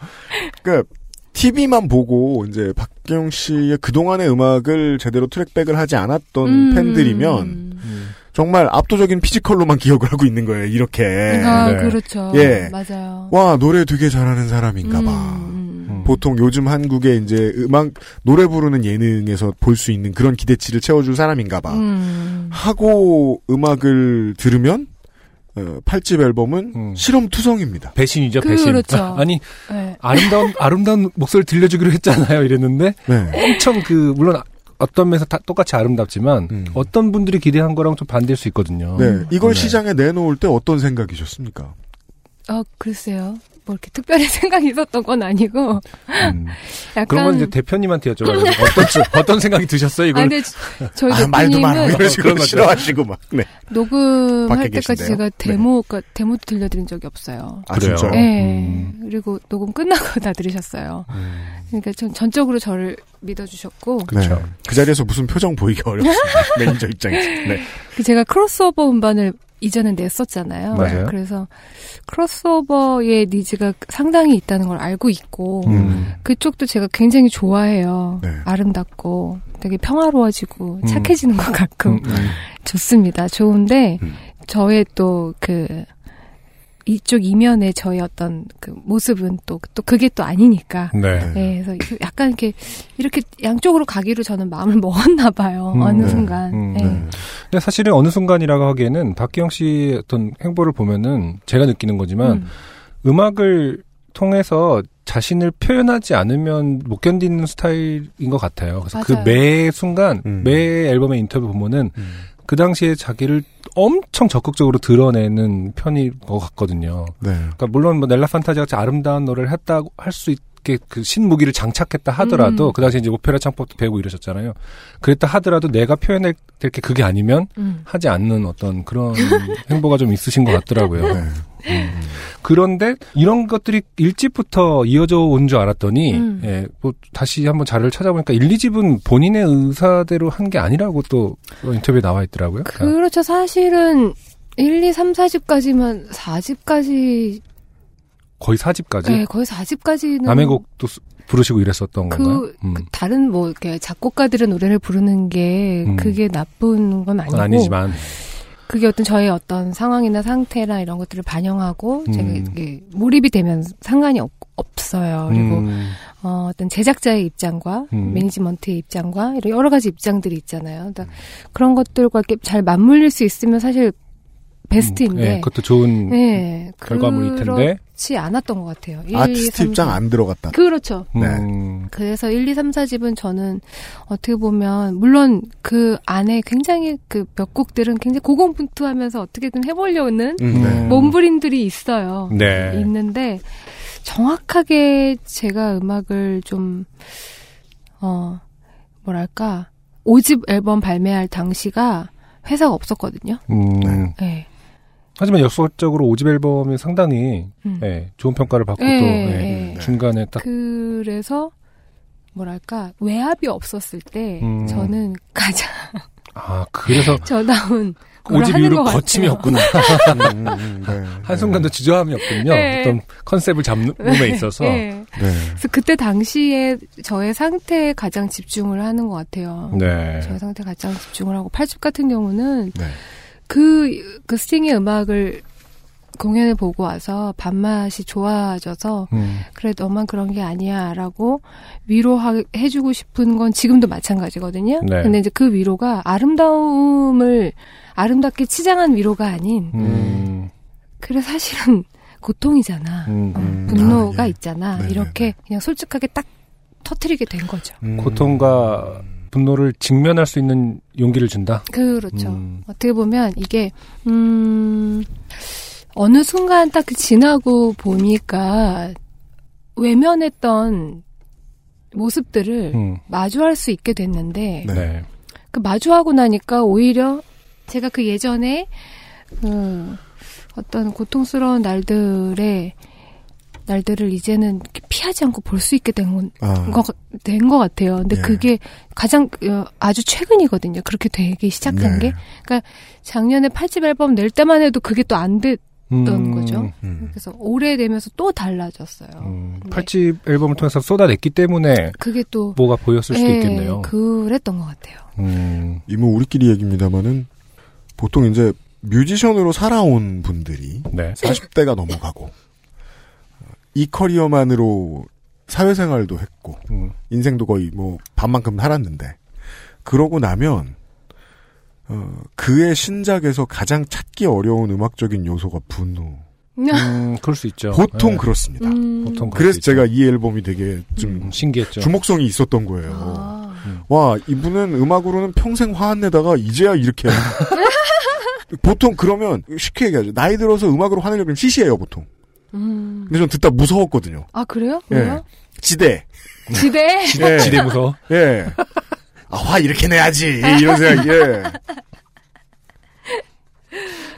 S3: 그러니까 TV만 보고 이제 박경 씨의 그동안의 음악을 제대로 트랙백을 하지 않았던
S9: 음.
S3: 팬들이면 정말 압도적인 피지컬로만 기억을 하고 있는 거예요. 이렇게.
S9: 아,
S2: 네.
S9: 그렇죠.
S3: 예.
S9: 맞아요.
S3: 와, 노래 되게 잘하는 사람인가
S9: 음,
S3: 봐.
S9: 음.
S2: 음.
S3: 보통 요즘 한국의 이제 음악 노래 부르는 예능에서 볼 수 있는 그런 기대치를 채워줄 사람인가 봐.
S9: 음.
S3: 하고 음악을 들으면 어, 8집 앨범은
S2: 음.
S3: 실험투성입니다.
S2: 배신이죠,
S9: 그-
S2: 배신.
S9: 그렇죠.
S2: 아니
S9: 네.
S2: 아름다운 아름다운 목소리를 들려주기로 했잖아요. 이랬는데
S3: 네.
S2: 엄청 그 물론 아- 어떤 면에서 다 똑같이 아름답지만
S3: 음.
S2: 어떤 분들이 기대한 거랑 좀 반대일 수 있거든요.
S3: 네. 이걸
S2: 네.
S3: 시장에 내놓을 때 어떤 생각이셨습니까?
S9: 어, 글쎄요. 뭐 이렇게 특별히 생각이 있었던 건 아니고
S2: 음.
S9: 약간
S2: 그런 건 이제 대표님한테 여쭤봐요. 어떤 주- 어떤 생각이 드셨어요?
S9: 아,
S2: 이걸
S9: 근데 저희
S3: 아, 말도 많아.
S9: 대표님은
S3: 이런 식으로
S2: 그런 것들.
S3: 싫어하시고 막. 네. 밖에
S9: 녹음할 때까지
S3: 계신데요?
S9: 제가
S3: 네.
S9: 데모가 그러니까 데모도 들려드린 적이 없어요.
S3: 아,
S2: 그래요.
S3: 진짜요?
S9: 예.
S2: 음.
S9: 그리고 녹음 끝나고 다 들으셨어요. 그러니까 전 전적으로 저를 믿어주셨고
S2: 네. 그렇죠.
S3: 네. 그 자리에서 무슨 표정 보이기 어렵습니다. 매니저 입장에서. 네.
S9: 그 제가 크로스오버 음반을 이전에 냈었잖아요.
S2: 맞아요.
S9: 그래서 크로스오버의 니즈가 상당히 있다는 걸 알고 있고
S2: 음.
S9: 그쪽도 제가 굉장히 좋아해요.
S3: 네.
S9: 아름답고 되게 평화로워지고
S2: 음.
S9: 착해지는 것 같고
S2: 음, 음.
S9: 좋습니다. 좋은데
S3: 음.
S9: 저의 또 그 이쪽 이면의 저의 어떤 그 모습은 또 또 그게 또 아니니까.
S2: 네.
S9: 예, 그래서 그 약간 이렇게 이렇게 양쪽으로 가기로 저는 마음을 먹었나 봐요.
S2: 음,
S9: 어느
S2: 네.
S9: 순간.
S2: 음,
S9: 예.
S2: 네. 근데 사실은 어느 순간이라고 하기에는 박기영 씨의 어떤 행보를 보면은 제가 느끼는 거지만
S9: 음.
S2: 음. 악을 통해서 자신을 표현하지 않으면 못 견디는 스타일인 것 같아요. 그래서
S9: 맞아요.
S2: 그 매 순간
S3: 음.
S2: 매 앨범의 인터뷰 보면은 그 당시에 자기를 엄청 적극적으로 드러내는 편인 것 같거든요.
S3: 네.
S2: 그러니까 물론 뭐 넬라 판타지가 진짜 아름다운 노래를 했다고 할 수 있게 그 신무기를 장착했다 하더라도
S9: 음.
S2: 그 당시 이제 오페라 창법도 배우고 이러셨잖아요. 그랬다 하더라도 내가 표현할 될 게 그게 아니면
S9: 음.
S2: 하지 않는 어떤 그런 행보가 좀 있으신 것 같더라고요. 음.
S3: 네.
S2: 그런데 이런 것들이 일찍부터 이어져 온 줄 알았더니
S9: 음.
S2: 예, 뭐 다시 한번 자료를 찾아보니까 일, 이집은 본인의 의사대로 한 게 아니라고 또 인터뷰에 나와 있더라고요. 그러니까
S9: 그렇죠. 사실은 1, 2, 3, 4집까지만 4집까지
S2: 거의 사집까지
S9: 예, 거의 4집까지는
S2: 남의 곡도 쓰- 부르시고 이랬었던
S9: 그,
S2: 건가요? 음.
S9: 그 다른 뭐 이렇게 작곡가들의 노래를 부르는 게
S2: 음.
S9: 그게 나쁜 건 아니고
S2: 그건 아니지만
S9: 그게 어떤 저의 어떤 상황이나 상태나 이런 것들을 반영하고
S2: 음.
S9: 제가 이게 몰입이 되면 상관이 없, 어요 그리고
S2: 음.
S9: 어, 어떤 제작자의 입장과
S2: 음.
S9: 매니지먼트의 입장과 이런 여러 가지 입장들이 있잖아요. 그러니까 그런 것들과 이렇게 잘 맞물릴 수 있으면 사실
S2: 예,
S9: 베스트인데
S2: 음, 그것도 좋은
S9: 예,
S2: 결과물일 텐데.
S9: 그렇지 않았던 것 같아요. 일, 이,
S3: 아티스트
S9: 삼,
S3: 입장 안 들어갔다.
S9: 음. 그렇죠.
S3: 네.
S2: 음,
S9: 그래서 1, 2, 3, 4집은 저는 어떻게 보면 물론 그 안에 굉장히 그 몇 곡들은 굉장히 고공분투하면서 어떻게든 해보려는
S3: 음, 네.
S2: 음.
S9: 몸부림들이 있어요.
S2: 네.
S9: 있는데 정확하게 제가 음악을 좀 어, 뭐랄까 5집 앨범 발매할 당시가 회사가 없었거든요.
S2: 음.
S3: 네.
S9: 예.
S2: 하지만 역사적으로 오집 앨범이 상당히
S9: 음.
S2: 예, 좋은 평가를 받고
S9: 예,
S2: 또 예,
S9: 예.
S2: 중간에 딱
S9: 그래서 뭐랄까 외압이 없었을 때
S2: 음.
S9: 저는 가장
S2: 아,
S9: 네.
S2: 그래서
S9: 저다운 걸
S2: 오집
S9: 하는
S2: 이후로
S9: 것
S2: 거침이
S9: 같아요.
S2: 없구나.
S3: 음, 음, 네.
S2: 한순간도 지저함이 없군요.
S9: 예.
S2: 어떤 컨셉을 잡는
S9: 네.
S2: 몸에 있어서.
S9: 예.
S3: 네.
S9: 그래서 그때 당시에 저의 상태에 가장 집중을 하는 것 같아요.
S2: 네.
S9: 저의 상태에 가장 집중을 하고 8집 같은 경우는
S3: 네.
S9: 그, 그 스팅의 음악을 공연을 보고 와서 밥맛이 좋아져서
S2: 음.
S9: 그래 너만 그런 게 아니야라고 위로해주고 싶은 건 지금도 마찬가지거든요.
S2: 네.
S9: 근데 이제 그 위로가 아름다움을 아름답게 치장한 위로가 아닌
S2: 음.
S9: 그래 사실은 고통이잖아. 어,
S2: 음, 음.
S9: 분노가
S3: 아, 예.
S9: 있잖아.
S3: 네,
S9: 이렇게 그냥 솔직하게 딱 터트리게 된 거죠.
S2: 음. 고통과 분노를 직면할 수 있는 용기를 준다.
S9: 그렇죠.
S2: 음.
S9: 어떻게 보면 이게 음 어느 순간 딱 그 지나고 보니까 외면했던 모습들을
S2: 음.
S9: 마주할 수 있게 됐는데
S3: 네.
S2: 네.
S9: 그 마주하고 나니까 오히려 제가 그 예전에 그 어떤 고통스러운 날들의 날들을 이제는 이렇게 피하지 않고 볼 수 있게 된 건
S2: 음.
S3: 아,
S9: 된것 같아요. 근데
S2: 네.
S3: 예.
S9: 그게 가장 어, 아주 최근이거든요. 그렇게 되기 시작한
S3: 네.
S9: 게 그러니까 작년에 팔집 앨범 낼 때만 해도 그게 또 안 됐. 어떤 거죠? 네.
S3: 음.
S9: 그래서 오래되면서 또 달라졌어요.
S2: 음,
S9: 네.
S2: 팔집 앨범을 통해서 쏟아냈기 때문에
S9: 그게 또
S2: 뭐가 보였을 수도
S9: 예,
S2: 있겠네요.
S9: 그랬던 것 같아요.
S2: 음,
S3: 이모 우리끼리 얘기입니다만은 보통 이제 뮤지션으로 살아온 분들이
S2: 네.
S3: 40대가 넘어가고 이 커리어만으로 사회생활도 했고
S2: 음,
S3: 인생도 거의 뭐 반만큼 살았는데 그러고 나면 어, 그의 신작에서 가장 찾기 어려운 음악적인 요소가 분노.
S2: 음, 그럴 수 있죠.
S3: 보통
S2: 네.
S3: 그렇습니다.
S9: 음.
S2: 보통 그럴
S3: 그래서
S2: 수 있죠.
S3: 제가 이 앨범이 되게 좀
S2: 음, 신기했죠.
S3: 주목성이 있었던 거예요.
S9: 아,
S3: 와 이분은 음악으로는 평생 화안 내다가 이제야 이렇게 보통 그러면 쉽게 얘기하죠 나이 들어서 음악으로 화내려고 하면 시시해요 보통
S9: 음.
S3: 근데 전 듣다 무서웠거든요
S9: 아 그래요?
S3: 예.
S9: 왜요?
S3: 지대
S9: 지대.
S3: 예.
S2: 지대 무서.
S3: 예. 아, 화 이렇게 내야지 이런 생각이 예.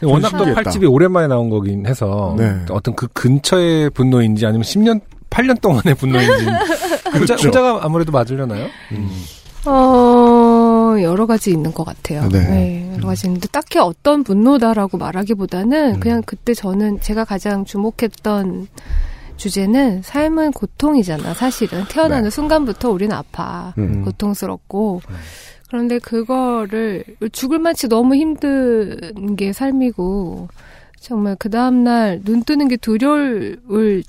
S2: 워낙 또
S3: 신기했다.
S2: 팔집이 오랜만에 나온 거긴 해서
S3: 네.
S2: 어떤 그 근처의 분노인지 아니면 10년 8년 동안의 분노인지 혼자,
S3: 그렇죠.
S2: 혼자가 아무래도 맞으려나요? 음.
S9: 어 여러 가지 있는 것 같아요.
S3: 네.
S9: 네. 여러 가지 있는데 딱히 어떤 분노다라고
S2: 음.
S9: 말하기보다는 그냥 그때 저는 제가 가장 주목했던 주제는 삶은 고통이잖아. 사실은 태어나는 순간부터 우리는 아파.
S3: 음.
S9: 고통스럽고 그런데 그거를 죽을 만치 너무 힘든 게 삶이고 정말 그 다음날 눈 뜨는 게 두려울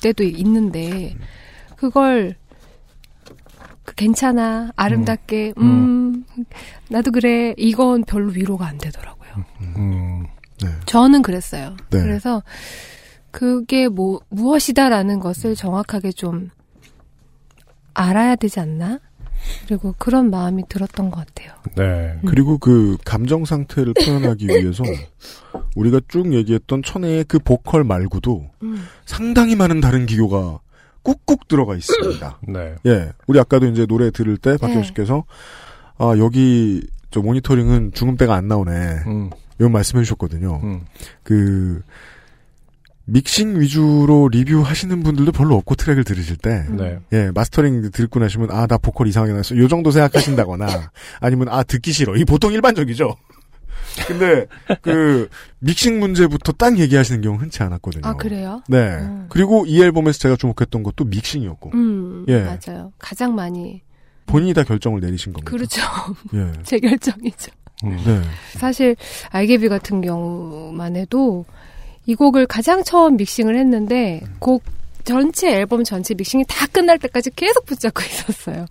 S9: 때도 있는데 그걸 그 괜찮아 아름답게 음, 나도 그래 이건 별로 위로가 안 되더라고요
S2: 음.
S9: 저는 그랬어요
S3: 네.
S9: 그래서 그게 뭐 무엇이다라는 것을 정확하게 좀 알아야 되지 않나 그리고 그런 마음이 들었던 것 같아요
S2: 네.
S3: 그리고 그 감정 상태를 표현하기 위해서 우리가 쭉 얘기했던 천혜의 그 보컬 말고도
S9: 음.
S3: 상당히 많은 다른 기교가 꾹꾹 들어가 있습니다.
S2: 네.
S3: 예, 우리 아까도 이제 노래 들을 때
S9: 네.
S3: 박경 씨께서 아 여기 저 모니터링은 중음대가 안 나오네
S2: 음,
S3: 이런 말씀해 주셨거든요.
S2: 음.
S3: 그 믹싱 위주로 리뷰하시는 분들도 별로 없고 트랙을 들으실 때
S9: 음.
S2: 네.
S3: 예, 마스터링 듣고 나시면 아 나 보컬 이상하게 나왔어 요 정도 생각하신다거나 아니면 아 듣기 싫어 이 보통 일반적이죠. 근데 그 믹싱 문제부터 딱 얘기하시는 경우 흔치 않았거든요.
S9: 아 그래요
S3: 네.
S9: 음.
S3: 그리고 이 앨범에서 제가 주목했던 것도 믹싱이었고
S9: 음
S3: 예.
S9: 맞아요 가장 많이
S3: 본인이 다 결정을 내리신 겁니다.
S9: 그렇죠
S3: 예.
S9: 제 결정이죠.
S2: 음.
S3: 네.
S9: 사실 알개비 같은 경우만 해도 이 곡을 가장 처음 믹싱을 했는데 곡 전체 앨범 전체 믹싱이 다 끝날 때까지 계속 붙잡고 있었어요.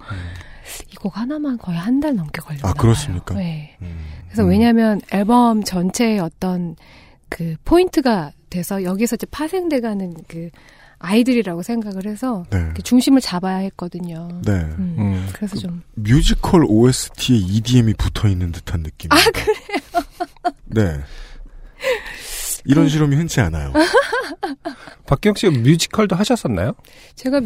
S9: 이 곡 하나만 거의 한 달 넘게 걸렸어요.
S3: 네. 아, 그렇습니까?
S9: 네. 그래서
S2: 음.
S9: 왜냐하면 앨범 전체의 어떤 그 포인트가 돼서 여기서 이제 파생돼가는 그 아이들이라고 생각을 해서
S3: 네.
S9: 그 중심을 잡아야 했거든요.
S3: 네.
S9: 음,
S2: 음.
S9: 그래서 좀
S3: 뮤지컬 OST에 EDM이 붙어 있는 듯한 느낌.
S9: 아, 그래.
S3: 네.
S9: 그
S3: 이런 실험이 흔치 않아요.
S2: 박기영 씨 뮤지컬도 하셨었나요?
S9: 제가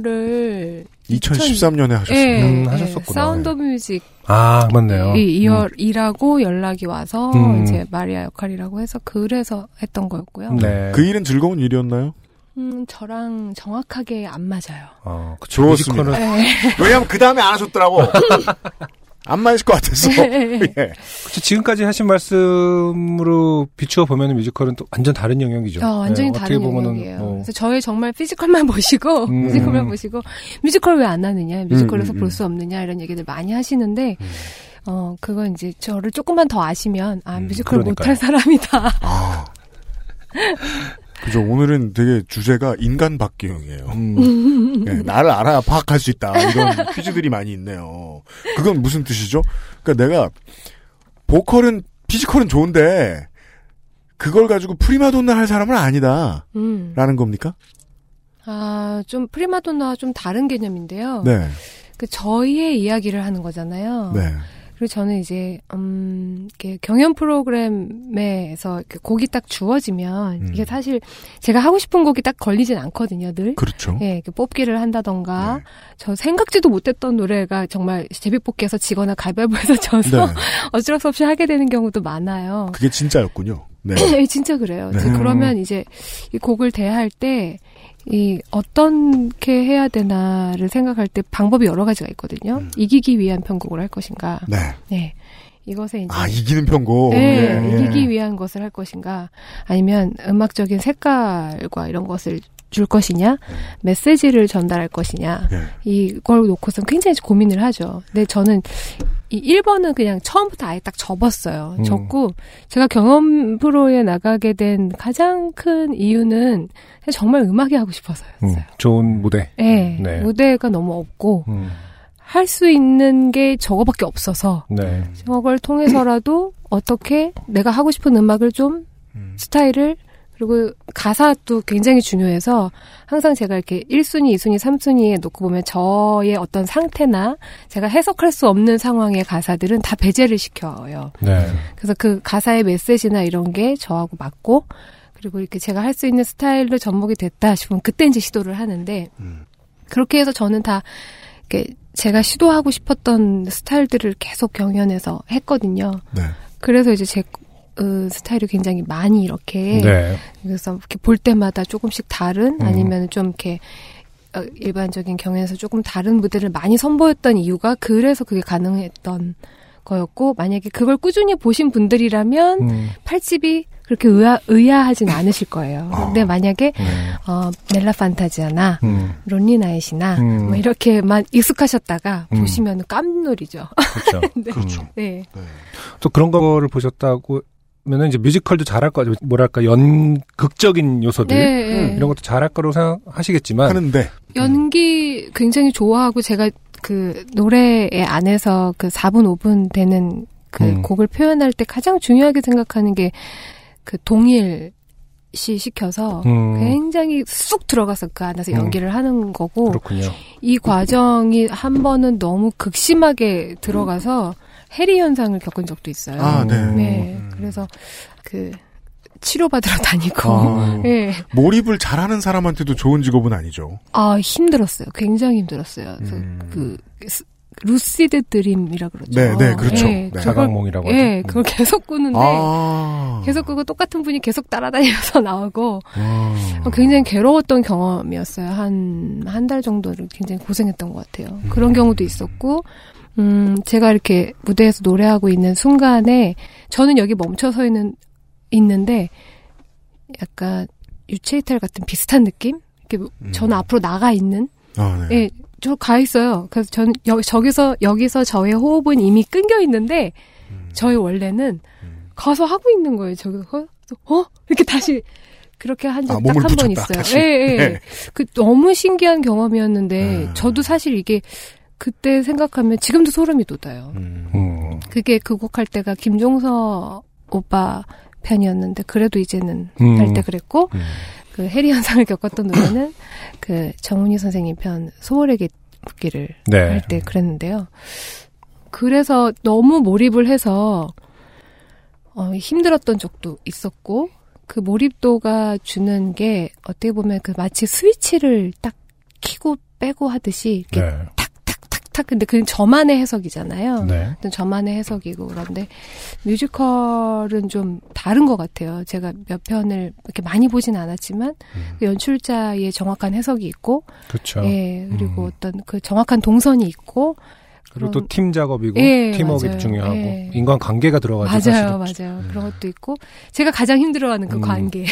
S9: 뮤지컬을
S3: 2013년에
S9: 예,
S3: 하셨습니다.
S2: 음,
S9: 예,
S2: 하셨었구나.
S9: 사운드 오브 뮤직
S2: 아, 맞네요.
S9: 이 이월 일하고 연락이 와서
S2: 음.
S9: 이제 마리아 역할이라고 해서 그래서 했던 거였고요.
S2: 음. 네.
S3: 그 일은 즐거운 일이었나요?
S9: 음, 저랑 정확하게 안 맞아요.
S2: 어, 그쵸.
S3: 좋았습니다.
S2: 뮤지컬은
S3: 왜냐면 그 다음에 안 하셨더라고. 안 맞을 것 같아서.
S9: 네.
S3: 예.
S2: 그쵸, 지금까지 하신 말씀으로 비추어 보면 뮤지컬은 또 완전 다른 영역이죠.
S9: 어, 완전히
S2: 네,
S9: 다른
S2: 어떻게 보면은
S9: 영역이에요.
S2: 뭐,
S9: 그래서 저의 정말 피지컬만 보시고
S2: 음.
S9: 뮤지컬만 보시고 뮤지컬 왜 안 하느냐, 뮤지컬에서
S3: 음, 음,
S9: 볼 수 없느냐 이런 얘기들 많이 하시는데
S2: 음.
S9: 어 그건 이제 저를 조금만 더 아시면 아 뮤지컬
S2: 음, 그러니까요.
S9: 못할 사람이다.
S3: 아, 그죠. 오늘은 되게 주제가 인간 박기영이에요. 음. 네, 나를 알아야 파악할 수 있다. 이런 퀴즈들이 많이 있네요. 그건 무슨 뜻이죠? 그러니까 내가 보컬은 피지컬은 좋은데 그걸 가지고 프리마돈나 할 사람은 아니다.
S9: 음.
S3: 라는 겁니까?
S9: 아, 좀 프리마돈나와 좀 다른 개념인데요.
S3: 네.
S9: 그 저희의 이야기를 하는 거잖아요.
S3: 네.
S9: 그리고 저는 이제 음 이렇게 경연 프로그램에서 이렇게 곡이 딱 주어지면
S3: 음.
S9: 이게 사실 제가 하고 싶은 곡이 딱 걸리진 않거든요, 늘.
S3: 그렇죠.
S9: 예, 이렇게 뽑기를 한다던가
S3: 네.
S9: 저 생각지도 못했던 노래가 정말 제비뽑기에서 지거나 가위바위보에서 져서
S3: 네.
S9: 어쩔 수 없이 하게 되는 경우도 많아요.
S3: 그게 진짜였군요. 네.
S9: 예, 진짜 그래요.
S3: 네.
S9: 이제 그러면 이제 이 곡을 대할 때 이 어떻게 해야 되나를 생각할 때 방법이 여러 가지가 있거든요. 이기기 위한 편곡을 할 것인가.
S3: 음. 네.
S9: 네. 이것에 이제
S3: 아, 이기는 편고.
S9: 네,
S3: 예, 예.
S9: 이기기 위한 것을 할 것인가 아니면 음악적인 색깔과 이런 것을 줄 것이냐
S3: 네.
S9: 메시지를 전달할 것이냐
S3: 예.
S9: 이걸 놓고서 굉장히 고민을 하죠. 근데 저는 이 1번은 그냥 처음부터 아예 딱 접었어요.
S2: 음.
S9: 접고 제가 경험 프로에 나가게 된 가장 큰 이유는 사실 정말 음악이 하고 싶어서요.
S2: 음, 좋은 무대.
S9: 예,
S2: 네.
S9: 무대가 너무 없고
S2: 음,
S9: 할 수 있는 게 저거밖에 없어서
S2: 네.
S9: 저걸 통해서라도 어떻게 내가 하고 싶은 음악을 좀 스타일을 그리고 가사도 굉장히 중요해서 항상 제가 이렇게 1순위, 2순위, 3순위에 놓고 보면 저의 어떤 상태나 제가 해석할 수 없는 상황의 가사들은 다 배제를 시켜요.
S2: 네.
S9: 그래서 그 가사의 메시지나 이런 게 저하고 맞고 그리고 이렇게 제가 할 수 있는 스타일로 접목이 됐다 싶으면 그때 이제 시도를 하는데 그렇게 해서 저는 다 이렇게 제가 시도하고 싶었던 스타일들을 계속 경연에서 했거든요.
S3: 네.
S9: 그래서 이제 제 어, 스타일이 굉장히 많이 이렇게
S2: 네.
S9: 그래서 이렇게 볼 때마다 조금씩 다른
S2: 음.
S9: 아니면 좀 이렇게 어, 일반적인 경연에서 조금 다른 무대를 많이 선보였던 이유가 그래서 그게 가능했던 거였고 만약에 그걸 꾸준히 보신 분들이라면
S2: 음,
S9: 팔집이 그렇게 의아, 의아하진 않으실 거예요. 근데 만약에 어, 멜라 판타지아나
S2: 음,
S9: 론리 나잇이나
S2: 음.
S9: 뭐 이렇게만 익숙하셨다가
S2: 음.
S9: 보시면 깜놀이죠.
S2: 그렇죠.
S9: 네.
S3: 그렇죠.
S9: 네.
S2: 또 그런 거를 보셨다고 하면은 이제 뮤지컬도 잘할 거 뭐랄까 연극적인 요소들
S9: 네, 네.
S2: 음, 이런 것도 잘할 거라고 생각하시겠지만
S3: 하는데.
S9: 연기 굉장히 좋아하고 제가 그 노래의 안에서 그 4분 5분 되는 그
S2: 음.
S9: 곡을 표현할 때 가장 중요하게 생각하는 게 그 동일 시 시켜서
S2: 음.
S9: 굉장히 뭐 쑥 들어가서 그 안에서
S2: 음.
S9: 연기를 하는 거고
S2: 그렇군요.
S9: 이 과정이 한 번은 너무 극심하게 들어가서 해리 현상을 겪은 적도 있어요.
S3: 아, 네.
S2: 음,
S9: 네. 그래서 그 치료받으러 다니고
S3: 아.
S9: 예.
S3: 몰입을 잘하는 사람한테도 좋은 직업은 아니죠.
S9: 아, 힘들었어요. 굉장히 힘들었어요. 그래서
S3: 음.
S9: 그 스- 루시드 드림이라 그러죠.
S3: 네, 네, 그렇죠.
S9: 예,
S3: 네.
S9: 그걸-
S2: 자각몽이라고 하죠. 음.
S9: 예, 그걸 계속 꾸는데
S3: 아.
S9: 계속 그거 똑같은 분이 계속 따라다니면서 나오고
S3: 아.
S9: 굉장히 괴로웠던 경험이었어요. 한, 한 달 정도를 굉장히 고생했던 것 같아요.
S3: 음.
S9: 그런 경우도 있었고, 음, 제가 이렇게 무대에서 노래하고 있는 순간에, 저는 여기 멈춰서 있는, 있는데, 약간 유체이탈 같은 비슷한 느낌? 이렇게
S3: 음.
S9: 저는 앞으로 나가 있는?
S3: 아, 네.
S9: 예, 저 가 있어요. 그래서 저는 여, 저기서, 여기서 저의 호흡은 이미 끊겨 있는데,
S3: 음.
S9: 저의 원래는 가서 하고 있는 거예요. 저기서, 어? 어? 이렇게 다시, 그렇게 한
S3: 아,
S9: 적
S3: 몸을
S9: 딱 한 번
S3: 붙였다,
S9: 있어요.
S3: 다시.
S9: 예, 예.
S3: 네.
S9: 그 너무 신기한 경험이었는데
S3: 음.
S9: 저도 사실 이게 그때 생각하면 지금도 소름이 돋아요.
S2: 음,
S9: 그게 그 곡 할 때가 김종서 오빠 편이었는데 그래도 이제는
S2: 음.
S9: 할 때 그랬고
S2: 음.
S9: 그 해리 현상을 겪었던 노래는 그 정훈이 선생님 편 소월에게 묻기를
S2: 네.
S9: 할 때 그랬는데요. 그래서 너무 몰입을 해서 어, 힘들었던 적도 있었고 그 몰입도가 주는 게 어떻게 보면 그 마치 스위치를 딱 키고 빼고 하듯이 이렇게
S2: 네.
S9: 탁탁탁탁 근데 그건 저만의 해석이잖아요.
S2: 네.
S9: 어떤 저만의 해석이고 그런데 뮤지컬은 좀 다른 것 같아요. 제가 몇 편을 이렇게 많이 보진 않았지만 그 연출자의 정확한 해석이 있고
S2: 음. 그렇죠.
S9: 예 그리고
S2: 음.
S9: 어떤 그 정확한 동선이 있고 그런-
S2: 그리고 또 팀 작업이고
S9: 예,
S2: 팀워크도
S9: 맞아요.
S2: 중요하고
S9: 예.
S2: 인간 관계가 들어가죠.
S9: 맞아요,
S2: 사실은.
S9: 맞아요. 그런 것도 있고 제가 가장 힘들어하는 그
S2: 음.
S9: 관계.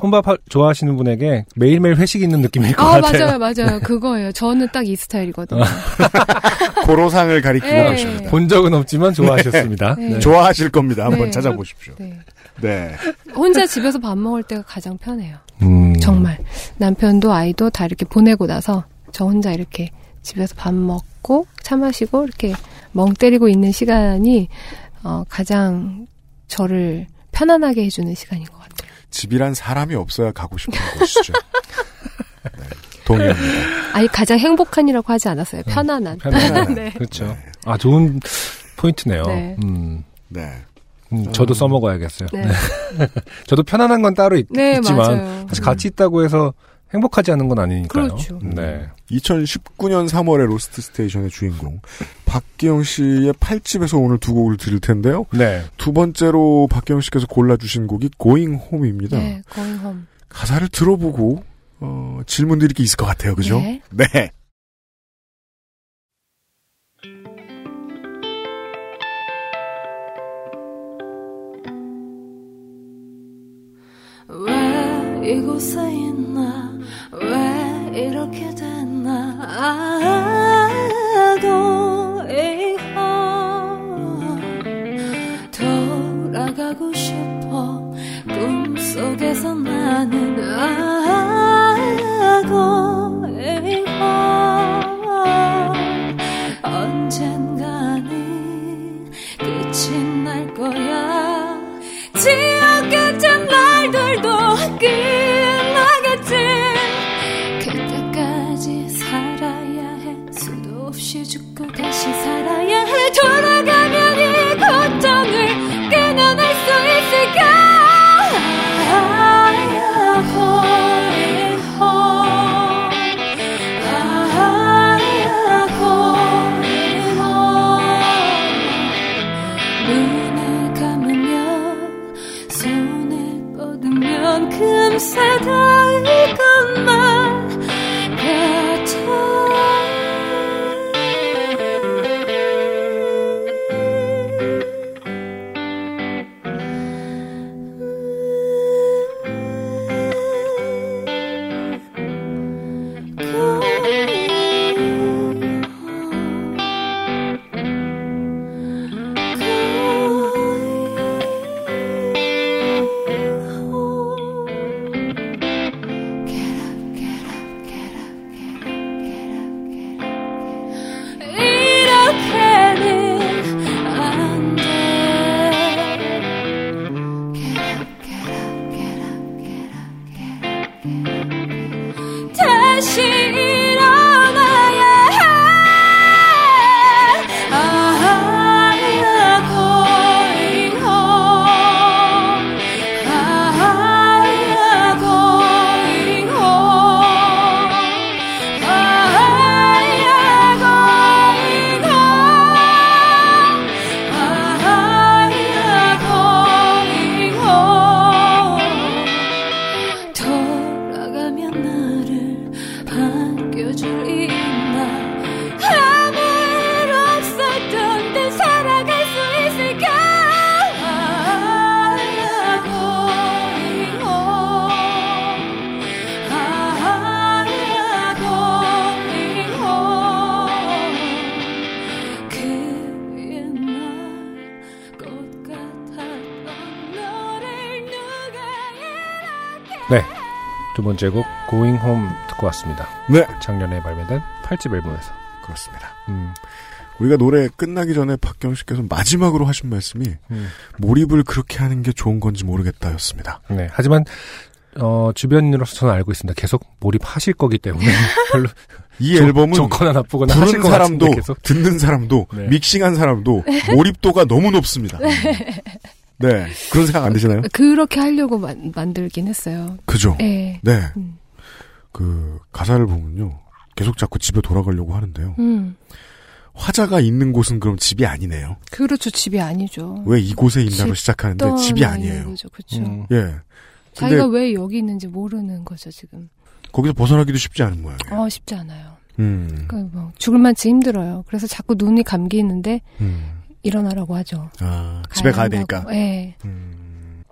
S2: 혼밥 하- 좋아하시는 분에게 매일매일 회식 있는 느낌일 것
S9: 아
S2: 같아요.
S9: 맞아요,
S2: 어.
S9: 맞아요. 그거예요. 저는 딱 이 스타일이거든요.
S3: 고로상을 가리키고
S9: 네.
S3: 하십니다.
S2: 본 적은 없지만 좋아하셨습니다.
S9: 네. 네.
S3: 좋아하실 겁니다. 한번
S9: 네.
S3: 찾아보십시오.
S9: 네.
S3: 네.
S9: 혼자 집에서 밥 먹을 때가 가장 편해요.
S2: 음.
S9: 정말 남편도 아이도 다 이렇게 보내고 나서 저 혼자 이렇게 집에서 밥 먹고 차 마시고 이렇게 멍 때리고 있는 시간이 어, 가장 저를 편안하게 해주는 시간인 것 같아요.
S3: 집이란 사람이 없어야 가고 싶은 곳이죠. 네, 동의합니다.
S9: 아니 가장 행복한이라고 하지 않았어요. 편안한.
S2: 편안한.
S9: 네.
S2: 그렇죠. 아 좋은 포인트네요.
S9: 네.
S2: 음.
S3: 네.
S2: 음, 저도 써먹어야겠어요.
S9: 네.
S2: 저도 편안한 건 따로 있,
S9: 네,
S2: 지만
S9: 맞아요.
S2: 같이 있다고 해서 행복하지 않은 건 아니니까요.
S9: 그렇죠.
S2: 네.
S3: 2019년 3월에 로스트 스테이션의 주인공 박기영 씨의 팔집에서 오늘 두 곡을 들을 텐데요.
S2: 네.
S3: 두 번째로 박기영 씨께서 골라주신 곡이 Going Home입니다.
S9: 네. going home.
S3: 가사를 들어보고 어, 질문들이 게 있을 것 같아요. 그죠?
S9: 네.
S3: 네.
S11: 왜 이곳에 있나 왜 이렇게 됐나 아도 이혼 돌아가고 싶어 꿈속에서 나는 아고 이혼 언젠가는 끝이 날 거야 지옥 같은 날들도 끝나겠지 그때까지 살아야 해 수도 없이 죽고 다시 살아야 해 돌아가면 이 고통을 끊어낼 수 있을까 아야 허리 허 아야 허리 허 눈을 감으면 손을 뻗으면 금세 다 익었만 같아 이렇게는 안 돼. 다시 일어나야 해. 아야 거의 홈. 아야 거의 홈. 아야 거의 홈. 아야 거의 홈. 돌아가면 나를 반겨줄 이 있나 하늘 없었던 데 살아갈 수 있을까 아야 거의 홈 아야 거의 홈그 위에 날꽃 같았던 너를 누가 이렇게
S2: 네. 두 번째 곡 Going Home 듣고 왔습니다.
S3: 네.
S2: 작년에 발매된 8집 앨범에서.
S3: 그렇습니다.
S2: 음.
S3: 우리가 노래 끝나기 전에 박기영 씨께서 마지막으로 하신 말씀이
S2: 음.
S3: 몰입을 그렇게 하는 게 좋은 건지 모르겠다였습니다.
S2: 네. 하지만 어, 주변인으로서 저는 알고 있습니다. 계속 몰입하실 거기 때문에 별로
S3: 이
S2: 좋-
S3: 앨범은
S2: 좋거나 나쁘거나 하실 것
S3: 부른
S2: 같은데
S3: 사람도
S2: 계속.
S3: 듣는 사람도
S2: 네.
S3: 믹싱한 사람도
S9: 네.
S3: 몰입도가 너무 높습니다. 네 그런 생각 안 드시나요?
S9: 그렇게 하려고 만, 만들긴 했어요.
S3: 그죠.
S9: 네.
S3: 네.
S9: 음.
S3: 그 가사를 보면요 계속 자꾸 집에 돌아가려고 하는데요.
S9: 음.
S3: 화자가 있는 곳은 그럼 집이 아니네요.
S9: 그렇죠. 집이 아니죠.
S3: 왜 이곳에 있나로 시작하는데 집이 아니에요.
S9: 그죠. 그죠.
S2: 음.
S3: 예.
S9: 자기가 왜 여기 있는지 모르는 거죠, 지금.
S3: 거기서 벗어나기도 쉽지 않은 모양이에요.
S9: 어, 쉽지 않아요.
S3: 음.
S9: 그, 뭐, 죽을 만치 힘들어요. 그래서 자꾸 눈이 감기는데,
S3: 음.
S9: 일어나라고 하죠.
S3: 아, 집에 가야
S9: 한다고.
S3: 되니까.
S9: 예.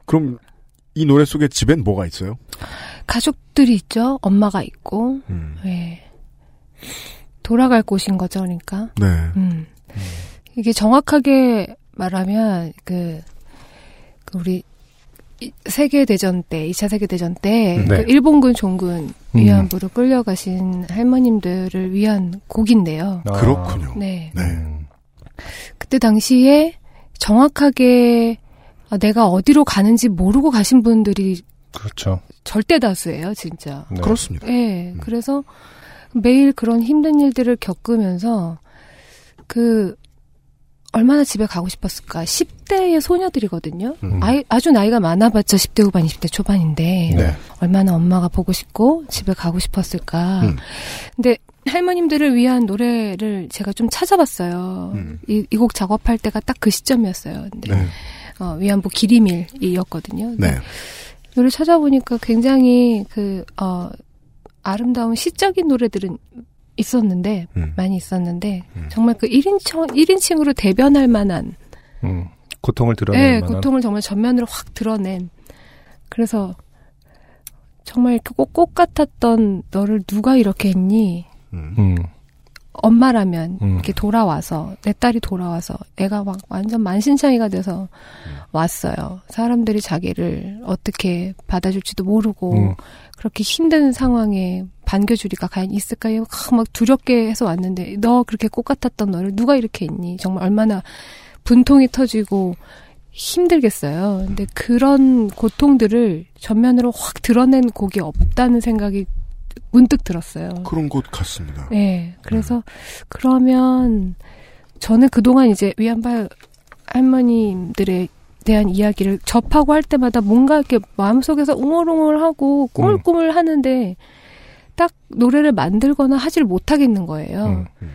S3: 그럼 이 노래 속에 집엔 뭐가 있어요?
S9: 음. 가족들이 있죠. 엄마가 있고,
S3: 음.
S9: 예. 돌아갈 곳인 거죠, 그러니까.
S3: 네.
S9: 음. 이게 정확하게 말하면 그, 그 우리 이- 세계대전 때, 2차 세계대전 때,
S11: 네.
S9: 그 일본군 종군
S11: 음.
S9: 위안부로 끌려가신 할머님들을 위한 곡인데요.
S11: 아. 그렇군요.
S9: 네.
S2: 음,
S3: 네.
S9: 그때 당시에 정확하게 아, 내가 어디로 가는지 모르고 가신 분들이
S2: 그렇죠.
S9: 절대 다수예요, 진짜.
S2: 네. 그렇습니다.
S9: 예.
S11: 음.
S9: 그래서 매일 그런 힘든 일들을 겪으면서 그 얼마나 집에 가고 싶었을까? 10대의 소녀들이거든요.
S11: 음.
S9: 아이, 아주 나이가 많아봤자 10대 후반, 20대 초반인데
S11: 네.
S9: 얼마나 엄마가 보고 싶고 집에 가고 싶었을까?
S11: 음.
S9: 근데 할머님들을 위한 노래를 제가 좀 찾아봤어요. 이 곡 작업할 때가 딱 그 시점이었어요. 근데
S11: 음. 네.
S9: 어, 위안부 기리밀이었거든요.
S11: 네.
S9: 노래 찾아보니까 굉장히 그, 어, 아름다운 시적인 노래들은 있었는데, 많이 있었는데,
S11: 음.
S9: 정말 그 1인칭, 1인칭으로 대변할 만한,
S2: 음, 고통을 드러낼
S9: 예,
S2: 만한.
S9: 고통을 정말 전면으로 확 드러낸. 그래서, 정말 그 꽃꽃 같았던 너를 누가 이렇게 했니?
S2: 음,
S9: 엄마라면
S2: 음.
S9: 이렇게 돌아와서 내 딸이 돌아와서 애가 막 완전 만신창이가 돼서 왔어요. 사람들이 자기를 어떻게 받아줄지도 모르고
S11: 음.
S9: 그렇게 힘든 상황에 반겨주리가 과연 있을까요? 아, 막 두렵게 해서 왔는데 너 그렇게 꽃 같았던 너를 누가 이렇게 했니? 정말 얼마나 분통이 터지고 힘들겠어요. 근데 그런 고통들을 전면으로 확 드러낸 곡이 없다는 생각이 문득 들었어요.
S3: 그런 곳 같습니다.
S9: 네, 그래서 그러면 저는 그동안 이제 위안부 할머님들에 대한 이야기를 접하고 할 때마다 뭔가 이렇게 마음속에서 웅얼웅얼하고 꾸물꾸물 하는데 딱 노래를 만들거나 하질 못하겠는 거예요.
S3: 음.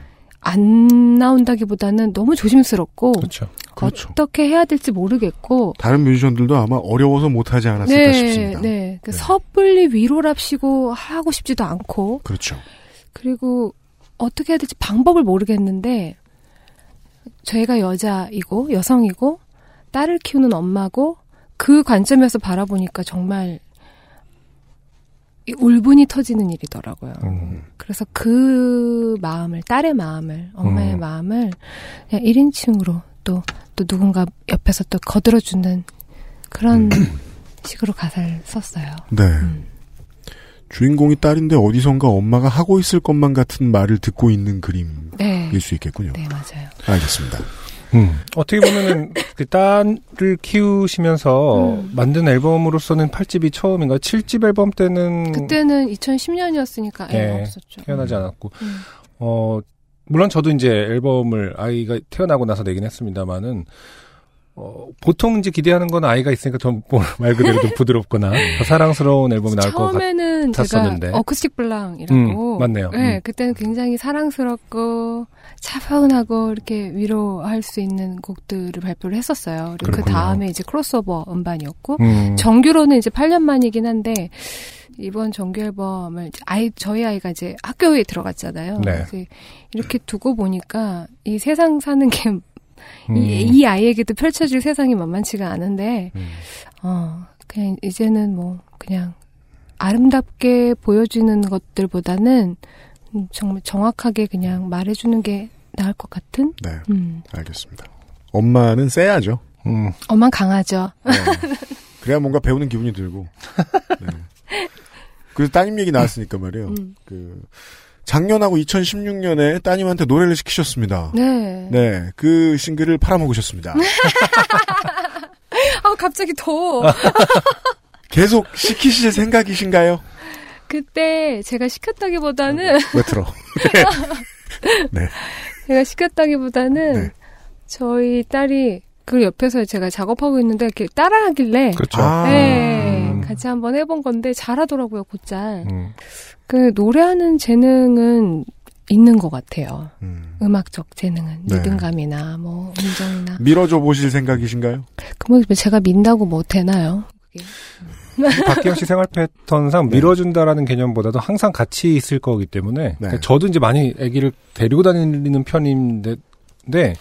S9: 안 나온다기보다는 너무 조심스럽고
S3: 그,
S2: 그렇죠.
S3: 그렇죠.
S9: 어떻게 해야 될지 모르겠고
S3: 다른 뮤지션들도 아마 어려워서 못하지 않았을까 싶습니다.
S9: 네. 그 섣불리 위로랍시고 하고 싶지도 않고
S3: 그렇죠.
S9: 그리고 어떻게 해야 될지 방법을 모르겠는데 저희가 여자이고 여성이고 딸을 키우는 엄마고 그 관점에서 바라보니까 정말 이 울분이 터지는 일이더라고요. 그래서 그 마음을 딸의 마음을 엄마의
S11: 음.
S9: 마음을 그냥 1인칭으로 또 또 누군가 옆에서 또 거들어주는 그런 식으로 가사를 썼어요.
S3: 네.
S9: 음.
S3: 주인공이 딸인데 어디선가 엄마가 하고 있을 것만 같은 말을 듣고 있는 그림일
S9: 네.
S3: 수 있겠군요.
S9: 네, 맞아요.
S3: 알겠습니다.
S2: 음. 어떻게 보면은 그 딸을 키우시면서
S9: 음.
S2: 만든 앨범으로서는 8집이 처음인가? 7집 앨범 때는
S9: 그때는 2010년이었으니까 예,
S2: 예,
S9: 없었죠.
S2: 음. 태어나지 않았고
S9: 음.
S2: 어 물론 저도 이제 앨범을 아이가 태어나고 나서 내긴 했습니다만은 어, 보통 이제 기대하는 건 아이가 있으니까 좀 말 그대로 좀 부드럽거나 더 사랑스러운 앨범이 나올 것
S9: 처음에는 제가
S2: 같았었는데
S9: 어쿠스틱 블랑이라고
S2: 음, 맞네요.
S9: 네,
S2: 음.
S9: 그때는 굉장히 사랑스럽고 차분하고 이렇게 위로할 수 있는 곡들을 발표를 했었어요. 그리고 그
S11: 그렇군요.
S9: 다음에 이제 크로스오버 음반이었고
S11: 음.
S9: 정규로는 이제 8년 만이긴 한데 이번 정규 앨범을 이제 아이 저희 아이가 이제 학교에 들어갔잖아요.
S11: 네.
S9: 그래서 이렇게 두고 보니까 이 세상 사는 게 이
S11: 음.
S9: 아이에게도 펼쳐질 세상이 만만치가 않은데
S11: 음.
S9: 어, 그냥 이제는 뭐 그냥 아름답게 보여주는 것들보다는 음, 정말 정확하게 그냥 말해주는 게 나을 것 같은.
S3: 네.
S9: 음.
S3: 알겠습니다. 엄마는 세야죠.
S9: 엄만 강하죠.
S3: 어. 그래야 뭔가 배우는 기분이 들고. 네. 그래서 따님 얘기 나왔으니까 말이에요.
S9: 음.
S3: 그 작년하고 2016년에 따님한테 노래를 시키셨습니다.
S9: 네.
S3: 네, 그 싱글을 팔아먹으셨습니다.
S9: 아 갑자기 더워.
S3: 계속 시키실 생각이신가요?
S9: 그때 제가 시켰다기보다는
S3: 왜 틀어? 네.
S9: 제가 시켰다기보다는 저희 딸이 그 옆에서 제가 작업하고 있는데 이렇게 따라하길래
S11: 그렇죠.
S3: 아, 음,
S9: 네, 같이 한번 해본 건데 잘하더라고요 곧잘
S11: 음.
S9: 그 노래하는 재능은 있는 것 같아요
S3: 음.
S9: 악적 재능은
S3: 네.
S9: 리듬감이나 뭐 음정이나
S3: 밀어줘 보실 생각이신가요?
S9: 그러면 제가 민다고 뭐 되나요?
S2: 박기영 씨 생활 패턴상 밀어준다라는 개념보다도 항상 같이 있을 그러니까 거기 때문에 저도 이제 많이 아기를 데리고 다니는 편인데 근데 네.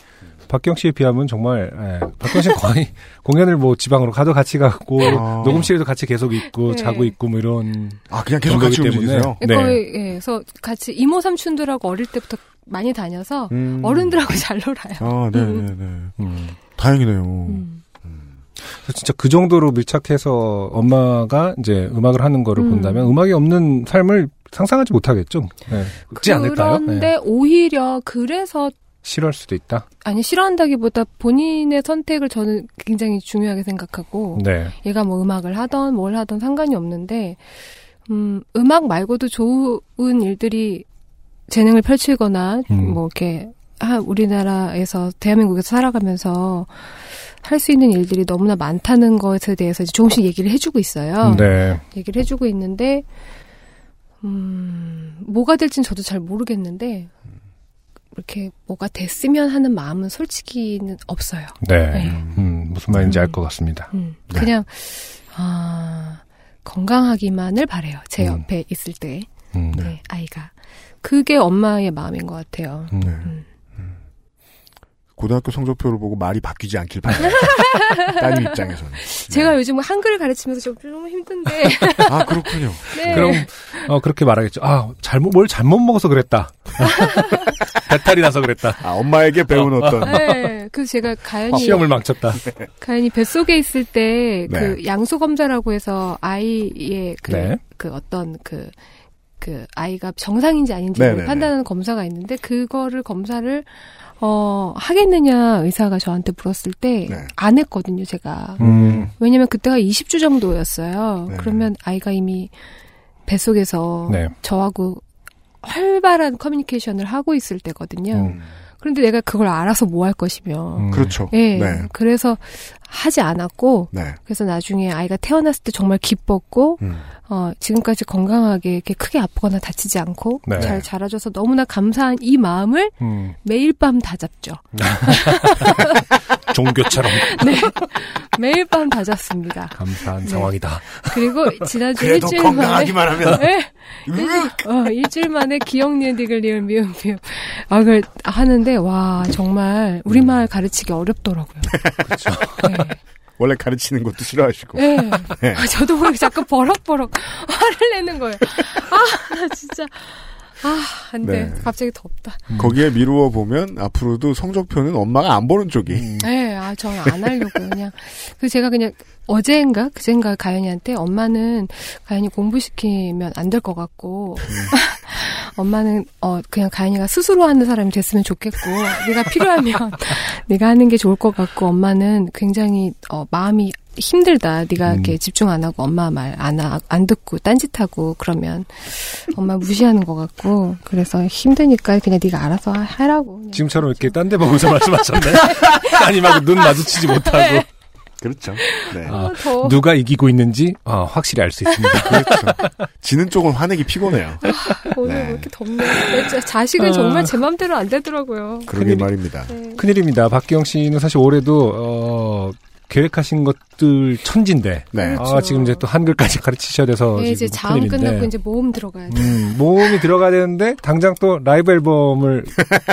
S2: 박경 씨에 비하면 정말 예, 박경 씨는 거의 공연을 뭐 지방으로 가도 같이 갔고
S3: 아.
S2: 녹음실에도 같이 계속 있고
S9: 네.
S2: 자고 있고 뭐 이런
S3: 아, 그냥
S2: 정도이기
S3: 계속 같이 움직이세요?
S9: 예, 거의 예, 그래서 같이 이모 삼촌들하고 어릴 때부터 많이 다녀서
S3: 음.
S9: 어른들하고 잘 놀아요.
S3: 아, 네, 네, 네. 다행이네요.
S2: 음.
S9: 음.
S2: 그래서 진짜 그 정도로 밀착해서 엄마가 이제 음악을 하는 거를
S9: 음.
S2: 본다면 음악이 없는 삶을 상상하지 못하겠죠. 네. 그렇지 않을까요?
S9: 그런데
S2: 네.
S9: 오히려 그래서
S2: 싫어할 수도 있다.
S9: 아니 싫어한다기보다 본인의 선택을 저는 굉장히 중요하게 생각하고
S2: 네.
S9: 얘가 뭐 음악을 하던 뭘 하던 상관이 없는데 음, 음악 말고도 좋은 일들이 재능을 펼치거나
S11: 음.
S9: 뭐 이렇게 하- 우리나라에서 대한민국에서 살아가면서 할 수 있는 일들이 너무나 많다는 것에 대해서 이제 조금씩 얘기를 해주고 있어요.
S2: 네.
S9: 얘기를 해주고 있는데 음, 뭐가 될진 저도 잘 모르겠는데 이렇게 뭐가 됐으면 하는 마음은 솔직히는 없어요.
S2: 네. 음, 무슨 말인지 알 것 같습니다.
S9: 음, 그냥 아, 건강하기만을 바래요. 제 옆에 있을 때
S2: 음,
S9: 네, 아이가 그게 엄마의 마음인 것 같아요.
S2: 네.
S3: 음. 고등학교 성적표를 보고 말이 바뀌지 않길 바라요. 따님 입장에서는.
S9: 제가 요즘 한글을 가르치면서 좀 너무 힘든데.
S3: 아, 그렇군요.
S9: 네.
S2: 그럼 어, 그렇게 말하겠죠. 아, 잘못 뭘 잘못 먹어서 그랬다. 배탈이 나서 그랬다.
S3: 아, 엄마에게 배운 어떤
S9: 네, 그 제가 가연이
S2: 아, 시험을 망쳤다.
S9: 네. 가연이 뱃속에 있을 때 그
S2: 네.
S9: 양수 검사라고 해서 아이의 그,
S2: 네.
S9: 그 어떤 그, 그 아이가 정상인지 아닌지
S11: 네네네.
S9: 판단하는 검사가 있는데 그거를 검사를 어 하겠느냐 의사가 저한테 물었을 때 안 했거든요 제가
S11: 네. 음.
S9: 왜냐면 그때가 20주 정도였어요 그러면 아이가 이미 뱃속에서
S11: 네.
S9: 저하고 활발한 커뮤니케이션을 하고 있을 때거든요
S11: 음.
S9: 그런데 내가 그걸 알아서 뭐 할 것이며
S3: 그렇죠.
S9: 예.
S3: 네.
S9: 그래서 하지 않았고
S3: 네.
S9: 그래서 나중에 아이가 태어났을 때 정말 기뻤고
S2: 음.
S9: 어, 지금까지 건강하게 이렇게 크게 아프거나 다치지 않고
S11: 네.
S9: 잘 자라줘서 너무나 감사한 이 마음을
S2: 음.
S9: 매일 밤 다잡죠.
S2: 종교처럼
S9: 네. 매일 밤 다잡습니다.
S2: 감사한
S9: 네.
S2: 상황이다.
S9: 그리고 지난주
S2: 그래도
S9: 일주일
S2: 건강하기만
S9: 만에
S2: 하면.
S9: 네. 일주일, 어, 일주일 만에 기억니은 딕을 리을 미음 미음 아, 그걸 하는데 와 정말
S2: 음.
S9: 우리말 가르치기 어렵더라고요.
S3: 원래 가르치는 것도 싫어하시고.
S9: 예.
S3: 네.
S9: 아, 저도 모르게 자꾸 버럭버럭 화를 내는 거예요. 아, 나 진짜. 아, 안 돼.
S3: 네.
S9: 갑자기 덥다.
S3: 거기에 미루어 보면 앞으로도 성적표는 엄마가 안 보는 쪽이.
S9: 네, 아, 저는 안 하려고요. 그냥. 그 제가 그냥 어제인가? 그젠가 가연이한테 엄마는 가연이 공부시키면 안 될 것 같고. 엄마는 어 그냥 가연이가 스스로 하는 사람이 됐으면 좋겠고 네가 필요하면 네가 하는 게 좋을 것 같고 엄마는 굉장히 어 마음이 힘들다. 네가 이렇게 집중 안 하고 엄마 말 안 안 듣고 딴짓하고 그러면 엄마 무시하는 것 같고 그래서 힘드니까 그냥 네가 알아서 하- 하라고.
S2: 지금처럼 이렇게 딴 데 보면서 말씀하셨네. 따님하고 눈 마주치지 못하고.
S3: 그렇죠. 네.
S9: 네.
S2: 아,
S9: 어, 더워. 네.
S2: 누가 이기고 있는지 아, 확실히 알 수 있습니다.
S3: 지는 쪽은 화내기 피곤해요.
S9: 오늘
S3: 네.
S9: 왜 이렇게 덥네. 요 자식은
S2: 아.
S9: 정말 제 맘대로 안 되더라고요.
S3: 그러게 말입니다.
S2: 큰일입니다. 박기영 씨는 사실 올해도 어, 계획하신 것들 천진데. 아,
S3: 네.
S9: 그렇죠.
S2: 지금 이제 또 한글까지 가르치셔야 돼서
S9: 네, 이제
S2: 어, 지금
S9: 자음
S2: 큰일인데.
S9: 끝나고 이제 모음 들어가야 돼.
S2: 음, 모음이 들어가야 되는데 당장 또 라이브 앨범을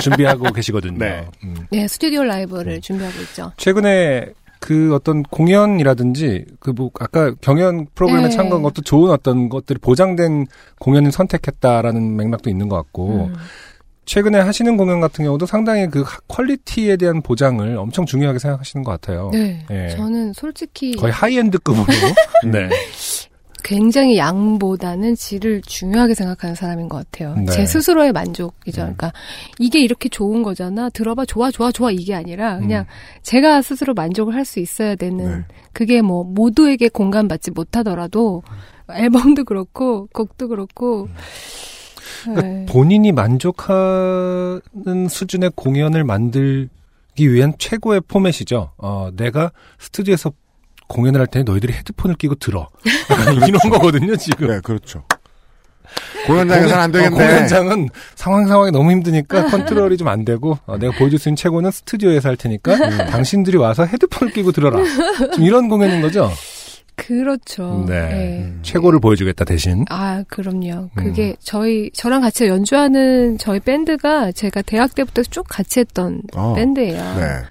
S2: 준비하고 계시거든요. 음.
S9: 네, 스튜디오 라이브를 준비하고 있죠.
S2: 최근에 그 어떤 공연이라든지 그 뭐 아까 경연 프로그램에
S9: 네.
S2: 참가한 것도 좋은 어떤 것들이 보장된 공연을 선택했다라는 맥락도 있는 것 같고
S9: 음.
S2: 최근에 하시는 공연 같은 경우도 상당히 그 하- 퀄리티에 대한 보장을 엄청 중요하게 생각하시는 것 같아요.
S9: 네,
S2: 예.
S9: 저는 솔직히
S2: 거의 하이엔드급으로 네.
S9: 굉장히 양보다는 질을 중요하게 생각하는 사람인 것 같아요.
S2: 네. 음.
S9: 제 스스로의 만족이죠. 그러니까 이게 이렇게 좋은 거잖아. 들어봐, 좋아, 좋아, 좋아 이게 아니라 그냥
S2: 음.
S9: 제가 스스로 만족을 할 수 있어야 되는
S2: 네.
S9: 그게 뭐 모두에게 공감받지 못하더라도 앨범도 그렇고 곡도 그렇고
S2: 그러니까
S9: 네.
S2: 본인이 만족하는 수준의 공연을 만들기 위한 최고의 포맷이죠. 어, 내가 스튜디오에서 공연을 할 때는 너희들이 헤드폰을 끼고 들어. 약간 이런 거거든요, 지금. 어,
S3: 네, 그렇죠. 공연장에서는 안 되겠네. 어,
S2: 공연장은 상황 상황이 너무 힘드니까 컨트롤이 좀 안 되고 어, 내가 보여줄 수 있는 최고는
S9: 음.
S2: 스튜디오에서 할 테니까 당신들이 와서 헤드폰을 끼고 들어라. 좀 이런 공연인 거죠.
S9: 그렇죠.
S2: 네. 음.
S9: 네.
S2: 최고를 보여주겠다 대신.
S9: 아, 그럼요. 그게 저희 저랑 같이 연주하는 저희 밴드가 제가 대학 때부터 쭉 같이 했던
S2: 어.
S3: 네.
S9: 밴드예요.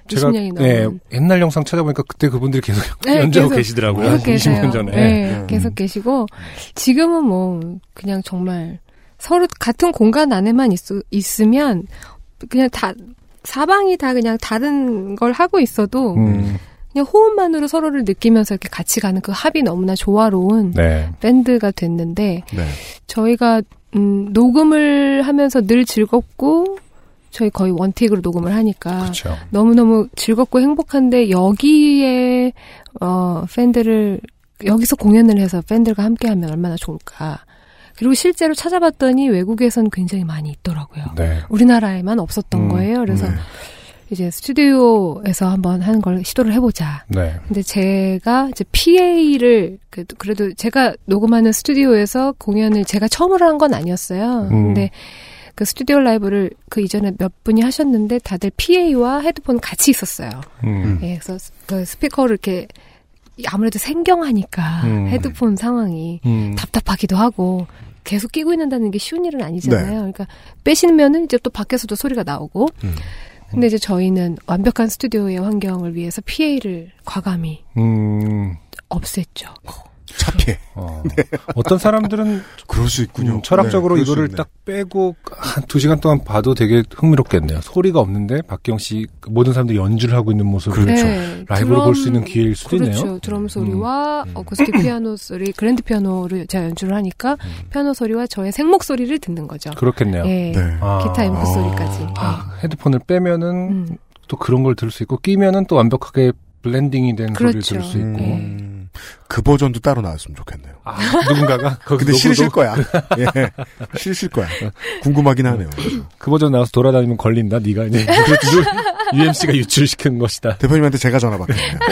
S2: 제가
S9: 20년이 넘은.
S2: 예, 옛날 영상 찾아보니까 그때 그분들이 계속
S9: 네,
S2: 연주하고
S9: 계속
S2: 계시더라고요.
S9: 계속 계세요.
S2: 20년 전에.
S9: 네,
S2: 음.
S9: 계속 계시고 지금은 뭐 그냥 정말 서로 같은 공간 안에만 있, 있으면 그냥 다 사방이 다 그냥 다른 걸 하고 있어도
S2: 음.
S9: 그냥 호흡만으로 서로를 느끼면서 이렇게 같이 가는 그 합이 너무나 조화로운
S2: 네.
S9: 밴드가 됐는데
S3: 네.
S9: 저희가 음, 녹음을 하면서 늘 즐겁고 저희 거의 원틱으로 녹음을 하니까
S2: 그렇죠.
S9: 너무너무 즐겁고 행복한데 여기에 어, 팬들을 여기서 공연을 해서 팬들과 함께하면 얼마나 좋을까. 그리고 실제로 찾아봤더니 외국에선 굉장히 많이 있더라고요.
S2: 네.
S9: 우리나라에만 없었던
S2: 음,
S9: 거예요. 그래서
S2: 네.
S9: 이제 스튜디오에서 한번 하는 걸 시도를 해보자.
S2: 네.
S9: 근데 제가 이제 PA를 그래도, 그래도 제가 녹음하는 스튜디오에서 공연을 제가 처음으로 한 건 아니었어요.
S11: 음.
S9: 근데 그 스튜디오 라이브를 그 이전에 몇 분이 하셨는데 다들 PA와 헤드폰 같이 있었어요.
S11: 음.
S9: 예, 그래서 그 스피커를 이렇게 아무래도 생경하니까
S11: 음.
S9: 헤드폰 상황이
S11: 음.
S9: 답답하기도 하고 계속 끼고 있는다는 게 쉬운 일은 아니잖아요.
S11: 네.
S9: 그러니까 빼시면은 이제 또 밖에서도 소리가 나오고.
S11: 음.
S9: 근데 이제 저희는 완벽한 스튜디오의 환경을 위해서 PA를 과감히
S2: 음.
S9: 없앴죠.
S3: 차피.
S2: 어. 떤 사람들은
S3: 그럴 수 있군요.
S2: 음, 철학적으로
S3: 네, 그럴 수
S2: 이거를
S3: 있네.
S2: 딱 빼고 한 두 시간 동안 봐도 되게 흥미롭겠네요. 소리가 없는데 박경 씨그 모든 사람들이 연주를 하고 있는 모습을
S9: 그렇죠. 네,
S2: 라이브로
S9: 드럼-
S2: 볼 수 있는 기회일 수도
S9: 그렇죠.
S2: 있네요. 음.
S9: 드럼 소리와 어쿠스틱 피아노 소리, 그랜드 피아노를 제가 연주를 하니까 피아노 소리와 저의 생목 소리를 듣는 거죠.
S2: 음. 그렇겠네요.
S9: 예.
S2: 네. 아.
S9: 기타 앰프 소리까지. 예.
S2: 헤드폰을 빼면은
S9: 음.
S2: 또 그런 걸 들을 수 있고 끼면은 또 완벽하게 블렌딩이 된 소리를
S9: 그렇죠.
S2: 들을 수 있고 아,
S3: 그 버전도 따로 나왔으면 좋겠네요.
S2: 누군가가 거기
S3: 근데
S2: 로고도-
S3: 싫으실 거야. 예. 싫으실 거야. 궁금하긴 하네요.
S2: 그 버전 나와서 돌아다니면 걸린다. 네가 이제 UMC가 유출시킨 것이다.
S3: 대표님한테 제가 전화 받겠네요.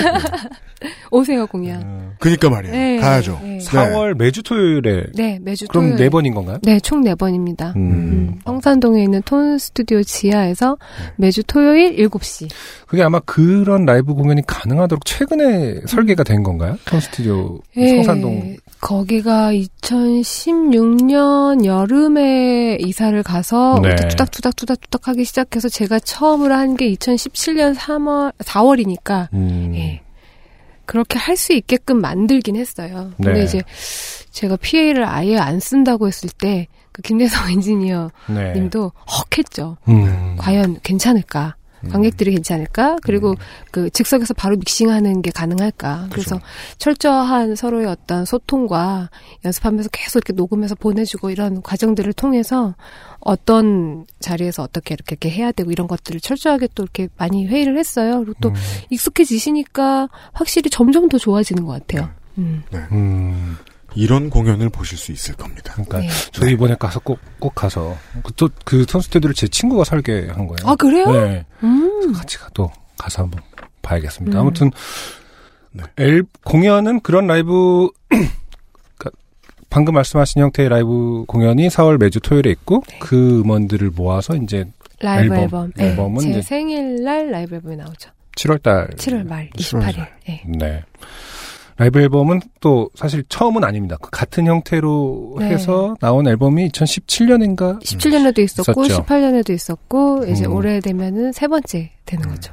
S9: 오세요 공연.
S2: 음.
S3: 그니까 말이에요.
S9: 네,
S3: 가야죠.
S9: 네.
S2: 4월 매주 토요일에
S9: 네, 매주
S2: 그럼
S9: 토요일.
S2: 네 번인 건가요?
S9: 네, 총 네 번입니다.
S2: 음.
S9: 성산동에 있는 톤 스튜디오 지하에서
S2: 네.
S9: 매주 토요일 7시.
S2: 그게 아마 그런 라이브 공연이 가능하도록 최근에 설계가 된 건가요? 톤 스튜디오
S9: 예,
S2: 성산동.
S9: 거기가 2016년 여름에 이사를 가서
S2: 네.
S9: 네. 투닥투닥투닥투닥 하기 시작해서 제가 처음으로 한 게 2017년 3월 4월이니까
S2: 음.
S9: 예. 그렇게 할 수 있게끔 만들긴 했어요. 근데
S11: 네.
S9: 이제 제가 PA를 아예 안 쓴다고 했을 때 그 김대성 엔지니어
S11: 네.
S9: 님도 네. 헉 했죠.
S2: 음.
S9: 과연 괜찮을까? 관객들이 괜찮을까? 그리고 그 즉석에서 바로 믹싱하는 게 가능할까? 그래서 철저한 서로의 어떤 소통과 연습하면서 계속 이렇게 녹음해서 보내주고 이런 과정들을 통해서 어떤 자리에서 어떻게 이렇게, 이렇게 해야 되고 이런 것들을 철저하게 또 이렇게 많이 회의를 했어요. 그리고 또 익숙해지시니까 확실히 점점 더 좋아지는 것 같아요. 음.
S2: 음.
S3: 이런 공연을 보실 수 있을 겁니다.
S2: 그러니까 저희 이번에 가서 꼭, 꼭 가서. 그톤 스튜디오를 제 친구가 설계한 거예요.
S9: 아, 그래요?
S2: 네.
S9: 음.
S2: 같이 가. 또 가서 한번 봐야겠습니다.
S9: 음.
S2: 아무튼 앨- 공연은 그런 라이브 그러니까 방금 말씀하신 형태의 라이브 공연이 4월 매주 토요일에 있고
S9: 네.
S2: 그 음원들을 모아서 이제
S9: 라이브 앨범.
S2: 앨범,
S9: 네,
S2: 앨범은
S9: 제
S2: 이제
S9: 생일날 라이브 앨범이 나오죠.
S2: 7월 달
S9: 7월 말
S2: 7월
S9: 28일. 네.
S2: 네. 라이브 앨범은 또 사실 처음은 아닙니다. 그 같은 형태로
S9: 네.
S2: 해서 나온 앨범이 2017년인가
S9: 17년에도 있었고
S2: 있었죠.
S9: 18년에도 있었고 이제
S2: 음.
S9: 올해 되면은 세 번째 되는 거죠.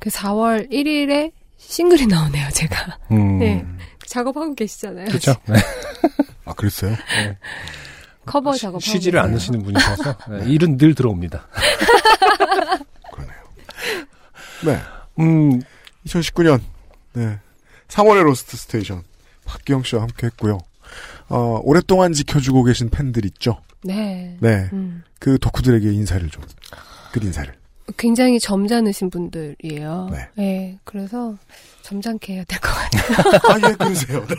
S9: 그 4월 1일에 싱글이 나오네요, 제가.
S2: 음.
S9: 네. 작업하고 계시잖아요.
S2: 그렇죠. 네.
S3: 아, 그랬어요?
S9: 커버 작업하고
S2: 쉬지를
S9: 계세요.
S2: 않으시는 분이셔서 네, 일은 늘 들어옵니다.
S3: 네.
S2: 음.
S3: 2019년. 네. 상월의 로스트 스테이션. 박기영 씨와 함께 했고요. 어, 오랫동안 지켜주고 계신 팬들 있죠?
S9: 네.
S3: 네.
S9: 음.
S3: 그 덕후들에게 인사를 좀. 끝 인사를.
S9: 굉장히 점잖으신 분들이에요.
S3: 네.
S9: 그래서 점잖게 해야 될 것 같아요.
S3: 아, 예, 그러세요. 네.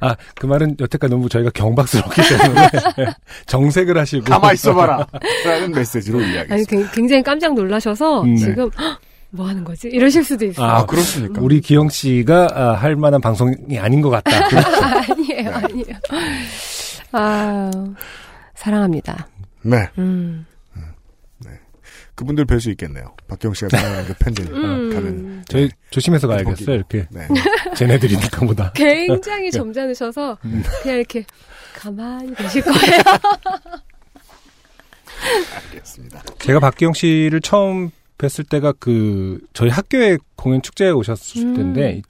S2: 아, 그 말은 여태까지 너무 저희가 경박스럽기 때문에 정색을 하시고
S3: 가만 있어봐라. 라는 메시지로 이야기.
S9: 아니, 굉- 굉장히 깜짝 놀라셔서
S2: 음, 네.
S9: 지금 "헉, 뭐 하는 거지? 이러실 수도 있어요.
S2: 아, 그렇습니까? 우리 기영 씨가 아, 할 만한 방송이 아닌 것 같다. 그렇죠.
S9: 아니에요,
S2: 네.
S9: 아니에요. 아, 사랑합니다.
S3: 네.
S9: 음.
S3: 그분들 뵐 수 있겠네요. 박경 씨가 생각하는 그 팬들
S9: 음.
S3: 가는.
S2: 저희 조심해서 가야겠어요. 이렇게
S3: 네.
S2: 쟤네들이니까 보다.
S9: 굉장히 점잖으셔서
S3: 음.
S9: 그냥 이렇게 가만히 계실 거예요.
S3: 알겠습니다.
S2: 제가 박기영 씨를 처음 뵀을 때가 그 저희 학교에 공연 축제에 오셨을
S9: 음.
S2: 때인데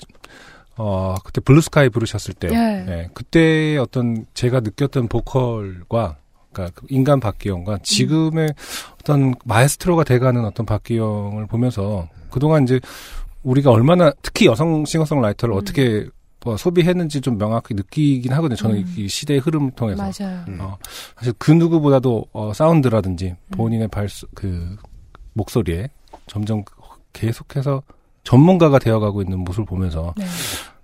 S2: 어 그때 블루스카이 부르셨을 때
S9: 예.
S2: 그때 어떤 제가 느꼈던 보컬과 그러니까 그 인간 박기영과 지금의 어떤 마에스트로가 돼가는 어떤 박기영을 보면서 그동안 이제 우리가 얼마나 특히 여성 싱어송라이터를
S9: 음.
S2: 어떻게 뭐 소비했는지 좀 명확히 느끼긴 하거든요. 저는
S9: 음.
S2: 이 시대의 흐름을 통해서
S9: 맞아요.
S3: 음.
S2: 어, 사실 그 누구보다도 어, 사운드라든지
S9: 음.
S2: 본인의 발소 그 목소리에 점점 계속해서 전문가가 되어가고 있는 모습을 보면서
S9: 네.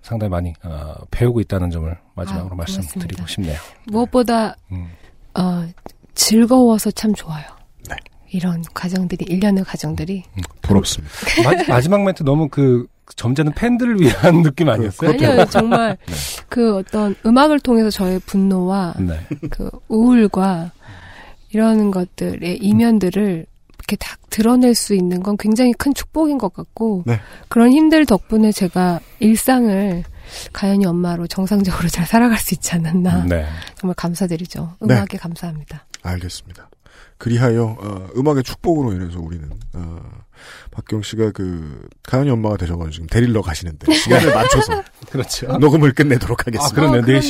S2: 상당히 많이 어, 배우고 있다는 점을 마지막으로
S9: 아,
S2: 말씀드리고
S9: 고맙습니다.
S2: 싶네요.
S9: 무엇보다
S2: 음.
S9: 어, 즐거워서 참 좋아요.
S3: 네. 음.
S9: 이런 과정들이 일련의 과정들이
S3: 부럽습니다.
S2: 마, 지막 멘트 너무 그 점잖은 팬들을 위한 느낌 아니었어요?
S9: 아니요 정말
S3: 네.
S9: 그 어떤 음악을 통해서 저의 분노와
S3: 음.
S2: 네.
S9: 그 우울과 이런 것들의 이면들을 이렇게 딱 드러낼 수 있는 건 굉장히 큰 축복인 것 같고
S3: 네.
S9: 그런 힘들 덕분에 제가 일상을 가연이 엄마로 정상적으로 잘 살아갈 수 있지 않았나
S2: 네.
S9: 정말 감사드리죠
S3: 네.
S9: 음악에 감사합니다
S3: 알겠습니다. 그리하여 어, 음악의 축복으로 인해서 우리는 어, 박경 씨가 그 가연이 엄마가 되셔가지고 지금 데리러 가시는데 시간을 맞춰서
S2: 그렇죠.
S3: 녹음을 끝내도록
S2: 아,
S3: 하겠습니다.
S2: 그러네.
S9: 어, 그러네요.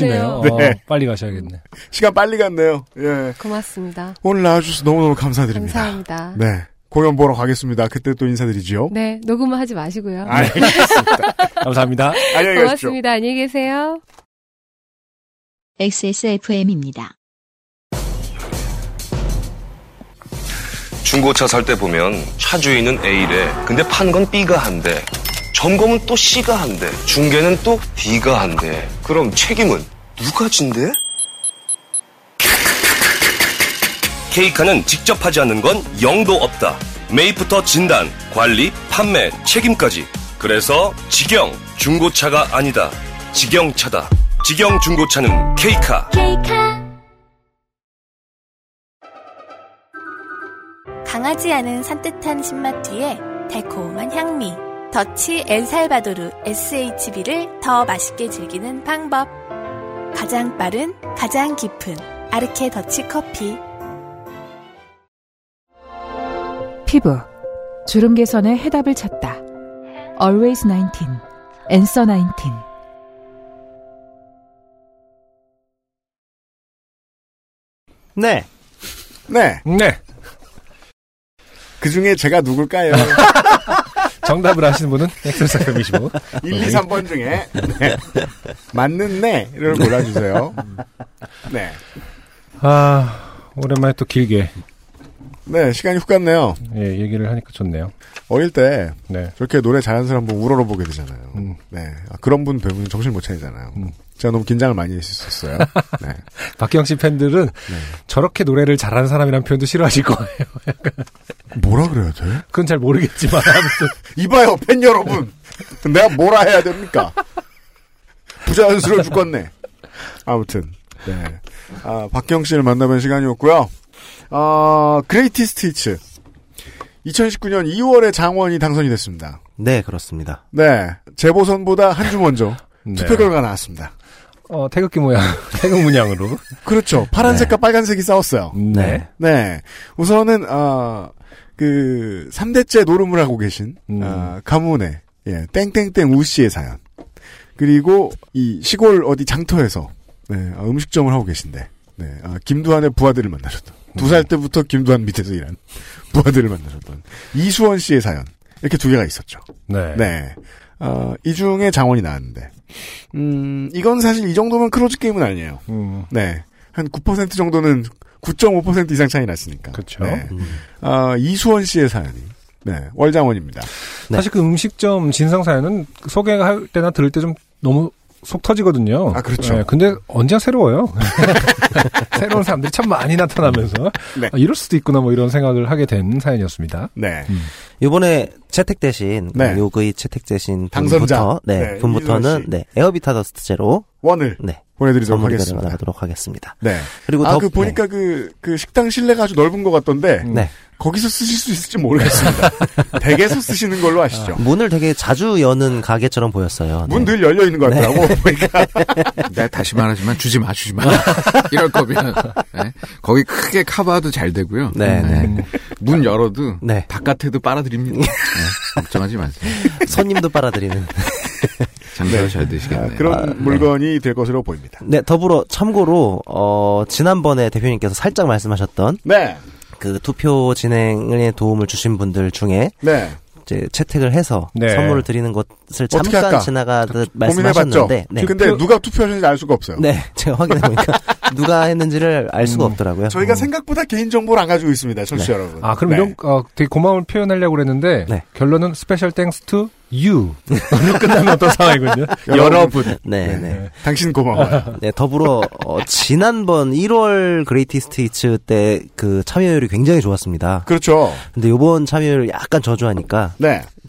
S2: 4시네요.
S3: 네.
S2: 빨리 가셔야겠네.
S3: 시간 빨리 갔네요. 예.
S9: 고맙습니다
S3: 오늘 나와주셔서 너무너무 감사드립니다.
S9: 감사합니다 네,
S3: 네. 공연 보러 가겠습니다. 그때 또 예. 인사드리지요.
S9: 녹음은 하지
S3: 네.
S9: 마시고요
S3: 아, 알겠습니다.
S2: 감사합니다.
S3: 안녕히 가십시오.
S9: 고맙습니다 안녕히 계세요
S1: XSFM입니다.
S4: 중고차 살 때 보면 차 주인은 A래. 근데 판 건 B가 한대. 점검은 또 C가 한대. 중개는 또 D가 한대. 그럼 책임은 누가 진대? 케이카는 직접 하지 않는 건 영도 없다. 매입부터 진단, 관리, 판매, 책임까지. 그래서 직영 중고차가 아니다. 직영차다. 직영 중고차는 케이카.
S6: 강하지 않은 산뜻한 신맛 뒤에 달콤한 향미. 더치 엘살바도르 SHB를 더 맛있게 즐기는 방법. 가장 빠른, 가장 깊은 아르케 더치 커피.
S8: 피부 주름 개선의 해답을 찾다. Always 19 Answer 19
S12: 네.
S3: 네.
S2: 네.
S3: 그 중에 제가 누굴까요?
S2: 정답을 아시는 분은 엑셀사kam이시고
S3: 1, 2, 3번 중에. 네. 맞는 네를 골라주세요. 네.
S2: 아, 오랜만에 또 길게
S3: 네, 시간이 훅 갔네요.
S2: 예, 얘기를 하니까 좋네요.
S3: 어릴 때
S2: 네.
S3: 저렇게 노래 잘하는 사람 보면 우러러 보게 되잖아요.
S2: 음.
S3: 네. 아, 그런 분 뵈면 정신 못 차리잖아요.
S2: 음.
S3: 제가 너무 긴장을 많이 했었어요. 네.
S2: 박기영 씨 팬들은 저렇게 노래를 잘하는 사람이라는 표현도 싫어하실 거예요.
S3: 뭐라 그래야 돼?
S2: 그건 잘 모르겠지만 아무튼
S3: 이봐요, 팬 여러분. 내가 뭐라 해야 됩니까? 부자연스러워 죽겠네. 아무튼, 네. 아, 박경 씨를 만나뵌 시간이었고요. 아, 그레이티스트 히츠. 2019년 2월에 장원이 당선이 됐습니다.
S12: 네, 그렇습니다.
S3: 네. 재보선보다 한 주 먼저
S2: 네.
S3: 투표 결과가 나왔습니다.
S2: 어, 태극기 모양, 태극 문양으로.
S3: 그렇죠. 파란색과 빨간색이 싸웠어요.
S2: 네.
S3: 네. 우선은, 아, 그, 3대째 노름을 하고 계신,
S2: 음.
S3: 아, 가문의, 예, 땡땡땡 우씨의 사연. 그리고, 이 시골 어디 장터에서, 네, 아, 음식점을 하고 계신데, 네, 아, 김두한의 부하들을 만나셨던,
S2: 음.
S3: 두 살 때부터 김두한 밑에서 일한 부하들을 만나셨던 이수원 씨의 사연. 이렇게 두 개가 있었죠.
S2: 네.
S3: 네. 아, 이 중에 장원이 나왔는데, 음, 이건 사실 이 정도면 크로즈 게임은 아니에요.
S2: 음,
S3: 네. 한 9% 정도는 9.5% 이상 차이 났으니까.
S2: 그쵸.
S3: 네.
S12: 음.
S3: 아, 이수원 씨의 사연이. 네. 월장원입니다.
S12: 네.
S2: 사실 그 음식점 진상 사연은 소개할 때나 들을 때 좀 너무 속 터지거든요. 네.
S3: 아, 그렇죠.
S2: 근데 언제나 새로워요. 새로운 사람들이 참 많이 나타나면서.
S3: 네.
S2: 아, 이럴 수도 있구나, 뭐 이런 생각을 하게 된 사연이었습니다.
S3: 네.
S12: 음. 이번에 채택 대신
S3: 네.
S12: 요거의 채택 대신
S3: 당선자.
S12: 분부터 네,
S3: 네,
S12: 분부터는
S3: 이준호 씨.
S12: 네, 에어비타 더스트 제로
S3: 원을.
S12: 네.
S3: 보내드리도록
S12: 선물이
S3: 하겠습니다.
S12: 나가도록 하겠습니다.
S3: 네.
S12: 그리고
S3: 아,
S12: 더-
S3: 그 보니까 그, 그 식당 실내가 아주 넓은 것 같던데.
S12: 네.
S3: 거기서 쓰실 수 있을지 모르겠습니다. 댁에서 쓰시는 걸로 아시죠?
S12: 아, 문을 되게 자주 여는 가게처럼 보였어요. 네.
S3: 문 늘 열려 있는 것 같더라고. 보니까.
S10: 내가 다시 말하지만 주지 마, 주지 마. 이럴 거면 네. 거기 크게 카바도 잘 되고요.
S12: 네, 네.
S10: 문 열어도
S12: 네.
S10: 바깥에도 빨아드립니다. 네. 걱정하지 마세요.
S12: 손님도 빨아들이는.
S10: 장사가 잘 되시겠네요.
S3: 그런
S12: 아, 네.
S3: 물건이 될 것으로 보입니다.
S12: 네, 더불어 참고로 어, 지난번에 대표님께서 살짝 말씀하셨던
S3: 네.
S12: 그 투표 진행에 도움을 주신 분들 중에
S3: 네.
S12: 이제 채택을 해서
S3: 네.
S12: 선물을 드리는 것을
S3: 어떻게
S12: 잠깐
S3: 할까?
S12: 지나가듯
S3: 고민해봤죠.
S12: 말씀하셨는데 네.
S3: 근데 누가 투표하셨는지 알 수가 없어요.
S12: 네, 제가 확인해보니까 누가 했는지를 알 수가 없더라고요.
S3: 저희가
S12: 음.
S3: 생각보다 개인정보를 안 가지고 있습니다, 청취자 여러분.
S2: 어. 아, 그럼
S3: 네.
S2: 이런, 어, 되게 고마움을 표현하려고 그랬는데, 결론은 스페셜 땡스 투 유. 로 끝나는 어떤 상황이군요. 여러분. 아.
S12: 네, 네.
S3: 당신 고마워요.
S12: 네, 더불어 어, 지난번 1월 그레이티스트 히츠 때 그 참여율이 굉장히 좋았습니다.
S3: 그렇죠. 네.
S12: 근데 요번 참여율 약간 저조하니까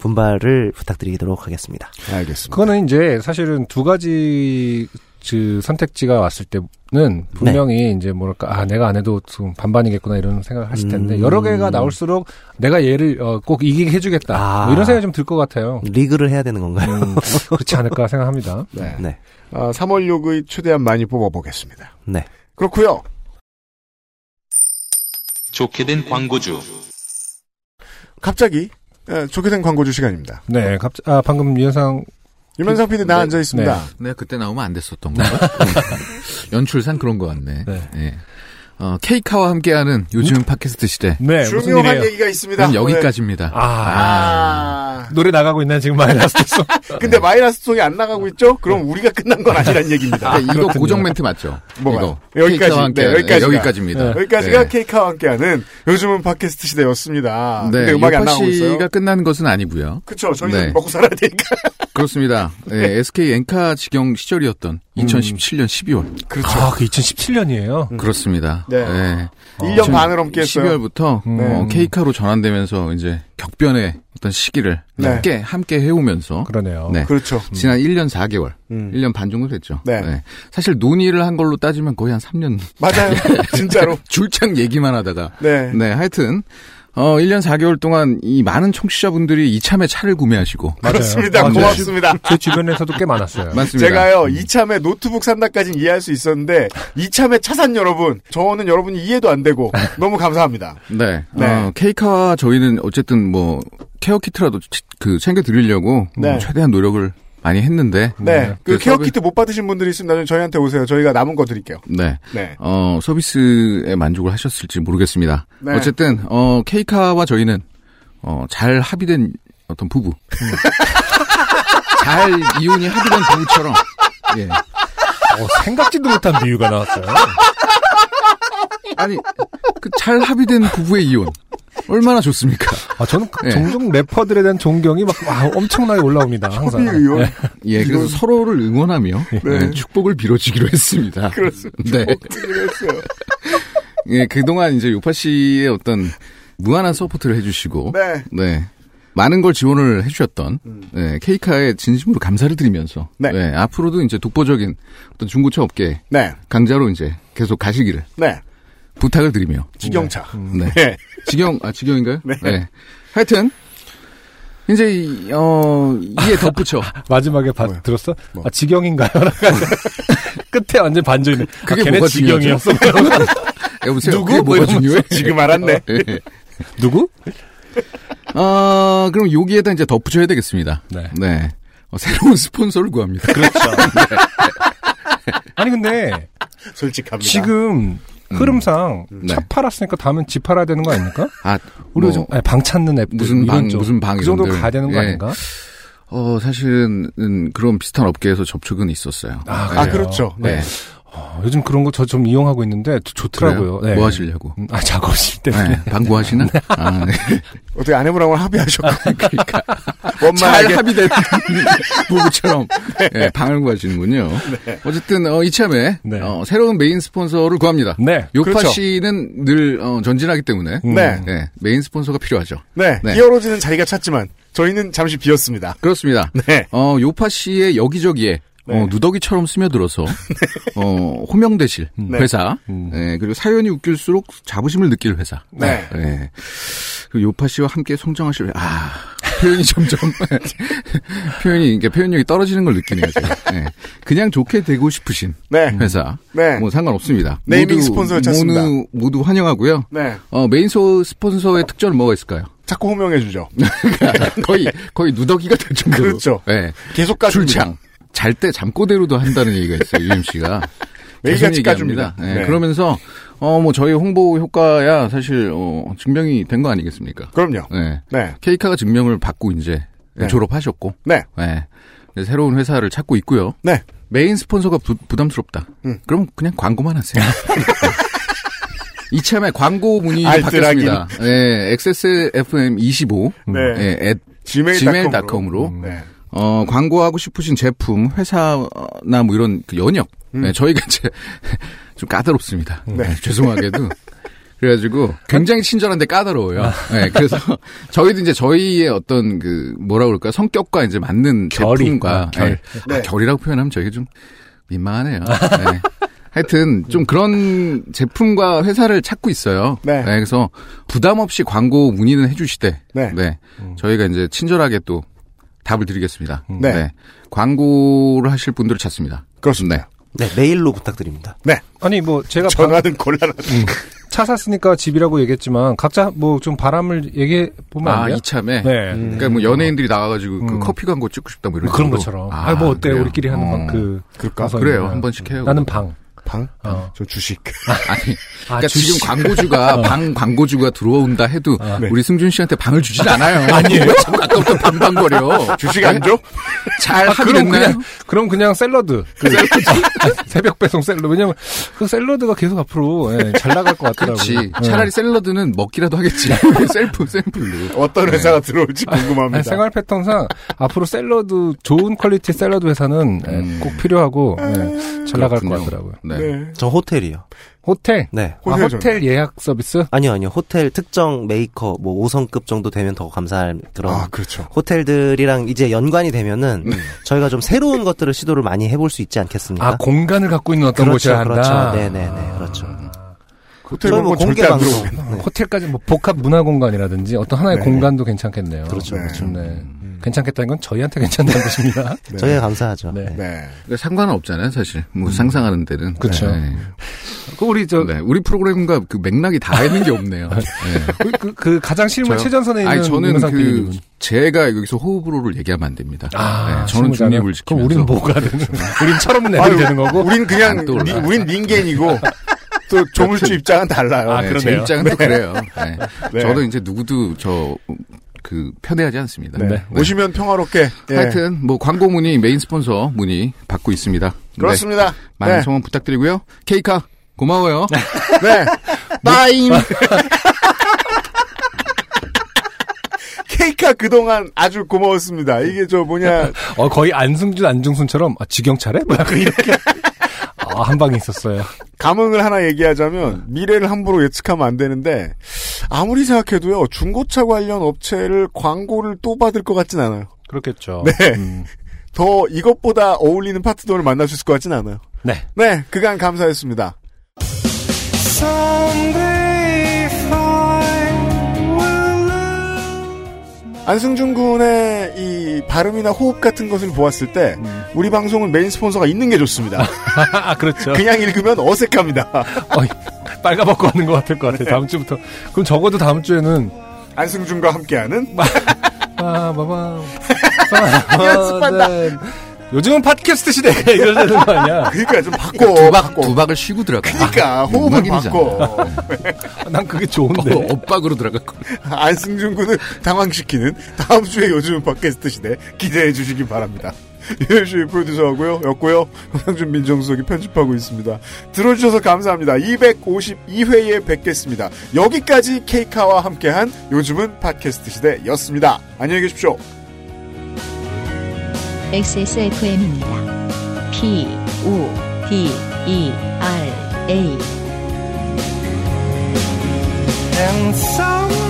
S12: 분발을 부탁드리도록 하겠습니다.
S3: 알겠습니다.
S2: 그거는 이제 사실은 두 가지 그 선택지가 왔을 때는 분명히 이제 뭐랄까 아 내가 안 해도 좀 반반이겠구나 이런 생각을 하실 텐데
S12: 음.
S2: 여러 개가 나올수록 내가 얘를 어, 꼭 이기게 해주겠다
S12: 아.
S2: 뭐 이런 생각이 좀 들 것 같아요.
S12: 리그를 해야 되는
S2: 음.
S12: 건가요?
S10: 음.
S2: 그렇지 않을까 생각합니다.
S3: 네.
S12: 네.
S3: 아, 3월 6일 최대한 많이 뽑아보겠습니다.
S12: 네.
S3: 그렇고요
S13: 좋게 된 광고주.
S3: 갑자기, 예, 좋게 된 광고주 시간입니다.
S2: 네, 갑자 아 방금 유현상
S3: 유면상 PD 나
S2: 네,
S3: 앉아 있습니다.
S2: 네.
S10: 내가 그때 나오면 안 됐었던 건가? 연출상 그런 것 같네. 예. 어, 케이카와 함께하는 요즘 팟캐스트 시대.
S3: 음?
S2: 네, 무슨
S3: 중요한
S2: 일이에요? 아,
S3: 얘기가 있습니다.
S10: 난 여기까지입니다.
S3: 네.
S10: 아,
S3: 아.
S2: 노래 나가고 있나 지금 마이너스 됐어.
S3: 근데 마이너스 송이 안 나가고 있죠?
S2: 네.
S3: 그럼 우리가 끝난 건 아니란 얘기입니다.
S10: 아, 이거 고정 멘트 맞죠?
S3: 뭐가?
S10: 이거.
S3: 여기까지.
S10: 케이크와
S3: 네,
S10: 함께하는-
S3: 여기까지.
S10: 여기까지입니다.
S3: 여기까지가
S10: 네.
S3: 케이카와 함께하는 요즘은 팟캐스트 시대였습니다.
S10: 네,
S3: 근데 음악이 안
S10: 요파
S3: 나오고 있어요.
S10: 씨가 끝난 것은 아니고요.
S3: 그쵸. 저희는
S10: 네.
S3: 먹고 살아야 되니까.
S10: 그렇습니다.
S3: 네.
S10: 예, SK 엔카 직영 시절이었던
S3: 음.
S10: 2017년 12월.
S3: 그렇죠.
S2: 아, 그 2017년이에요.
S10: 그렇습니다.
S3: 네.
S10: 예.
S3: 일 년 반을 넘게 했어요.
S10: 12월부터
S3: 음.
S10: 어, 케이카로 전환되면서 이제 격변의 어떤 시기를
S3: 네.
S10: 함께 함께 해오면서
S2: 그러네요.
S10: 네.
S3: 그렇죠.
S10: 지난 1년 4개월, 1년 반 정도 됐죠.
S3: 네.
S10: 사실 논의를 한 걸로 따지면 거의 한 3년.
S3: 맞아요. 진짜로.
S10: 줄창 얘기만 하다가.
S3: 네.
S10: 네, 하여튼 어 1년 4개월 동안 이 많은 청취자분들이 이참에 차를 구매하시고
S2: 맞아요.
S3: 그렇습니다.
S2: 맞아요.
S3: 고맙습니다.
S2: 제 주변에서도 꽤 많았어요.
S10: 맞습니다.
S3: 제가요, 이참에 노트북 산다까진 이해할 수 있었는데, 이참에 차산 여러분, 저는 여러분이 이해도 안 되고, 너무 감사합니다.
S10: 네.
S3: 네.
S10: 어, 케이카와 저희는 어쨌든 뭐 케어 키트라도 치- 그 챙겨 드리려고
S3: 네.
S10: 뭐 최대한 노력을 많이 했는데
S3: 네. 그
S10: 그
S3: 케어
S10: 서비-
S3: 키트 못 받으신 분들이 있으면 나중에 저희한테 오세요. 저희가 남은 거 드릴게요.
S10: 네.
S3: 네.
S10: 어, 서비스에 만족을 하셨을지 모르겠습니다.
S3: 네.
S10: 어쨌든 어, 케이카와 저희는 어, 잘 합의된 어떤 부부.
S3: 음.
S10: 잘 이혼이 합의된 부부처럼 예.
S2: 어, 생각지도 못한 비유가 나왔어요.
S10: 아니 그 잘 합의된 부부의 이혼 얼마나 좋습니까?
S2: 아, 저는 그
S10: 예.
S2: 종종 래퍼들에 대한 존경이 막 와, 엄청나게 올라옵니다. 항상.
S3: 협의 의원? 어,
S2: 네.
S10: 예, 그래서 서로를 응원하며 네, 축복을 빌어주기로 했습니다.
S3: 그렇습니다.
S10: 네.
S3: 그랬어요.
S10: 예, 그동안 이제 요파 씨의 어떤 무한한 서포트를 해주시고,
S3: 네.
S10: 많은 걸 지원을 해주셨던, 네, 케이카에 진심으로 감사를 드리면서,
S3: 네.
S10: 앞으로도 이제 독보적인 어떤 중고차 업계
S3: 네.
S10: 강자로 이제 계속 가시기를
S3: 네.
S10: 부탁을 드리며,
S3: 직영차.
S10: 네.
S3: 네.
S10: 지경, 아, 지경인가요?
S3: 네.
S10: 하여튼, 이제, 이- 어, 이에 덧붙여.
S2: 마지막에 바- 들었어?
S10: 뭐.
S2: 아, 지경인가요? 끝에 완전 반전 있는. 아, 걔네 지경이었어.
S10: 여보세요.
S2: 누구?
S10: 그게 뭐가
S2: 뭐 이러면서
S10: 중요해?
S3: 지금 알았네.
S10: 예.
S2: 누구?
S10: 아, 그럼 여기에다 이제 덧붙여야 되겠습니다.
S2: 네.
S10: 어, 새로운 스폰서를 구합니다.
S2: 그렇죠. 아니, 근데
S3: 솔직합니다.
S2: 지금 흐름상 차
S10: 음. 네.
S2: 팔았으니까 다음엔 집 팔아야 되는 거 아닙니까?
S10: 아,
S2: 우리
S10: 뭐,
S2: 요즘 아니, 방 찾는 앱
S10: 무슨 방, 무슨 방
S2: 그 정도
S10: 이런들.
S2: 가야 되는 거
S10: 예.
S2: 아닌가?
S10: 어, 사실은 음, 그런 비슷한 업계에서 접촉은 있었어요.
S2: 아,
S10: 네.
S3: 아, 그렇죠.
S10: 네.
S2: 어, 요즘 그런 거 저 좀 이용하고 있는데 좋- 좋더라고요.
S10: 그래요? 뭐 하시려고?
S2: 음, 아 작업실 때문에.
S10: 네. 방구하시나? 아, 네.
S3: 어떻게 아내분하고 합의하셨고.
S10: 그러니까 잘
S3: 원만하게.
S10: 합의된 부부처럼 예, 방을 구하시는군요. 어쨌든 어, 이참에
S2: 네.
S10: 어, 새로운 메인 스폰서를 구합니다.
S2: 네.
S10: 요파
S3: 그렇죠.
S10: 씨는 늘 어, 전진하기 때문에
S3: 네.
S10: 예, 메인 스폰서가 필요하죠.
S3: 네.
S10: 네.
S3: 히어로즈는 자기가 찾지만, 저희는 잠시 비었습니다.
S10: 그렇습니다.
S3: 네.
S10: 어, 요파 씨의 여기저기에 어, 누더기처럼 스며들어서 어, 호명되실
S3: 네.
S10: 회사 예, 그리고 사연이 웃길수록 자부심을 느낄 회사
S3: 네.
S10: 예. 그리고 요파 씨와 함께 송정하실 회- 아 표현이 점점 표현이 그러니까 표현력이 떨어지는 걸 느끼네요 제가. 예. 그냥 좋게 되고 싶으신 회사
S3: 네.
S10: 뭐 상관없습니다
S3: 네이밍
S10: 모두-
S3: 스폰서를 찾습니다.
S10: 모두, 모두 환영하고요
S3: 네.
S10: 어, 메인 소 스폰서의 특전은 뭐가 있을까요?
S3: 자꾸 호명해주죠.
S10: 거의, 거의 누더기가 될 정도로.
S3: 그렇죠.
S10: 네.
S3: 계속 까줍니다.
S10: 출장. 잘 때 잠꼬대로도 한다는 얘기가 있어요, 유임 씨가. 계속
S3: 매일같이
S10: 얘기합니다.
S3: 까줍니다.
S10: 네,
S3: 네.
S10: 그러면서, 어, 뭐, 저희 홍보 효과야 사실, 어, 증명이 된 거 아니겠습니까?
S3: 그럼요.
S10: 네.
S3: 네.
S10: 케이카가 증명을 받고 이제
S3: 네.
S10: 졸업하셨고.
S3: 네.
S10: 이제 새로운 회사를 찾고 있고요.
S3: 네.
S10: 메인 스폰서가 부, 부담스럽다. 그럼 그냥 광고만 하세요. 이참에 광고 문의 좀
S3: 알뜰하긴.
S10: 받겠습니다. 예, XSFM25.
S3: 네.
S10: 예, at
S3: gmail.com 으로.
S10: gmail.com으로.
S3: 네.
S10: 어, 광고하고 싶으신 제품, 회사나 뭐 이런 그 연역.
S2: 음.
S10: 예, 저희가 이제 좀 까다롭습니다.
S2: 네.
S10: 예, 죄송하게도. 그래가지고 굉장히 친절한데 까다로워요.
S2: 아.
S10: 예, 그래서 저희도 이제 저희의 어떤 그 뭐라 그럴까 요 성격과 이제 맞는
S2: 결이.
S10: 제품과
S2: 아, 결.
S10: 예, 아, 결이라고 표현하면 저희가 좀 민망하네요. 네. 하여튼 좀 그런 제품과 회사를 찾고 있어요. 네. 그래서 부담 없이 광고 문의는 해주시되,
S3: 네.
S2: 음.
S10: 저희가 이제 친절하게 또 답을 드리겠습니다.
S3: 네.
S10: 광고를 하실 분들을 찾습니다.
S3: 그렇습니다.
S12: 네, 메일로 부탁드립니다.
S3: 네.
S2: 아니 뭐 제가
S3: 전화는 곤란하다.
S10: 음.
S2: 차 샀으니까 집이라고 얘기했지만 각자 뭐 좀 바람을 얘기해 보면 안
S10: 아
S2: 돼요?
S10: 이참에,
S2: 네.
S10: 그러니까 뭐 연예인들이 나가가지고 그 커피 광고 찍고 싶다 뭐 이런
S2: 그런
S10: 식으로.
S2: 것처럼. 아, 뭐 어때
S10: 그래요?
S2: 우리끼리 하는
S10: 어.
S2: 막그
S10: 그럴까? 그래요 한 번씩 해요.
S2: 나는 방.
S3: 방?
S2: 어.
S3: 저 주식.
S10: 아니, 그러니까
S2: 주식.
S10: 지금 광고주가
S2: 어.
S10: 방 광고주가 들어온다 해도
S2: 네.
S10: 아, 우리 승준 씨한테 방을 주진 않아요.
S2: 아니에요.
S10: 왜 자꾸 아까부터 반반거려.
S3: 주식 안 줘?
S10: 잘
S2: 그럼
S10: 합의됐나요?
S2: 그냥 그럼 그냥 샐러드. 그 새벽 배송 샐러드. 왜냐면 그 샐러드가 계속 앞으로 예, 잘 나갈 것 같더라고요.
S10: 그렇지.
S2: 예.
S10: 차라리 샐러드는 먹기라도 하겠지. 셀프 셀프로.
S3: 어떤 회사가 들어올지
S2: 아니,
S3: 궁금합니다.
S2: 생활 패턴상 앞으로 샐러드 좋은 퀄리티 샐러드 회사는 예, 꼭 필요하고 예, 잘 나갈 것 같더라고요.
S10: 네.
S12: 저 호텔이요.
S2: 호텔.
S12: 네.
S2: 호텔, 아, 호텔 예약 서비스?
S12: 아니요, 아니요. 호텔 특정 메이커 뭐 5성급 정도 되면 더 감사할 그런
S3: 아, 그렇죠.
S12: 호텔들이랑 이제 연관이
S10: 음.
S12: 되면은 저희가 좀 새로운 것들을 시도를 많이 해볼 수 있지 않겠습니까?
S2: 아 공간을 갖고 있는 어떤
S12: 그렇죠,
S2: 곳이라 한다.
S12: 그렇죠. 네, 네, 네. 그렇죠.
S10: 음.
S3: 호텔
S12: 저희 뭐
S3: 광고는
S12: 공개
S3: 절대 안
S12: 방송.
S3: 들어오겠네.
S12: 네.
S2: 호텔까지 뭐 복합 문화 공간이라든지 어떤 하나의
S12: 네.
S2: 공간도 괜찮겠네요.
S12: 그렇죠,
S2: 네.
S12: 그렇죠.
S2: 네. 괜찮겠다는 건 저희한테 괜찮다는 것입니다.
S12: 저희가 감사하죠.
S2: 네.
S3: 네.
S10: 그러니까 상관은 없잖아요, 사실. 뭐 상상하는 데는.
S2: 그쵸.
S10: 네.
S2: 그 우리 저
S10: 네. 우리 프로그램과 그 맥락이 다 있는 게 없네요. 네.
S2: 그, 그, 그 가장 실물
S10: 저요?
S2: 최전선에 있는
S10: 아니, 저는
S2: 문상
S10: 그
S2: PD님은.
S10: 제가 여기서 호불호를 얘기하면 안 됩니다. 네, 저는
S2: 실무자는-
S10: 중립을
S2: 그럼
S10: 지키면서.
S2: 우린 뭐가 되는? 우린 철없는 애들
S3: 아유,
S2: 되는 거고.
S3: 우린 그냥
S10: 안 떠올라.
S3: 니- 우린 닌겐이고 또 조물주 입장은 달라요.
S2: 아,
S10: 네,
S2: 그러네요.
S10: 제 입장은 또
S2: 네.
S10: 네. 그래요. 네.
S3: 네.
S10: 저도 이제 누구도 저 그 편애하지 않습니다.
S3: 네.
S10: 네.
S3: 오시면 평화롭게. 예.
S10: 하여튼 뭐 광고 문의, 메인 스폰서 문의 받고 있습니다. 네.
S3: 그렇습니다.
S10: 많은
S3: 네.
S10: 성원 부탁드리고요. 케이카 고마워요.
S3: 네.
S10: 빠임.
S3: 케이카 그동안 아주 고마웠습니다. 이게 저 뭐냐.
S2: 어, 거의 안승준, 안중순처럼, 아, 직영차래? 뭐 약간 이렇게. 아, 한 방에 있었어요.
S3: 감흥을 하나 얘기하자면 미래를 함부로 예측하면 안 되는데 아무리 생각해도요 중고차 관련 업체를 광고를 또 받을 것 같진 않아요.
S2: 그렇겠죠.
S3: 네. 더 이것보다 어울리는 파트너를 만날 수 있을 것 같진 않아요.
S2: 네.
S3: 네, 그간 감사했습니다. 안승준 군의 이 발음이나 호흡 같은 것을 보았을 때
S10: 음.
S3: 우리 방송은 메인 스폰서가 있는 게 좋습니다.
S2: 아, 그렇죠.
S3: 그냥 읽으면 어색합니다.
S2: 그 빨가벗고 하는 것 같을 것 같아요. 다음 주부터. 그럼 적어도 다음 주에는,
S3: 안승준과 함께하는
S2: 아, 봐봐. 아, 네.
S3: 연습한다.
S2: 요즘은 팟캐스트 시대가 이러는 거 아니야.
S3: 그러니까 좀 바꿔.
S10: 두박
S3: 바꿔.
S10: 두박을 쉬고 들어가.
S3: 그러니까 호흡을
S10: 음악인이잖아.
S3: 바꿔.
S2: 난 그게 좋은데.
S10: 어, 엇박으로 들어갔고.
S3: 안승준 군을 당황시키는 다음 주에 요즘 팟캐스트 시대 기대해 주시기 바랍니다. 유현수의 프로듀서하고요, 였고요. 홍상준 민정수석이 편집하고 있습니다. 들어주셔서 감사합니다. 252회에 뵙겠습니다. 여기까지 케이카와 함께한 요즘은 팟캐스트 시대였습니다. 안녕히 계십시오.
S1: XSFM입니다. P, O, D, E, R, A.
S11: And some